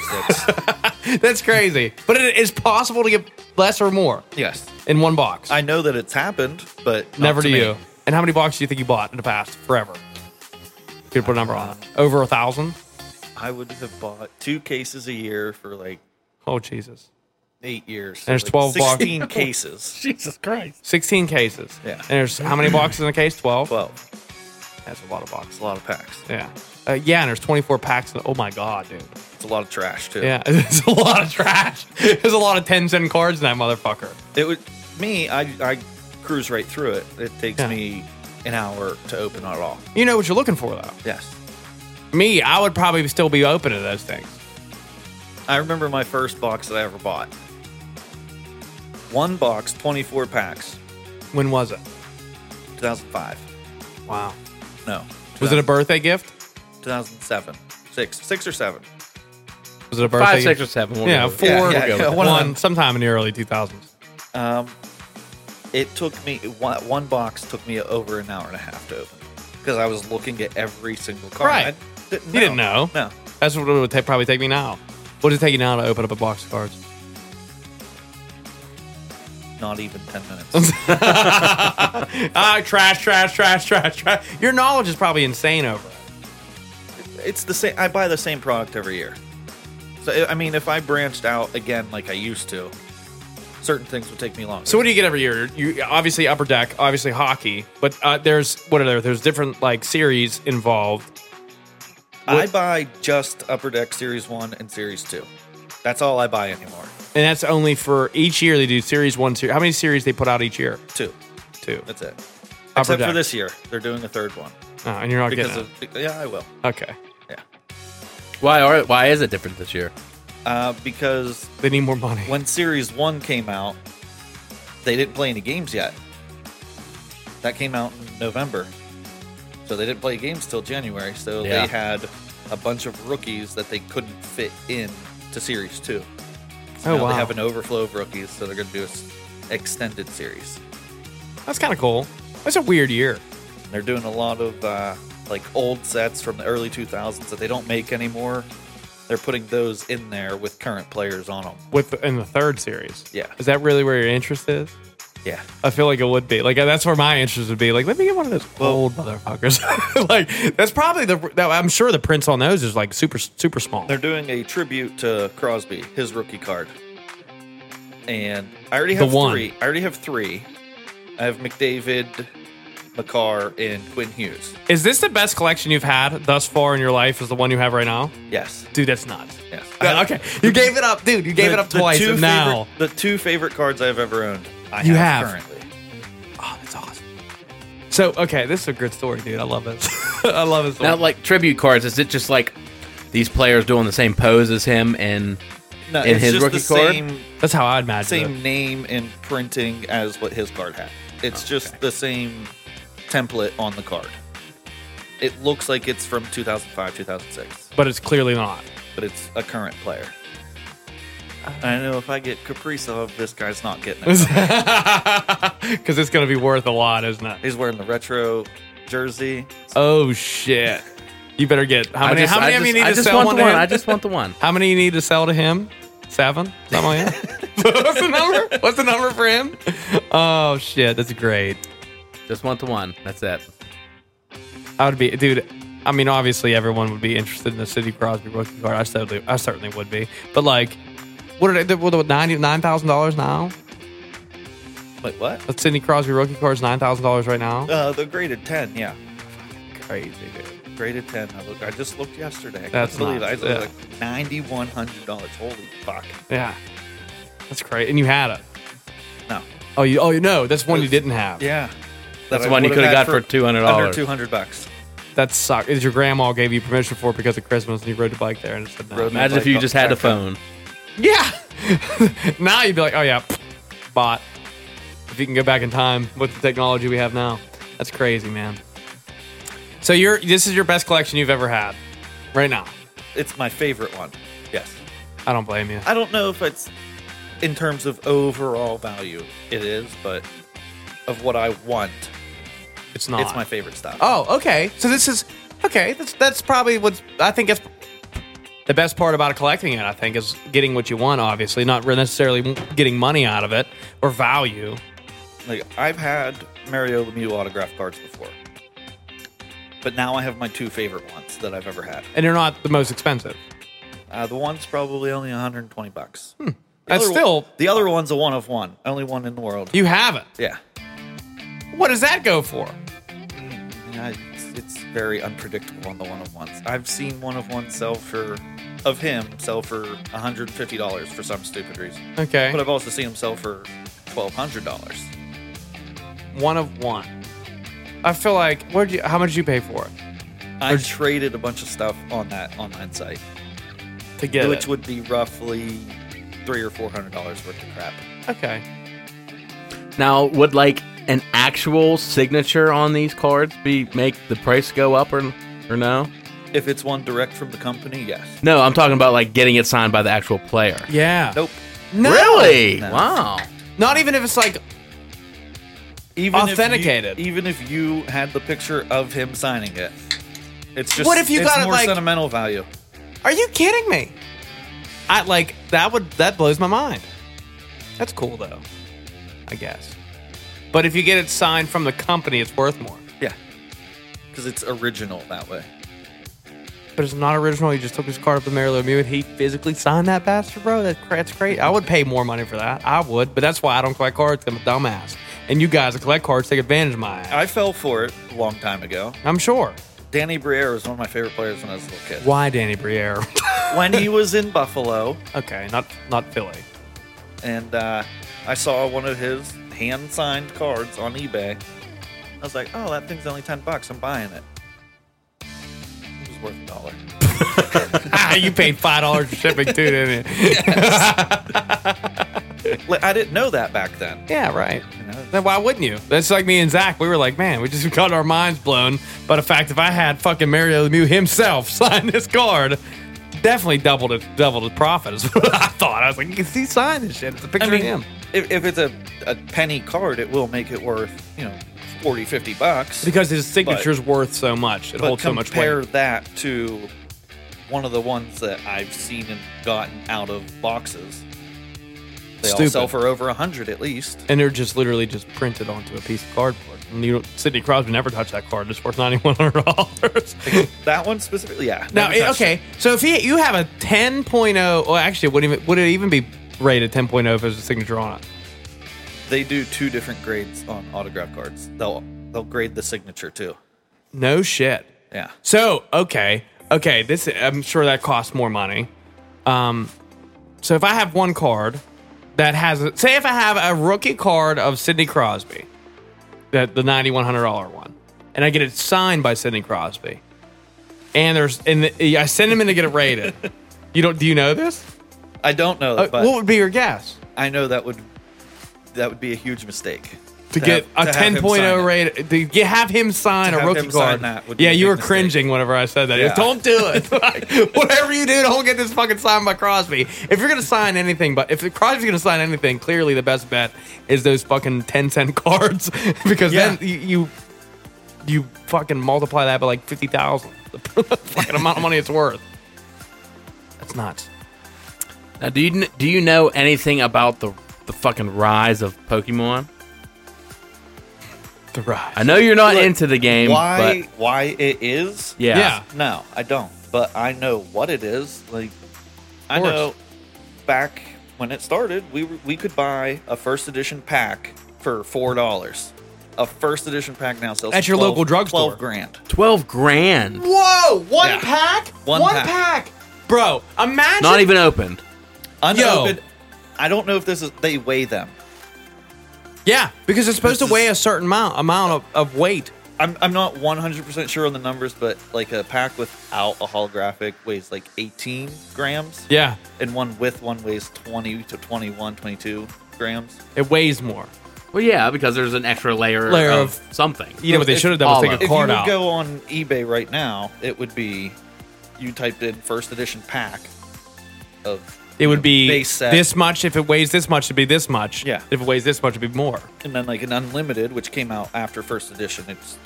Speaker 3: six.
Speaker 1: That's crazy. But it is possible to get less or more
Speaker 3: yes.
Speaker 1: in one box.
Speaker 3: I know that it's happened, but not
Speaker 1: Never
Speaker 3: to
Speaker 1: to
Speaker 3: me.
Speaker 1: you. And how many boxes do you think you bought in the past forever? You could put a number on it. Over a thousand.
Speaker 3: I would have bought two cases a year for like
Speaker 1: Oh Jesus.
Speaker 3: eight years.
Speaker 1: There's
Speaker 3: Like
Speaker 1: 12 box-
Speaker 3: 16 cases.
Speaker 2: Jesus Christ.
Speaker 1: 16 cases.
Speaker 3: Yeah.
Speaker 1: And there's how many boxes in a case? 12.
Speaker 3: 12.
Speaker 1: That's a lot of boxes.
Speaker 3: It's a lot of packs.
Speaker 1: Yeah. Uh, yeah, and there's 24 packs. In, oh my God, dude.
Speaker 3: It's a lot of trash, too.
Speaker 1: Yeah, it's a lot of trash. There's a lot of 10 cent cards in that motherfucker.
Speaker 3: It would, me, I, I cruise right through it. It takes
Speaker 1: Yeah.
Speaker 3: me an hour to open it all.
Speaker 1: You know what you're looking for, though.
Speaker 3: Yes.
Speaker 1: Me, I would probably still be open to those things.
Speaker 3: I remember my first box that I ever bought. One box, 24 packs,
Speaker 1: When was it?
Speaker 3: 2005.
Speaker 1: Wow.
Speaker 3: No.
Speaker 1: Was it a birthday gift?
Speaker 3: 2007. Six. Six or seven.
Speaker 1: Was it a birthday
Speaker 2: Five, six,
Speaker 1: gift?
Speaker 2: or seven. we'll
Speaker 1: yeah,
Speaker 2: go with
Speaker 1: four,
Speaker 2: it.
Speaker 3: Yeah, yeah, yeah,
Speaker 1: one,
Speaker 3: one of them.
Speaker 1: sometime in the early 2000s.
Speaker 3: Um, it took me, one, one box took me over an hour and a half to open because I was looking at every single card.
Speaker 1: Right.
Speaker 3: I didn't
Speaker 1: You didn't know.
Speaker 3: No.
Speaker 1: That's what it would ta- probably take me now. What did it take you now to open up a box of cards?
Speaker 3: Not even 10 minutes.
Speaker 1: Ah, trash, trash, trash, trash, trash. Your knowledge is probably insane over it.
Speaker 3: it's the same. I buy the same product every year. So, I- I mean, if I branched out again like I used to, certain things would take me longer.
Speaker 1: So what do you get every year? You obviously upper deck, obviously hockey, but uh, there's what are there? There's different like series involved.
Speaker 3: I buy just Upper Deck Series 1 and Series 2. That's all I buy anymore.
Speaker 1: And that's only for each year they do series one, series. How many series they put out each year?
Speaker 3: Two.
Speaker 1: Two.
Speaker 3: That's it.
Speaker 1: Upper
Speaker 3: Except
Speaker 1: Deck.
Speaker 3: for this year. They're doing a third one.
Speaker 1: Oh, Uh, and you're not
Speaker 3: Because
Speaker 1: getting it.
Speaker 3: of, yeah, I will.
Speaker 1: Okay.
Speaker 3: Yeah.
Speaker 2: Why are why is it different this year?
Speaker 3: uh, because
Speaker 1: They need more money.
Speaker 3: when Series One came out, they didn't play any games yet. That came out in November, so they didn't play games till January. So
Speaker 2: Yeah.
Speaker 3: they had a bunch of rookies that they couldn't fit in to Series Two. So
Speaker 1: Oh,
Speaker 3: now
Speaker 1: wow.
Speaker 3: They have an overflow of rookies, so they're going to do an extended series.
Speaker 1: That's kind of cool. That's a weird year.
Speaker 3: They're doing a lot of uh, like old sets from the early 2000s that they don't make anymore. They're putting those in there with current players on them.
Speaker 1: with in the third series.
Speaker 3: Yeah.
Speaker 1: Is that really where your interest is?
Speaker 3: Yeah.
Speaker 1: I feel like it would be. Like that's where my interest would be. Like, let me get one of those old motherfuckers. like that's probably the. That, I'm sure the prints on those is like super super small.
Speaker 3: They're doing a tribute to Crosby, his rookie card. And I already
Speaker 1: The
Speaker 3: have
Speaker 1: one.
Speaker 3: three. I already have three. I have McDavid, McCarr, and Quinn Hughes.
Speaker 1: Is this the best collection you've had thus far in your life? Is the one you have right now,
Speaker 3: Yes.
Speaker 1: dude? That's nuts.
Speaker 3: Yes.
Speaker 1: Yeah, okay, you gave it up, dude. You gave it up twice.
Speaker 3: two
Speaker 1: and now,
Speaker 3: favorite- the two favorite cards I've ever owned. I
Speaker 1: You have.
Speaker 3: currently.
Speaker 1: oh, that's awesome. So okay, this is a good story, dude. I love this. I love this.
Speaker 2: Now, like tribute cards, is it just like these players doing the same pose as him? And
Speaker 3: No,
Speaker 2: In
Speaker 3: it's
Speaker 2: his
Speaker 3: just
Speaker 2: rookie
Speaker 3: the
Speaker 2: card?
Speaker 3: same
Speaker 1: that's how I'd imagine. it.
Speaker 3: same name and printing as what his card had. It's
Speaker 1: Oh,
Speaker 3: just the same template on the card. It looks like it's from 2005, 2006,
Speaker 1: but it's clearly not.
Speaker 3: but it's a current player. I know if I get Kaprizov, this guy's not getting it.
Speaker 1: Because it's going to be worth a lot, isn't it?
Speaker 3: He's wearing the retro jersey.
Speaker 1: Oh shit! You better get how many?
Speaker 2: I just,
Speaker 1: how many
Speaker 2: I
Speaker 1: of
Speaker 2: just,
Speaker 1: you need
Speaker 2: I
Speaker 1: to
Speaker 2: just
Speaker 1: sell
Speaker 2: want
Speaker 1: one?
Speaker 2: the
Speaker 1: to
Speaker 2: one.
Speaker 1: him?
Speaker 2: I just want the one.
Speaker 1: how many you need to sell to him? Seven? Something like that. What's the number? What's the number for him? Oh shit! That's great.
Speaker 2: Just want the one. That's it.
Speaker 1: I would be, dude. I mean, obviously, everyone would be interested in the City Crosby rookie card. I certainly, I certainly would be. But like, what are they? What are ninety nine thousand dollars now?
Speaker 3: Like what?
Speaker 1: The Sidney Crosby rookie card is nine thousand dollars right now.
Speaker 3: Uh, the graded 10, yeah.
Speaker 1: Crazy, dude.
Speaker 3: Graded 10. I, look, I just looked yesterday. I
Speaker 1: That's
Speaker 3: couldn't
Speaker 1: nuts,
Speaker 3: believe it. I
Speaker 1: yeah.
Speaker 3: was like $9,100. Holy fuck.
Speaker 1: Yeah, that's great. And you had it.
Speaker 3: No.
Speaker 1: Oh, you oh you know that's one you didn't have.
Speaker 3: Yeah.
Speaker 2: That's the one you
Speaker 3: would've
Speaker 2: coulda got
Speaker 3: had
Speaker 2: for
Speaker 3: Under
Speaker 2: $200.
Speaker 3: 200 bucks.
Speaker 1: That sucked. Is your grandma gave you permission for it because of Christmas and you rode your bike there and it said no.
Speaker 3: Rode my-
Speaker 2: Imagine if you just had a phone.
Speaker 1: Yeah. now you'd be like, oh yeah, bought. If you can go back in time with the technology we have now, that's crazy, man. So you're this is your best collection you've ever had, right now.
Speaker 3: It's my favorite one. Yes.
Speaker 1: I don't blame you.
Speaker 3: I don't know if it's in terms of overall value, it is, but of what I want,
Speaker 1: It's not.
Speaker 3: it's my favorite stuff.
Speaker 1: Oh, okay. So this is okay. That's that's probably what's. I think that's the best part about collecting it. I think is getting what you want. Obviously, not re- necessarily getting money out of it or value.
Speaker 3: Like I've had Mario Lemieux autograph cards before, but now I have my two favorite ones that I've ever had.
Speaker 1: And they're not the most expensive.
Speaker 3: Uh, the one's probably only 120 bucks.
Speaker 1: That's
Speaker 3: other-
Speaker 1: Hmm. still
Speaker 3: The other one's a one of one, only one in the world.
Speaker 1: you have it.
Speaker 3: yeah,
Speaker 1: What does that go for?
Speaker 3: Yeah, it's, it's very unpredictable on the one of ones. I've seen one of one sell for, of him sell for 150 dollars for some stupid reason.
Speaker 1: Okay,
Speaker 3: But I've also seen him sell for twelve hundred dollars.
Speaker 1: one of one. I feel like where you? How much did you pay for it
Speaker 3: I traded a bunch of stuff on that online site,
Speaker 1: to get
Speaker 3: which
Speaker 1: it?
Speaker 3: would be roughly three or four hundred dollars worth of crap.
Speaker 1: okay,
Speaker 2: Now, would like an actual signature on these cards be make the price go up or or no?
Speaker 3: If it's one direct from the company, yes.
Speaker 2: No, I'm talking about like getting it signed by the actual player.
Speaker 1: yeah.
Speaker 3: Nope.
Speaker 1: No,
Speaker 2: Really?
Speaker 3: No.
Speaker 2: Wow.
Speaker 1: Not even if it's like
Speaker 3: Even if you-
Speaker 1: Authenticated.
Speaker 3: even if you had the picture of him signing it, it's just
Speaker 1: What if you
Speaker 3: it's
Speaker 1: got it,
Speaker 3: more
Speaker 1: like-
Speaker 3: sentimental value?
Speaker 1: Are you kidding me? I like that would that blows my mind. That's cool though, I guess. But if you get it signed from the company, it's worth more.
Speaker 3: Yeah, because it's original that way.
Speaker 1: But it's not original. You just took his card up to Mary Lou Mew and he physically signed that bastard, bro. That, that's great. I would pay more money for that. I would, but that's why I don't collect cards. 'cause I'm a dumbass. And you guys that collect cards take advantage of my ass.
Speaker 3: I fell for it a long time ago.
Speaker 1: I'm sure.
Speaker 3: Danny Briere was one of my favorite players when I was a little kid.
Speaker 1: Why Danny Briere?
Speaker 3: When he was in Buffalo,
Speaker 1: okay, not not Philly.
Speaker 3: and uh, I saw one of his hand signed cards on eBay. I was like, oh, that thing's only 10 bucks. I'm buying it. It was worth a dollar.
Speaker 1: Ah, you paid five dollars for shipping too, didn't you?
Speaker 3: Like, I didn't know that back then.
Speaker 1: Yeah, right.
Speaker 3: know?
Speaker 1: Then why wouldn't you? That's like me and Zach. We were like, man, we just got our minds blown by the fact if I had fucking Mario Lemieux himself sign this card, definitely doubled it, doubled his profit. Is what I thought. I was like, you can see sign this shit. It's a picture
Speaker 3: I mean,
Speaker 1: of him.
Speaker 3: if, if it's a, a penny card, it will make it worth, you know, 40, 50 bucks.
Speaker 1: Because his signature's worth so much, it
Speaker 3: but
Speaker 1: holds so much
Speaker 3: compare
Speaker 1: weight.
Speaker 3: that to one of the ones that I've seen and gotten out of boxes. They all
Speaker 1: Stupid.
Speaker 3: sell for over a hundred at least.
Speaker 1: And they're just literally just printed onto a piece of cardboard. And you don't, Sidney Crosby never touched that card. It's worth ninety one hundred dollars.
Speaker 3: That one specifically, yeah.
Speaker 1: Now,
Speaker 3: never
Speaker 1: it-
Speaker 3: touched it.
Speaker 1: okay, so if he, you have a 10.0, well, actually, it wouldn't even, would it even be rated 10.0 if there's a signature on it?
Speaker 3: They do two different grades on autograph cards. They'll they'll grade the signature too.
Speaker 1: No shit.
Speaker 3: Yeah.
Speaker 1: So, okay, okay, this I'm sure that costs more money. Um, so if I have one card that has, a, say, if I have a rookie card of Sidney Crosby, that the ninety one hundred dollar one, and I get it signed by Sidney Crosby, and there's and the, I send him in to get it rated. you don't? Do you know this?
Speaker 3: I don't know,
Speaker 1: Uh,
Speaker 3: but
Speaker 1: what would be your guess?
Speaker 3: I know that would that would be a huge mistake.
Speaker 1: to get
Speaker 3: have-
Speaker 1: a
Speaker 3: to have him
Speaker 1: 10.0
Speaker 3: sign it.
Speaker 1: rate to get, have him sign
Speaker 3: To
Speaker 1: a
Speaker 3: have
Speaker 1: rookie
Speaker 3: him sign
Speaker 1: card.
Speaker 3: that would be
Speaker 1: yeah,
Speaker 3: a
Speaker 1: you
Speaker 3: big
Speaker 1: were
Speaker 3: mistake.
Speaker 1: cringing whenever I said that.
Speaker 3: Yeah.
Speaker 1: Don't do it. Like, whatever you do, don't get this fucking signed by Crosby. If you're gonna sign anything, but if Crosby's gonna sign anything, clearly the best bet is those fucking 10 cent cards because
Speaker 3: Yeah.
Speaker 1: then you, you you fucking multiply that by like 50,000. The fucking amount of money it's worth. That's nuts.
Speaker 2: Now, do you kn- do you know anything about the the fucking rise of Pokemon?
Speaker 1: The rise.
Speaker 2: I know you're not
Speaker 3: Look,
Speaker 2: into the game,
Speaker 3: why why it is?
Speaker 2: but yeah,
Speaker 1: Yeah.
Speaker 3: No, I don't. But I know what it is. Like I
Speaker 1: course.
Speaker 3: know back when it started, we were- we could buy a first edition pack for four dollars. A first edition pack now sells
Speaker 1: At
Speaker 3: for
Speaker 1: your local
Speaker 3: 12
Speaker 1: drugstore.
Speaker 3: Twelve grand.
Speaker 2: twelve grand,
Speaker 1: Whoa! One
Speaker 3: Yeah.
Speaker 1: pack?
Speaker 3: One
Speaker 1: pack.
Speaker 3: pack.
Speaker 1: Bro, imagine
Speaker 2: not even opened.
Speaker 3: Unopened. I don't know if this is they weigh them.
Speaker 1: Yeah, because it's supposed
Speaker 3: This
Speaker 1: to weigh
Speaker 3: is-
Speaker 1: a certain amount amount of, of weight.
Speaker 3: I'm, I'm not 100% sure on the numbers, but like a pack without a holographic weighs like 18 grams,
Speaker 1: Yeah,
Speaker 3: and one with one weighs 20 to 21, 22 grams.
Speaker 1: it weighs more.
Speaker 2: Well, yeah, because there's an extra layer,
Speaker 1: Layer
Speaker 2: of,
Speaker 1: of-
Speaker 2: something.
Speaker 1: You know what they
Speaker 3: If-
Speaker 1: should have done was
Speaker 2: all
Speaker 1: take
Speaker 2: of
Speaker 1: a
Speaker 3: If you
Speaker 1: card
Speaker 3: would
Speaker 1: out.
Speaker 3: go on eBay right now, it would be you typed in first edition pack of
Speaker 1: it would be
Speaker 3: base set.
Speaker 1: this much. If it weighs this much, it'd be this much.
Speaker 3: Yeah.
Speaker 1: If it weighs this much, it'd be more.
Speaker 3: and then like an unlimited, which came out after first edition. It's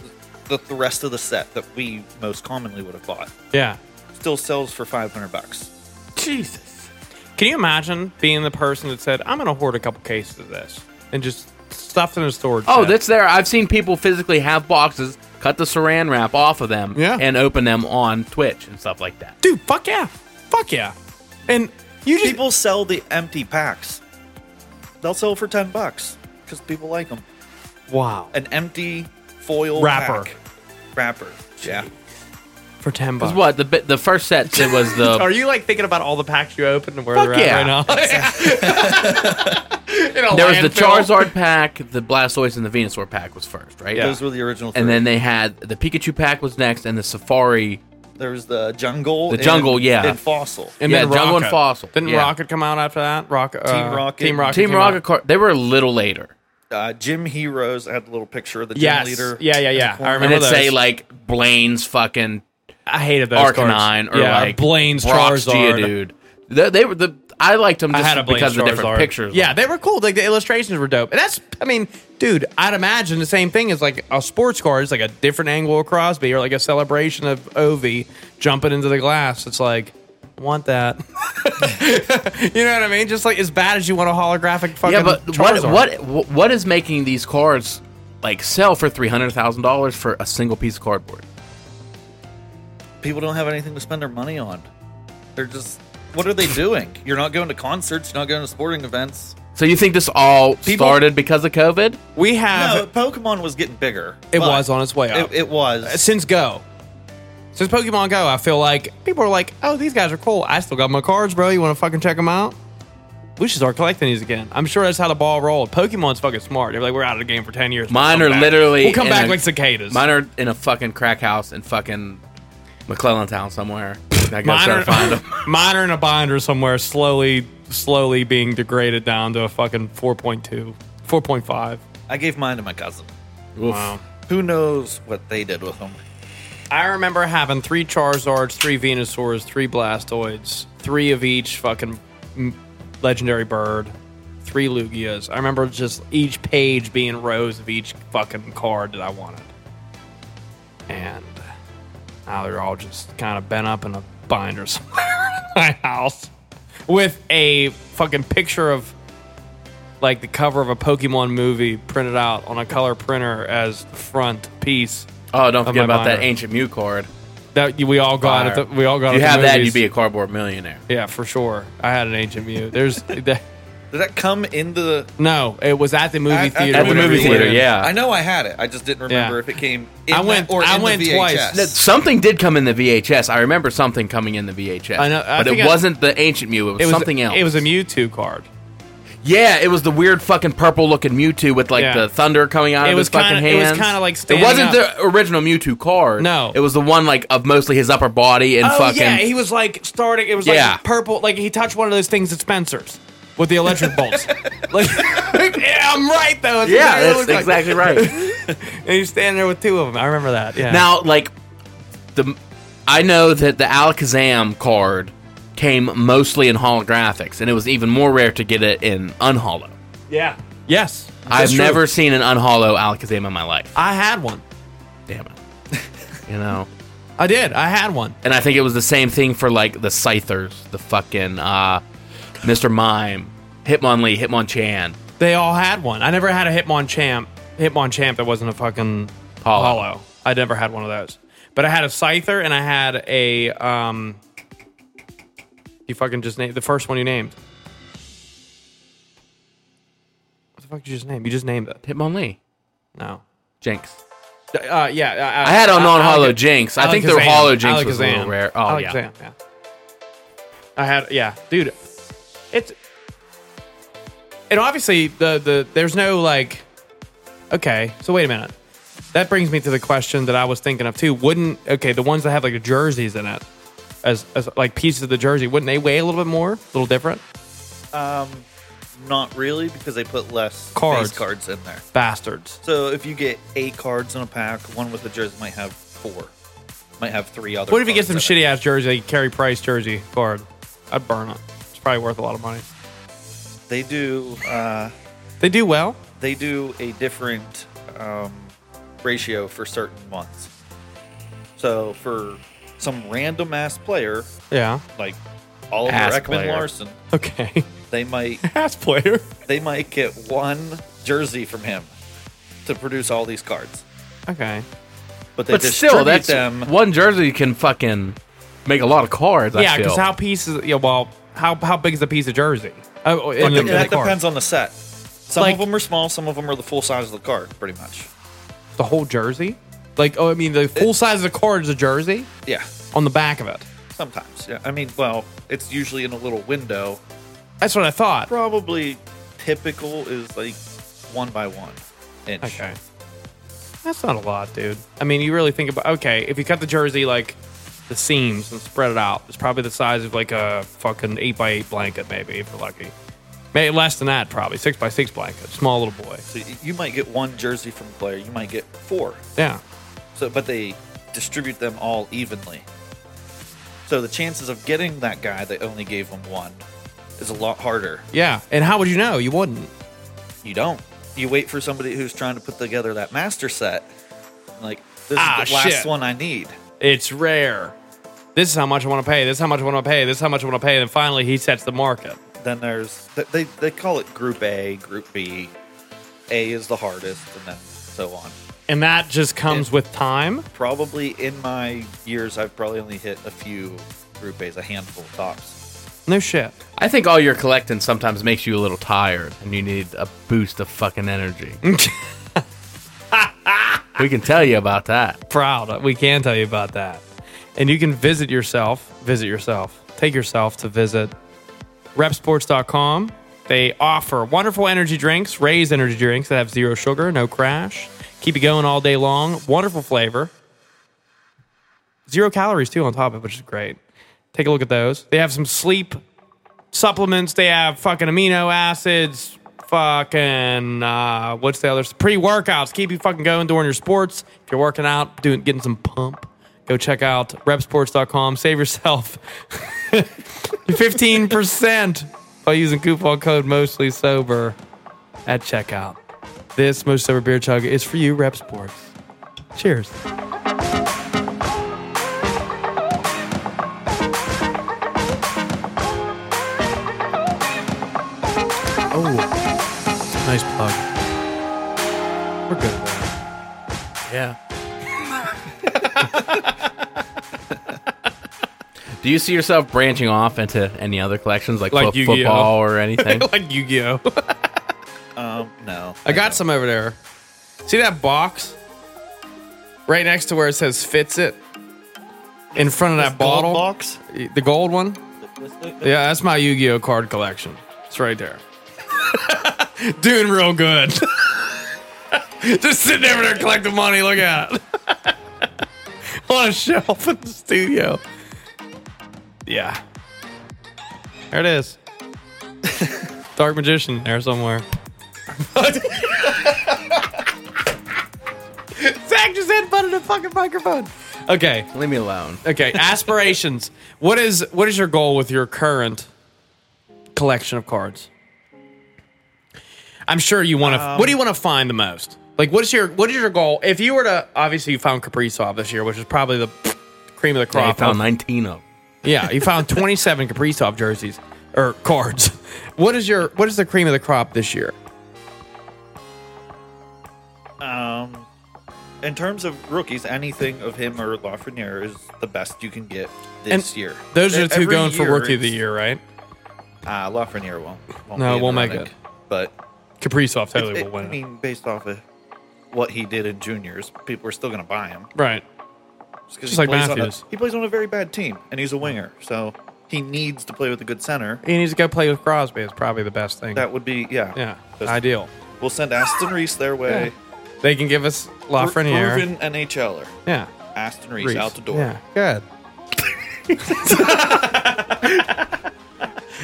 Speaker 3: the, the rest of the set that we most commonly would have bought.
Speaker 1: Yeah.
Speaker 3: Still sells for 500 bucks.
Speaker 2: Jesus.
Speaker 1: Can you imagine being the person that said, "I'm gonna hoard a couple cases of this and just stuffed in a storage"?
Speaker 2: Oh,
Speaker 1: shed?
Speaker 2: that's there. I've seen people physically have boxes, cut the saran wrap off of them,
Speaker 1: Yeah.
Speaker 2: and open them on Twitch and stuff like that.
Speaker 1: dude. Fuck yeah, fuck yeah. And you just
Speaker 3: People sell the empty packs. They'll sell for ten bucks because people like them.
Speaker 1: wow
Speaker 3: An empty foil
Speaker 1: Wrapper.
Speaker 3: pack. wrapper. Yeah,
Speaker 1: for ten bucks.
Speaker 2: Because what the bit- the first set it was
Speaker 1: Are
Speaker 2: the
Speaker 1: you like thinking about all the packs you opened and where
Speaker 2: Fuck
Speaker 1: they're
Speaker 2: yeah.
Speaker 1: at right now? In a
Speaker 2: there was the
Speaker 1: landfill.
Speaker 2: Charizard pack, the Blastoise and the Venusaur pack was first, right?
Speaker 3: those were the original. Three.
Speaker 2: And then they had the Pikachu pack was next, and the Safari.
Speaker 3: there was the jungle.
Speaker 2: The jungle,
Speaker 3: and-
Speaker 2: yeah.
Speaker 3: and fossil.
Speaker 1: And
Speaker 2: Yeah,
Speaker 1: then
Speaker 2: Jungle and
Speaker 1: Rocket.
Speaker 2: Fossil.
Speaker 1: Didn't
Speaker 2: Yeah.
Speaker 1: Rocket come out after that? Rocket, uh,
Speaker 3: Team Rocket.
Speaker 1: Team Rocket.
Speaker 2: Team
Speaker 1: came
Speaker 2: Rocket
Speaker 1: out.
Speaker 2: Car. They were a little later,
Speaker 3: Uh, Jim Heroes had a little picture of the gym
Speaker 1: Yes.
Speaker 3: leader.
Speaker 1: Yeah, yeah,
Speaker 3: in the
Speaker 1: yeah. I
Speaker 3: corner.
Speaker 1: remember
Speaker 2: and it'd
Speaker 1: those.
Speaker 2: say like Blaine's fucking
Speaker 1: I hated those
Speaker 2: Arcanine
Speaker 1: cards.
Speaker 2: or
Speaker 1: yeah,
Speaker 2: like
Speaker 1: Blaine's
Speaker 2: Brock's
Speaker 1: Charizard.
Speaker 2: Geodude. They, they were the. I liked them
Speaker 1: I had a
Speaker 2: just
Speaker 1: Blaine
Speaker 2: because of the different
Speaker 1: Charizard.
Speaker 2: pictures.
Speaker 1: Yeah, they were cool. Like the illustrations were dope. And that's, I mean, dude, I'd imagine the same thing as like a sports card is like a different angle of Crosby or like a celebration of Ovi jumping into the glass. It's like, I want that. you know what I mean? Just like as bad as you want a holographic fucking.
Speaker 2: yeah, but what,
Speaker 1: Charizard.
Speaker 2: what what what is making these cards like sell for three hundred thousand dollars for a single piece of cardboard?
Speaker 3: People don't have anything to spend their money on. They're just. What are they doing? You're not going to concerts. You're not going to sporting events.
Speaker 2: So you think this all started because of COVID?
Speaker 1: we have?
Speaker 3: No, Pokemon was getting bigger.
Speaker 1: It
Speaker 3: but
Speaker 1: was on its way up.
Speaker 3: It, it was.
Speaker 1: uh, since Go. Since Pokemon Go, I feel like people are like, "Oh, these guys are cool. I still got my cards, bro. You want to fucking check them out? We should start collecting these again." I'm sure that's how the ball rolled. Pokemon's fucking smart. They're like, "We're out of the game for ten years." We'll
Speaker 2: Mine
Speaker 1: come
Speaker 2: are
Speaker 1: back.
Speaker 2: literally
Speaker 1: We'll come
Speaker 2: in
Speaker 1: back
Speaker 2: a-
Speaker 1: like cicadas.
Speaker 2: Mine are in a fucking crack house in fucking McClellantown somewhere. I gotta
Speaker 1: Mine
Speaker 2: start find them.
Speaker 1: are, mine are in a binder somewhere, slowly, slowly being degraded down to a fucking 4.2, 4.5.
Speaker 3: I gave mine to my cousin.
Speaker 1: Wow.
Speaker 3: Who knows what they did with them?
Speaker 1: I remember having three Charizards, three Venusaurs, three Blastoids, three of each fucking m- legendary bird, three Lugias. I remember just each page being rows of each fucking card that I wanted. And now they're all just kind of bent up in a binder somewhere in my house with a fucking picture of like the cover of a Pokemon movie printed out on a color printer as the front piece.
Speaker 2: Oh, don't
Speaker 1: Of
Speaker 2: forget
Speaker 1: my
Speaker 2: about that
Speaker 1: binder.
Speaker 2: ancient Mew card.
Speaker 1: That we all got at the, we all got.
Speaker 2: If you
Speaker 1: at
Speaker 2: have
Speaker 1: the
Speaker 2: that,
Speaker 1: movies.
Speaker 2: you'd be a cardboard millionaire.
Speaker 1: yeah for sure. I had an ancient Mew. There's that,
Speaker 3: Did that come in the
Speaker 1: no. It was at the movie
Speaker 3: I- I-
Speaker 1: theater.
Speaker 2: At the
Speaker 1: whenever
Speaker 2: movie
Speaker 1: we
Speaker 2: theater,
Speaker 1: went.
Speaker 2: yeah.
Speaker 3: I know I had it. I just didn't remember
Speaker 1: Yeah.
Speaker 3: if it came. In
Speaker 1: I
Speaker 3: that
Speaker 1: went-
Speaker 3: or
Speaker 1: I
Speaker 3: in
Speaker 1: went
Speaker 3: the
Speaker 1: twice.
Speaker 3: VHS.
Speaker 2: That- Something did come in the VHS. I remember something coming in the VHS.
Speaker 1: I know- I
Speaker 2: but
Speaker 1: think
Speaker 2: it
Speaker 1: I-
Speaker 2: wasn't the ancient Mew. It was,
Speaker 1: It was
Speaker 2: something else.
Speaker 1: It was a Mewtwo card.
Speaker 2: Yeah, it was the weird fucking purple looking Mewtwo with like
Speaker 1: Yeah.
Speaker 2: the thunder coming out
Speaker 1: It
Speaker 2: of
Speaker 1: was
Speaker 2: his fucking
Speaker 1: kinda- it was
Speaker 2: hands.
Speaker 1: kinda like
Speaker 2: it
Speaker 1: standing
Speaker 2: wasn't
Speaker 1: up.
Speaker 2: the original Mewtwo card.
Speaker 1: No.
Speaker 2: it was the one like of mostly his upper body and
Speaker 1: oh
Speaker 2: fucking.
Speaker 1: yeah, he was like starting. It was
Speaker 2: Yeah.
Speaker 1: like purple. Like he touched one of those things at Spencer's with the electric bolts. Like yeah, I'm right though. It's
Speaker 2: yeah,
Speaker 1: exactly
Speaker 2: that's
Speaker 1: what it looked like.
Speaker 2: exactly right.
Speaker 1: And he's standing there with two of them. I remember that. Yeah.
Speaker 2: now, like the, I know that the Alakazam card came mostly in holographics, and it was even more rare to get it in unhollow.
Speaker 1: yeah. Yes.
Speaker 2: I've
Speaker 1: That's true.
Speaker 2: never seen an unhollow Alakazam in my life.
Speaker 1: I had one.
Speaker 2: Damn it, you know.
Speaker 1: I did. I had one.
Speaker 2: And I think it was the same thing for like the Scythers, the fucking uh, Mr. Mime, Hitmonlee, Hitmonchan.
Speaker 1: They all had one. I never had a Hitmonchamp. Hitmonchamp that wasn't a fucking hollow.
Speaker 2: Hollow.
Speaker 1: I never had one of those. But I had a Scyther and I had a um you fucking just named the first one you named. What the fuck did you just name? You just named it.
Speaker 2: Hitmonlee,
Speaker 1: No.
Speaker 2: Jinx.
Speaker 1: Uh, yeah, uh,
Speaker 2: I had a
Speaker 1: uh,
Speaker 2: non-hollow
Speaker 1: Alaka-
Speaker 2: Jinx. I think their
Speaker 1: Alakazam.
Speaker 2: hollow Jinx was a little
Speaker 1: Alakazam.
Speaker 2: rare. Oh, yeah.
Speaker 1: Alakazam, yeah. I had yeah, dude. It's and obviously the the there's no like. Okay, so wait a minute. That brings me to the question that I was thinking of too. Wouldn't okay the ones that have like the jerseys in it as as like pieces of the jersey wouldn't they weigh a little bit more, a little different?
Speaker 3: Not really, because they put less
Speaker 1: Cards.
Speaker 3: cards cards in there.
Speaker 1: Bastards.
Speaker 3: So if you get eight cards in a pack, one with the jersey might have four, might have three other.
Speaker 1: What if you get some
Speaker 3: cards in
Speaker 1: shitty ass jersey, like Carey Price jersey card? I'd burn it. It's probably worth a lot of money.
Speaker 3: it. They do. Uh,
Speaker 1: They do well.
Speaker 3: they do a different um, ratio for certain months. So for some random ass player
Speaker 1: Yeah.
Speaker 3: like Oliver
Speaker 2: Ass
Speaker 3: Ekman
Speaker 2: player.
Speaker 3: Larson,
Speaker 1: Okay.
Speaker 3: they might
Speaker 1: Ass player.
Speaker 3: they might get one jersey from him to produce all these cards.
Speaker 1: Okay.
Speaker 3: But they
Speaker 2: But
Speaker 3: distribute
Speaker 2: still, that's
Speaker 3: them.
Speaker 2: one jersey can fucking make a lot of cards. I
Speaker 1: yeah,
Speaker 2: feel.
Speaker 1: because how pieces? Yeah, well, how how big is the piece of jersey? Oh, in
Speaker 3: Fucking-
Speaker 1: the, in the
Speaker 3: that
Speaker 1: card.
Speaker 3: depends on the set. Some
Speaker 1: Like-
Speaker 3: of them are small, some of them are the full size of the card, pretty much.
Speaker 1: The whole jersey? Like, oh, I mean, the full size of the card is a jersey
Speaker 3: Yeah,
Speaker 1: on the back of it.
Speaker 3: sometimes. Yeah, I mean, well, it's usually in a little window.
Speaker 1: That's what I thought.
Speaker 3: Probably typical is like one by one inch.
Speaker 1: Okay. That's not a lot, dude. I mean, you really think about okay, if you cut the jersey like the seams and spread it out, it's probably the size of like a fucking eight by eight blanket, maybe if you're lucky. Maybe less than that, probably six by six blanket, small little boy.
Speaker 3: So y- you might get one jersey from a player, you might get four.
Speaker 1: Yeah.
Speaker 3: So, but they distribute them all evenly. So the chances of getting that guy that only gave him one is a lot harder.
Speaker 1: Yeah. And how would you know? You wouldn't.
Speaker 3: You don't. You wait for somebody who's trying to put together that master set. Like this
Speaker 1: Ah,
Speaker 3: is the last
Speaker 1: shit.
Speaker 3: one I need.
Speaker 1: It's rare. This is how much I want to pay. This is how much I want to pay. This is how much I want to pay. And finally, he sets the market.
Speaker 3: Then there's th- they they call it Group A, Group B. A is the hardest, and then so on.
Speaker 1: And that just comes with time.
Speaker 3: Probably in my years, I've probably only hit a few Group A's, a handful tops.
Speaker 1: No shit.
Speaker 2: I think all your collecting sometimes makes you a little tired, and you need a boost of fucking energy. we can tell you about that.
Speaker 1: Proud. We can tell you about that. And you can visit yourself. Visit yourself. Take yourself to visit repsports.com. They offer wonderful energy drinks, Ray's energy drinks that have zero sugar, no crash, keep you going all day long, wonderful flavor, zero calories too on top of it, which is great. Take a look at those. They have some sleep supplements. They have fucking amino acids. Fucking uh, what's the other pre workouts? Keep you fucking going during your sports. If you're working out, doing getting some pump. Go check out repsports.com. Save yourself fifteen percent by using coupon code mostly sober at checkout. This most sober beer chug is for you, Rep Sports. Cheers. Oh, nice plug. We're good. Yeah.
Speaker 2: Do you see yourself branching off into any other collections, like,
Speaker 1: Like
Speaker 2: fo-
Speaker 1: Yu-Gi-Oh.
Speaker 2: football or anything?
Speaker 1: like Yu Gi Oh.
Speaker 3: Um, no.
Speaker 1: I got some over there. See that box? Right next to where it says fits it? In front of that
Speaker 3: Gold
Speaker 1: bottle?
Speaker 3: box.
Speaker 1: The gold one? Yeah, that's my Yu Gi Oh card collection. It's right there. Doing real good. just sitting over there collecting money. Look at it. On a shelf in the studio. Yeah. There it is. Dark Magician there somewhere. Zach just headbutted a fucking microphone. Okay.
Speaker 2: Leave me alone.
Speaker 1: Okay, aspirations. what is what is your goal with your current collection of cards? I'm sure you want to. what do you want to find the most? Like, what is your what is your goal? If you were to obviously you found Kaprizov this year, which is probably the cream of the
Speaker 2: I
Speaker 1: crop.
Speaker 2: found 19 of 'em.
Speaker 1: yeah, you found 27 Kaprizov jerseys or cards. What is your what is the cream of the crop this year?
Speaker 3: Um, in terms of rookies, anything of him or Lafreniere is the best you can get this
Speaker 1: And
Speaker 3: year. E-,
Speaker 1: Those are the two
Speaker 3: Every
Speaker 1: going for
Speaker 3: year
Speaker 1: rookie of the
Speaker 3: it's-
Speaker 1: year, right?
Speaker 3: Ah, Lafreniere won't. won't
Speaker 1: No,
Speaker 3: be in
Speaker 1: we'll
Speaker 3: the
Speaker 1: make
Speaker 3: running,
Speaker 1: it.
Speaker 3: But
Speaker 1: Kaprizov totally
Speaker 3: it-
Speaker 1: will win.
Speaker 3: I
Speaker 1: it.
Speaker 3: mean, based off of what he did in juniors, people are still going to buy him.
Speaker 1: right.
Speaker 3: Just 'cause
Speaker 1: Just
Speaker 3: he
Speaker 1: like
Speaker 3: plays on a-
Speaker 1: Matthews.
Speaker 3: he plays on a very bad team, and he's a winger, so he needs to play with a good center.
Speaker 1: He needs to go play with Crosby. Is probably the best thing.
Speaker 3: That would be yeah.
Speaker 1: yeah,
Speaker 3: That's-
Speaker 1: ideal.
Speaker 3: We'll send Aston Reese their way.
Speaker 1: They can give us
Speaker 3: Pro-
Speaker 1: Lafreniere.
Speaker 3: Proven NHLer.
Speaker 1: yeah.
Speaker 3: er. Aston Reese,
Speaker 1: Reese.
Speaker 3: out the door.
Speaker 1: Yeah.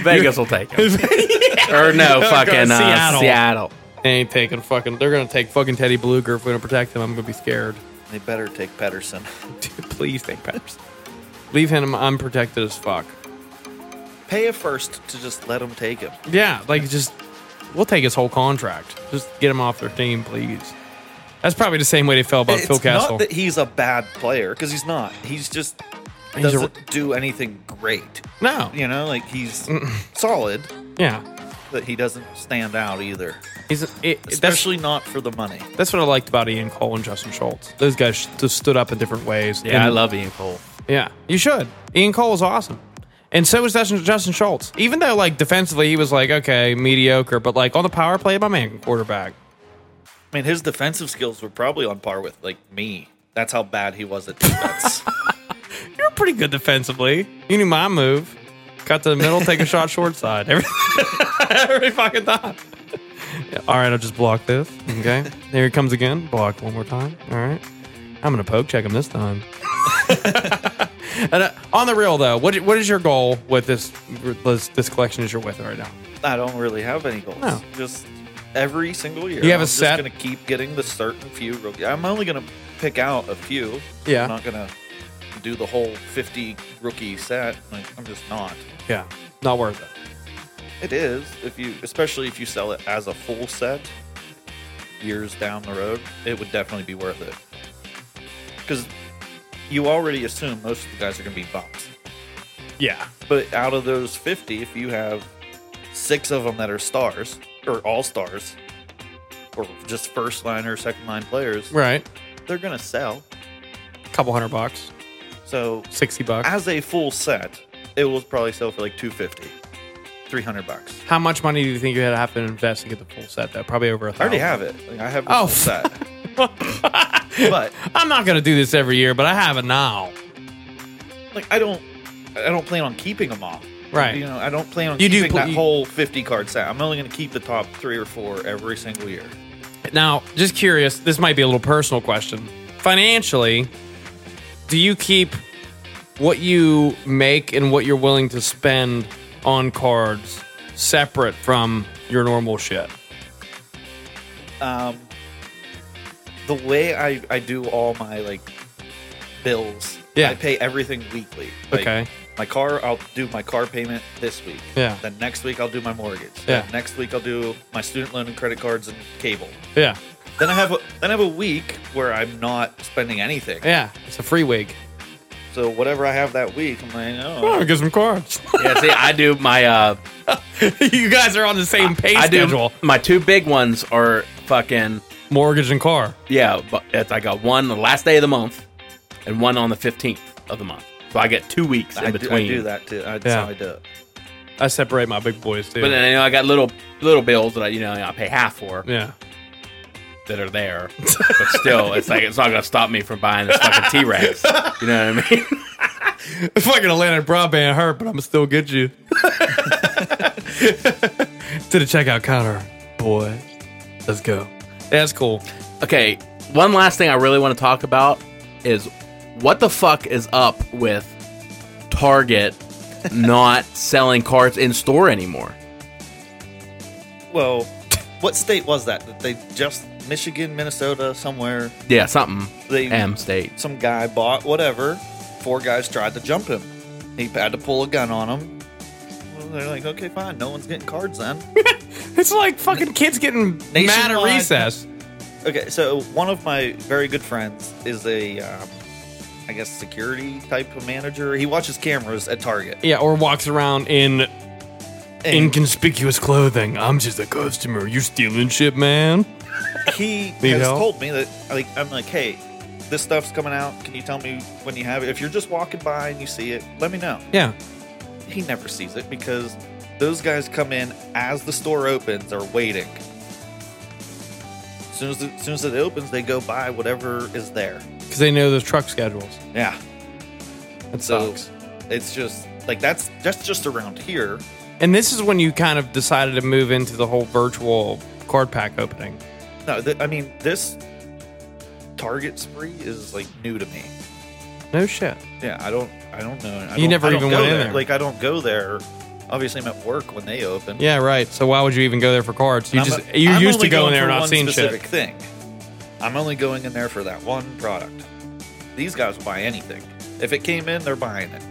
Speaker 2: Vegas will take him. or no,
Speaker 1: Go
Speaker 2: fucking uh,
Speaker 1: Seattle.
Speaker 2: Seattle.
Speaker 1: Good. They ain't taking fucking. They're gonna take fucking Teddy Bluger if we don't protect him. I'm gonna be scared.
Speaker 3: They better take Pedersen.
Speaker 1: Dude, please take Patterson. Leave him unprotected as fuck.
Speaker 3: Pay a first to just let him take him.
Speaker 1: Yeah, like just we'll take his whole contract. Just get him off their team, please. That's probably the same way they felt about
Speaker 3: it's
Speaker 1: Phil Castle.
Speaker 3: not that he's a bad player because he's not. He's just
Speaker 1: He's a-
Speaker 3: doesn't do anything great.
Speaker 1: no.
Speaker 3: You know, like he's solid,
Speaker 1: Yeah.
Speaker 3: but he doesn't stand out either.
Speaker 1: He's it, that's-
Speaker 3: Especially not for the money.
Speaker 1: That's what I liked about Ian Cole and Justin Schultz. Those guys just stood up in different ways.
Speaker 2: Yeah, I
Speaker 1: And-
Speaker 2: love Ian Cole.
Speaker 1: Yeah, you should. Ian Cole is awesome, and so was Justin, Justin Schultz. Even though like defensively he was like okay mediocre, but like on the power play, my man can quarterback.
Speaker 3: I mean, his defensive skills were probably on par with like me. That's how bad he was at defense.
Speaker 1: You're pretty good defensively. You knew my move. Cut to the middle, take a shot short side. Every, every fucking time. Yeah, All right, I'll just block this. Okay. Here it comes again. Block one more time. All right. I'm going to poke check him this time. and uh, on the real, though, what, what is your goal with this, this this collection that you're with right now?
Speaker 3: I don't really have any goals.
Speaker 1: No.
Speaker 3: Just every single year.
Speaker 1: You have
Speaker 3: I'm
Speaker 1: a set?
Speaker 3: Just gonna keep getting the certain few. rookie- I'm only gonna pick out a few.
Speaker 1: Yeah.
Speaker 3: I'm not gonna do the whole 50 rookie set. Like I'm just not.
Speaker 1: Yeah. Not worth it.
Speaker 3: It is if you, especially if you sell it as a full set. Years down the road, it would definitely be worth it. Because you already assume most of the guys are gonna be bumps.
Speaker 1: Yeah.
Speaker 3: But out of those 50, if you have six of them that are stars or all stars or just first line or second line players,
Speaker 1: Right.
Speaker 3: they're going to sell.
Speaker 1: A couple hundred bucks,
Speaker 3: So
Speaker 1: 60 bucks.
Speaker 3: as a full set, it will probably sell for like 250, 300 bucks.
Speaker 1: How much money do you think you had to have to invest to get the full set, though? Probably over a
Speaker 3: I
Speaker 1: thousand.
Speaker 3: already have it. Like, I have the
Speaker 1: Oh,
Speaker 3: full set. but
Speaker 1: I'm not going to do this every year, but I have it now.
Speaker 3: like I don't I don't plan on keeping them all.
Speaker 1: Right.
Speaker 3: You know, I don't plan on
Speaker 1: You do
Speaker 3: keeping
Speaker 1: pl-
Speaker 3: that
Speaker 1: you-
Speaker 3: whole 50 card set. I'm only going to keep the top 3 or 4 every single year.
Speaker 1: Now, just curious, this might be a little personal question. Financially, do you keep what you make and what you're willing to spend on cards separate from your normal shit.
Speaker 3: um, the way I, I do all my like bills,
Speaker 1: Yeah.
Speaker 3: I pay everything weekly. Like,
Speaker 1: Okay.
Speaker 3: My car, I'll do my car payment this week.
Speaker 1: Yeah.
Speaker 3: Then next week I'll do my mortgage.
Speaker 1: Yeah.
Speaker 3: Then next week I'll do my student loan and credit cards and cable.
Speaker 1: Yeah.
Speaker 3: Then I have a, then I have a week where I'm not spending anything.
Speaker 1: Yeah. It's a free wig.
Speaker 3: So whatever I have that week, I'm like,
Speaker 1: Oh,
Speaker 3: oh,
Speaker 1: get some cards.
Speaker 2: yeah, see, I do my uh,
Speaker 1: you guys are on the same pay
Speaker 2: I do
Speaker 1: schedule.
Speaker 2: my two big ones are fucking
Speaker 1: Mortgage and car.
Speaker 2: yeah. But it's, I got one the last day of the month, and one on the fifteenth of the month. So I get two weeks in
Speaker 3: I, do,
Speaker 2: between.
Speaker 3: I do that too. That's
Speaker 1: Yeah.
Speaker 3: how I do it.
Speaker 1: I separate my big boys too.
Speaker 2: But then you know, I got little little bills that I you know I pay half for
Speaker 1: yeah.
Speaker 2: that are there. But still, it's like it's not gonna stop me from buying this fucking T Rex. You know what I mean?
Speaker 1: Fucking Atlantic broadband hurt, but I'm still get you. to the checkout counter, boy. Let's go. That's cool.
Speaker 2: Okay, one last thing I really want to talk about is what the fuck is up with Target not selling cards in store anymore?
Speaker 3: Well, what state was that? That they just Michigan, Minnesota, somewhere.
Speaker 2: Yeah, something.
Speaker 3: They
Speaker 2: M State.
Speaker 3: some guy bought whatever. Four guys tried to jump him. He had to pull a gun on him. Well, they're like, okay, fine. No one's getting cards then.
Speaker 1: It's like fucking kids getting mad at
Speaker 3: Nationwide.
Speaker 1: recess.
Speaker 3: okay, so one of my very good friends is a, um, I guess, security type of manager. He watches cameras at Target.
Speaker 1: Yeah, or walks around in
Speaker 3: And
Speaker 1: inconspicuous clothing. I'm just a customer. You're stealing shit, man.
Speaker 3: he
Speaker 1: Need
Speaker 3: has
Speaker 1: help?
Speaker 3: told me that, like, I'm like, hey, this stuff's coming out. Can you tell me when you have it? If you're just walking by and you see it, let me know.
Speaker 1: Yeah.
Speaker 3: he never sees it because those guys come in as the store opens or waiting. As soon as, the, as soon as it opens, they go buy whatever is there.
Speaker 1: Because they know those truck schedules.
Speaker 3: Yeah,
Speaker 1: That
Speaker 3: so
Speaker 1: sucks.
Speaker 3: it's just like that's that's just around here.
Speaker 1: And this is when you kind of decided to move into the whole virtual card pack opening.
Speaker 3: No, th- I mean this Target spree is like new to me.
Speaker 1: No shit.
Speaker 3: Yeah, I don't, I don't know. I
Speaker 1: You
Speaker 3: don't-
Speaker 1: never
Speaker 3: I don't
Speaker 1: even
Speaker 3: go
Speaker 1: went in
Speaker 3: there.
Speaker 1: there.
Speaker 3: Like I don't go there. Obviously, I'm at work when they open.
Speaker 1: Yeah, right. So why would you even go there for cards? You
Speaker 3: I'm-
Speaker 1: just you
Speaker 3: I'm
Speaker 1: used to
Speaker 3: only
Speaker 1: go in there
Speaker 3: for
Speaker 1: not
Speaker 3: one
Speaker 1: seeing
Speaker 3: specific
Speaker 1: shit.
Speaker 3: thing. I'm only going in there for that one product. These guys will buy anything. If it came in, they're buying it.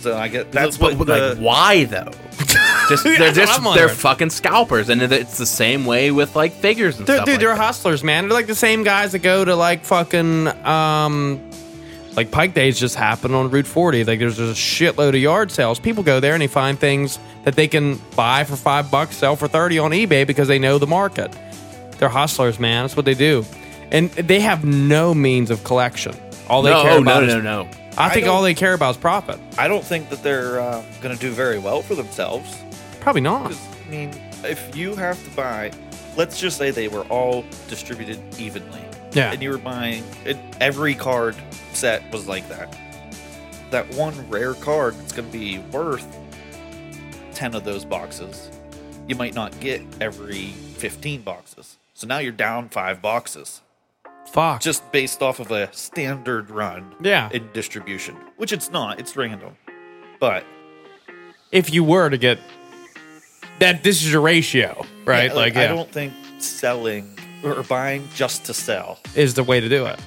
Speaker 3: So I get that's
Speaker 2: But,
Speaker 3: what
Speaker 2: but,
Speaker 3: the
Speaker 2: like, why though? Just they're
Speaker 1: That's what
Speaker 2: just
Speaker 1: I'm
Speaker 2: they're
Speaker 1: wondering.
Speaker 2: fucking scalpers, and it's the same way with like figures and
Speaker 1: They're,
Speaker 2: stuff.
Speaker 1: dude,
Speaker 2: like
Speaker 1: they're
Speaker 2: that.
Speaker 1: hustlers, man. They're like the same guys that go to like fucking um like Pike Days just happened on Route 40. Like there's just a shitload of yard sales. People go there and they find things that they can buy for five bucks, sell for thirty on eBay because they know the market. They're hustlers, man. That's what they do. And they have no means of collection. All they
Speaker 2: no,
Speaker 1: care
Speaker 2: oh,
Speaker 1: about
Speaker 2: no,
Speaker 1: is
Speaker 2: no, no.
Speaker 1: I think
Speaker 3: I don't-
Speaker 1: all they care about is profit.
Speaker 3: I don't think that they're uh, going to do very well for themselves.
Speaker 1: Probably not.
Speaker 3: 'Cause, I mean, if you have to buy, let's just say they were all distributed evenly,
Speaker 1: Yeah.
Speaker 3: and you were buying it, every card set was like that. That one rare card that's going to be worth ten of those boxes, you might not get every fifteen boxes. So now you're down five boxes,
Speaker 1: Fuck.
Speaker 3: just based off of a standard run
Speaker 1: Yeah.
Speaker 3: in distribution, which it's not. It's random, but
Speaker 1: if you were to get that this is your ratio, right?
Speaker 3: Yeah,
Speaker 1: like,
Speaker 3: I
Speaker 1: yeah,
Speaker 3: don't think selling or buying just to sell.
Speaker 1: is the way to do it.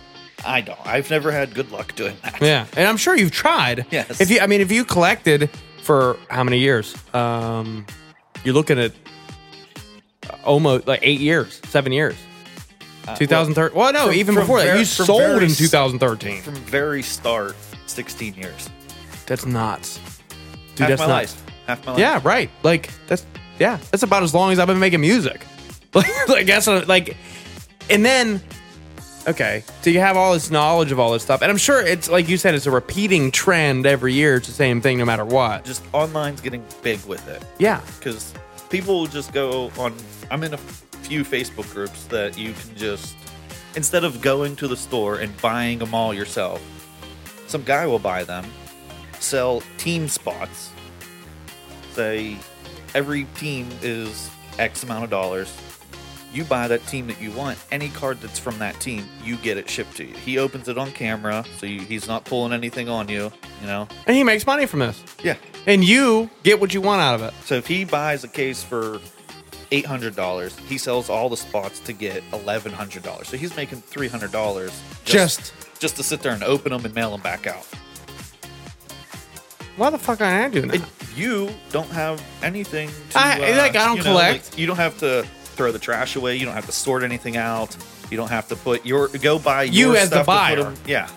Speaker 3: I don't. I've never had good luck doing that.
Speaker 1: Yeah. And I'm sure you've tried.
Speaker 3: Yes.
Speaker 1: If you I mean if you collected for how many years? Um you're looking at almost like 8 years, 7 years. 2013. Well, no,
Speaker 3: Uh, from-
Speaker 1: even
Speaker 3: from
Speaker 1: before that.
Speaker 3: ver-
Speaker 1: You
Speaker 3: from
Speaker 1: sold
Speaker 3: very
Speaker 1: in
Speaker 3: s-
Speaker 1: 2013.
Speaker 3: From very start, 16 years.
Speaker 1: That's nuts. Dude,
Speaker 3: Half
Speaker 1: that's
Speaker 3: my
Speaker 1: nuts.
Speaker 3: life. Half my life.
Speaker 1: Yeah, right. Like that's yeah, that's about as long as I've been making music. Like, like that's what- like, and then okay, so you have all this knowledge of all this stuff, and I'm sure it's like you said, it's a repeating trend every year. It's the same thing no matter what.
Speaker 3: Just online's getting big with it
Speaker 1: yeah,
Speaker 3: because people just go on. I'm in a few Facebook groups that you can just instead of going to the store and buying them all yourself, some guy will buy them, sell team spots. Say every team is X amount of dollars. You buy that team that you want. Any card that's from that team, you get it shipped to you. He opens it on camera, so you, he's not pulling anything on you. You know.
Speaker 1: And he makes money from this.
Speaker 3: Yeah.
Speaker 1: And you get what you want out of it.
Speaker 3: So if he buys a case for eight hundred dollars, he sells all the spots to get eleven hundred dollars. So he's making three hundred dollars
Speaker 4: Just-
Speaker 3: just to sit there and open them and mail them back out.
Speaker 1: Why the fuck am I doing that?
Speaker 3: And you don't have anything. To, uh,
Speaker 1: I- like, I don't
Speaker 3: you
Speaker 1: collect.
Speaker 3: like, you don't have to throw the trash away. You don't have to sort anything out. You don't have to put your go buy
Speaker 1: You
Speaker 3: your
Speaker 1: as the
Speaker 3: stuff to put
Speaker 1: buyer.
Speaker 3: 'em- yeah,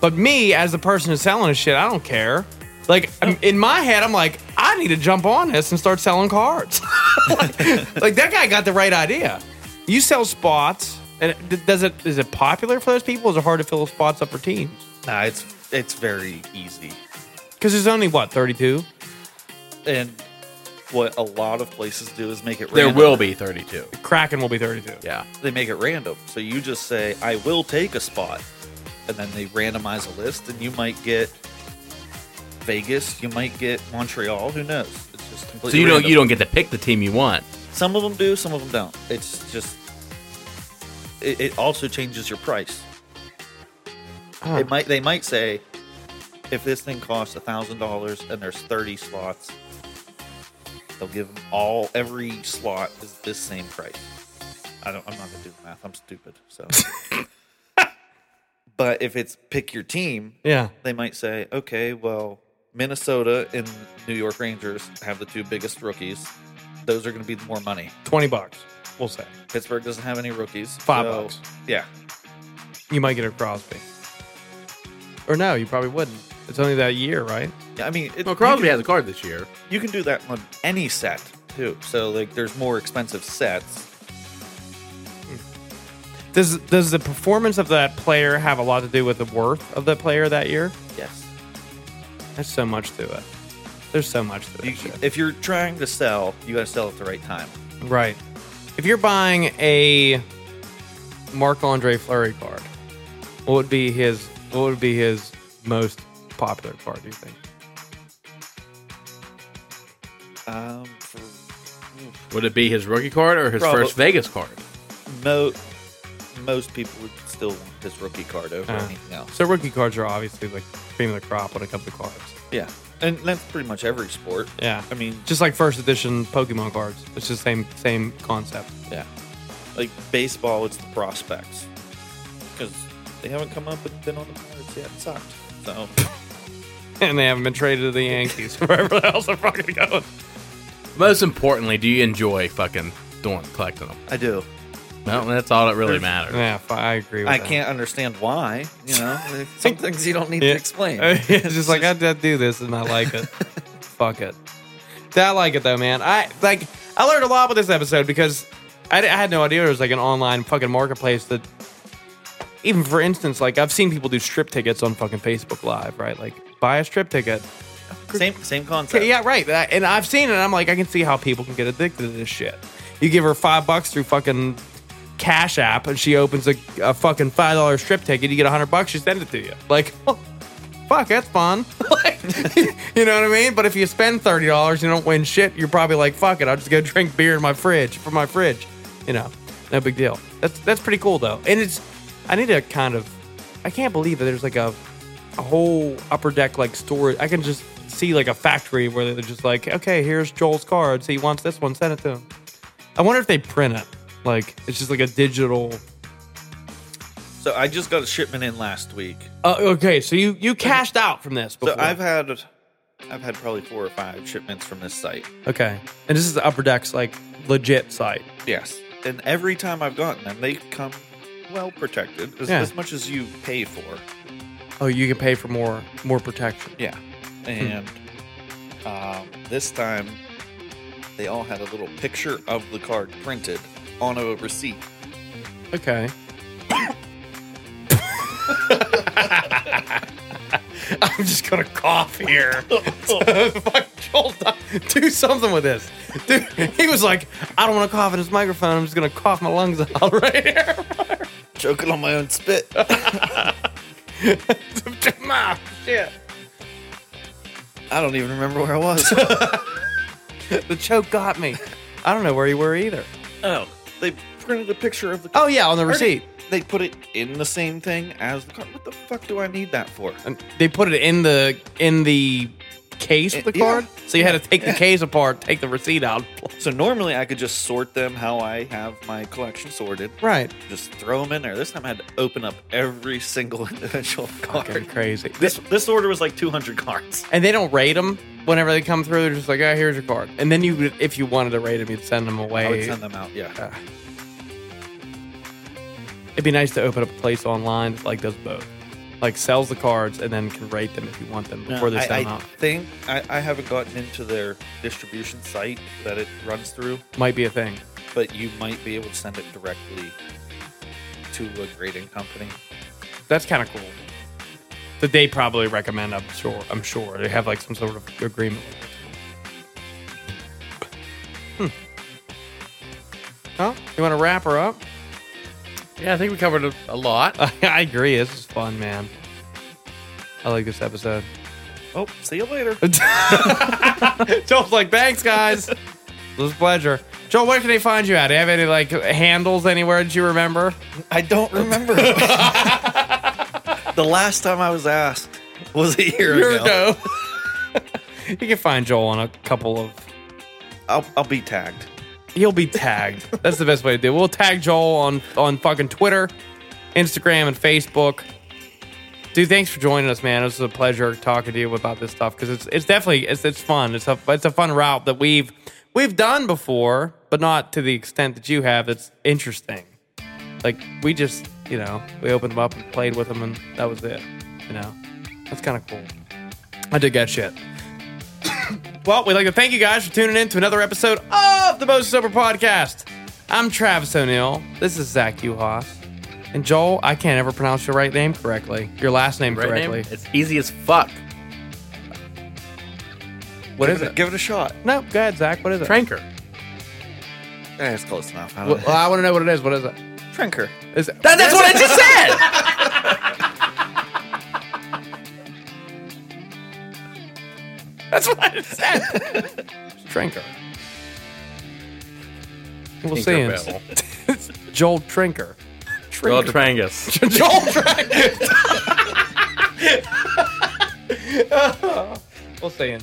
Speaker 1: But me, as the person who's selling this shit, I don't care. Like I'm- in my head, I'm like, I need to jump on this and start selling cards. like, like, that guy got the right idea. You sell spots, and it- d- does it is it popular for those people? Is it hard to fill spots up for teams?
Speaker 3: nah, it's it's very easy.
Speaker 1: Because there's only what 32.
Speaker 3: And what a lot of places do is make it
Speaker 2: There
Speaker 3: random.
Speaker 2: will be 32.
Speaker 1: Kraken will be 32.
Speaker 2: Yeah.
Speaker 3: they make it random. So you just say, I will take a spot. And then they randomize a list, and you might get Vegas, you might get Montreal, who knows? It's just completely
Speaker 2: So you don't
Speaker 3: random.
Speaker 2: you don't get to pick the team you want.
Speaker 3: Some of them do, some of them don't. It's just. It, it also changes your price. It might they might say, if this thing costs thousand dollars and there's thirty slots, they'll give them all every slot is this same price. I don't. I'm not gonna do the math. I'm stupid. So, but if it's pick your team,
Speaker 1: Yeah.
Speaker 3: they might say, okay, well, Minnesota and New York Rangers have the two biggest rookies. Those are going to be the more money.
Speaker 1: 20 bucks. We'll say
Speaker 3: Pittsburgh doesn't have any rookies.
Speaker 1: Five
Speaker 3: so-
Speaker 1: bucks.
Speaker 3: Yeah.
Speaker 1: you might get a Crosby. Or no, you probably wouldn't. It's only that year, right?
Speaker 3: Yeah, I mean, it,
Speaker 2: Well,
Speaker 3: you,
Speaker 2: Crosby
Speaker 3: can,
Speaker 2: has a card this year.
Speaker 3: you can do that on any set too. So like, there's more expensive sets.
Speaker 1: Does does the performance of that player have a lot to do with the worth of the player that year?
Speaker 3: Yes.
Speaker 1: There's so much to it. There's so much to
Speaker 3: You,
Speaker 1: it.
Speaker 3: if you're trying to sell, you got to sell at the right time.
Speaker 1: Right. If you're buying a Marc Andre Fleury card, what would be his what would be his most popular card, do you think?
Speaker 3: Um, for
Speaker 2: Would it be his rookie card or his
Speaker 3: Probably.
Speaker 2: first Vegas card?
Speaker 3: mo- most people would still want this rookie card over
Speaker 1: Uh.
Speaker 3: anything else.
Speaker 1: So rookie cards are obviously like cream of the crop when it comes to cards.
Speaker 3: Yeah, and that's pretty much every sport.
Speaker 1: Yeah.
Speaker 3: I mean,
Speaker 1: Just like first edition Pokemon cards. It's the same same concept.
Speaker 3: Yeah. Like baseball, it's the prospects. Because they haven't come up and been on the Pirates yet. It sucked. So,
Speaker 1: And they haven't been traded to the Yankees or wherever else they're fucking going.
Speaker 2: Most importantly, do you enjoy fucking doing collecting them?
Speaker 3: I do.
Speaker 2: Well, that's all that really matters.
Speaker 1: Yeah, fi- I agree with
Speaker 3: I
Speaker 1: that.
Speaker 3: can't understand why. You know, some things you don't need
Speaker 1: Yeah.
Speaker 3: to explain.
Speaker 1: it's just, like I, I do this and I like it. Fuck it. I like it though, man. I like. I learned a lot with this episode because I, di- I had no idea there was like an online fucking marketplace that. Even for instance, like I've seen people do strip tickets on fucking Facebook Live, right? Like buy a strip ticket.
Speaker 3: Same same concept.
Speaker 1: Okay, yeah, right. That- And I've seen it. And I'm like, I can see how people can get addicted to this shit. You give her five bucks through fucking Cash App, and she opens a, a fucking five dollar strip ticket. You get a hundred bucks, she sends it to you. Like, oh, fuck, that's fun. like, you know what I mean? But if you spend thirty dollars, you don't win shit. You're probably like, fuck it, I'll just go drink beer in my fridge from my fridge. You know, no big deal. That's that's pretty cool though. And it's, I need to kind of, I can't believe that there's like a a whole upper deck like storage. I can just see like a factory where they're just like, okay, here's Joel's cards. He wants this one. Send it to him. I wonder if they print it. Like it's just like a digital.
Speaker 3: So I just got a shipment in last week.
Speaker 1: Uh, okay, so you you cashed out from this.
Speaker 3: So
Speaker 1: Before.
Speaker 3: I've had I've had probably four or five shipments from this site.
Speaker 1: okay, and this is the upper decks like legit site.
Speaker 3: Yes. And every time I've gotten them, they come well protected as,
Speaker 1: Yeah.
Speaker 3: as much as you pay for.
Speaker 1: Oh, you can pay for more more protection.
Speaker 3: Yeah.
Speaker 1: Hmm.
Speaker 3: And um, this time, they all had a little picture of the card printed on a receipt.
Speaker 1: Okay. I'm just gonna cough here. Fuck, Joel, do something with this. Dude, he was like, I don't want to cough in this microphone. I'm just gonna cough my lungs out right here.
Speaker 3: Choking on my own spit.
Speaker 1: Ma, Shit.
Speaker 3: I don't even remember where I was.
Speaker 1: The choke got me. I don't know where you were either.
Speaker 3: oh. They printed a picture of the
Speaker 1: Oh yeah, on the
Speaker 3: I already-
Speaker 1: receipt.
Speaker 3: They put it in the same thing as the card. What the fuck do I need that for?
Speaker 1: And they put it in the in the case of the
Speaker 3: Yeah.
Speaker 1: card. So you had to take the case apart, take the receipt out.
Speaker 3: So normally I could just sort them how I have my collection sorted.
Speaker 1: Right.
Speaker 3: Just throw them in there. This time I had to open up every single individual
Speaker 1: Fucking
Speaker 3: card.
Speaker 1: crazy.
Speaker 3: This this order was like 200 cards.
Speaker 1: and they don't rate them whenever they come through. They're just like, "Oh, here's your card." And then you, would- if you wanted to rate them, you'd send them away.
Speaker 3: I would send them out. Yeah.
Speaker 1: It'd be nice to open up a place online that like does both, like sells the cards and then can rate them if you want them before they
Speaker 3: I,
Speaker 1: send them
Speaker 3: I
Speaker 1: out.
Speaker 3: think I, I haven't gotten into their distribution site that it runs through,
Speaker 1: Might be a thing.
Speaker 3: but you might be able to send it directly to a grading company.
Speaker 1: That's kind of cool. That they probably recommend. I'm sure. I'm sure they have like some sort of agreement. Hmm. Well, you want to wrap her up?
Speaker 2: Yeah, I think we covered a, a lot.
Speaker 1: I agree. This is fun, man. I like this episode.
Speaker 3: Oh, see you later.
Speaker 1: Joel's like, thanks, guys. it was a pleasure. Joel, where can they find you at? Do you have any like handles anywhere that you remember?
Speaker 3: I don't remember. the last time I was asked was a year, ago.
Speaker 1: you can find Joel on a couple of.
Speaker 3: I'll, I'll be tagged.
Speaker 1: He'll be tagged. That's the best way to do. it. We'll tag Joel on on fucking Twitter, Instagram, and Facebook. Dude, thanks for joining us, man. It was a pleasure talking to you about this stuff because it's it's definitely it's it's fun. It's a it's a fun route that we've we've done before, but not to the extent that you have. It's interesting. Like we just you know we opened them up and played with them, and that was it. You know, that's kind of cool. I did that shit. well, we'd like to thank you guys for tuning in to another episode of the Most Sober Podcast. I'm Travis O'Neill. This is Zach Uhas. And Joel, I can't ever pronounce your right name correctly. Your last name
Speaker 2: Right, name?
Speaker 1: correctly.
Speaker 2: It's easy as fuck.
Speaker 1: What is
Speaker 3: Give it a-
Speaker 1: it?
Speaker 3: Give it a shot.
Speaker 1: No, go ahead, Zach. What is it?
Speaker 2: Tranker.
Speaker 3: Eh, it's close enough. I
Speaker 1: Well,
Speaker 3: don't know.
Speaker 1: I want to know what it is. What is it?
Speaker 3: Trinker.
Speaker 1: Is it
Speaker 2: That, that's what I just said.
Speaker 1: That's what I said. Trinker. We'll see him.
Speaker 2: Tinkerbell.
Speaker 1: Joel Trinker.
Speaker 2: Well, Trangus.
Speaker 1: Joel Trinker. we'll see him.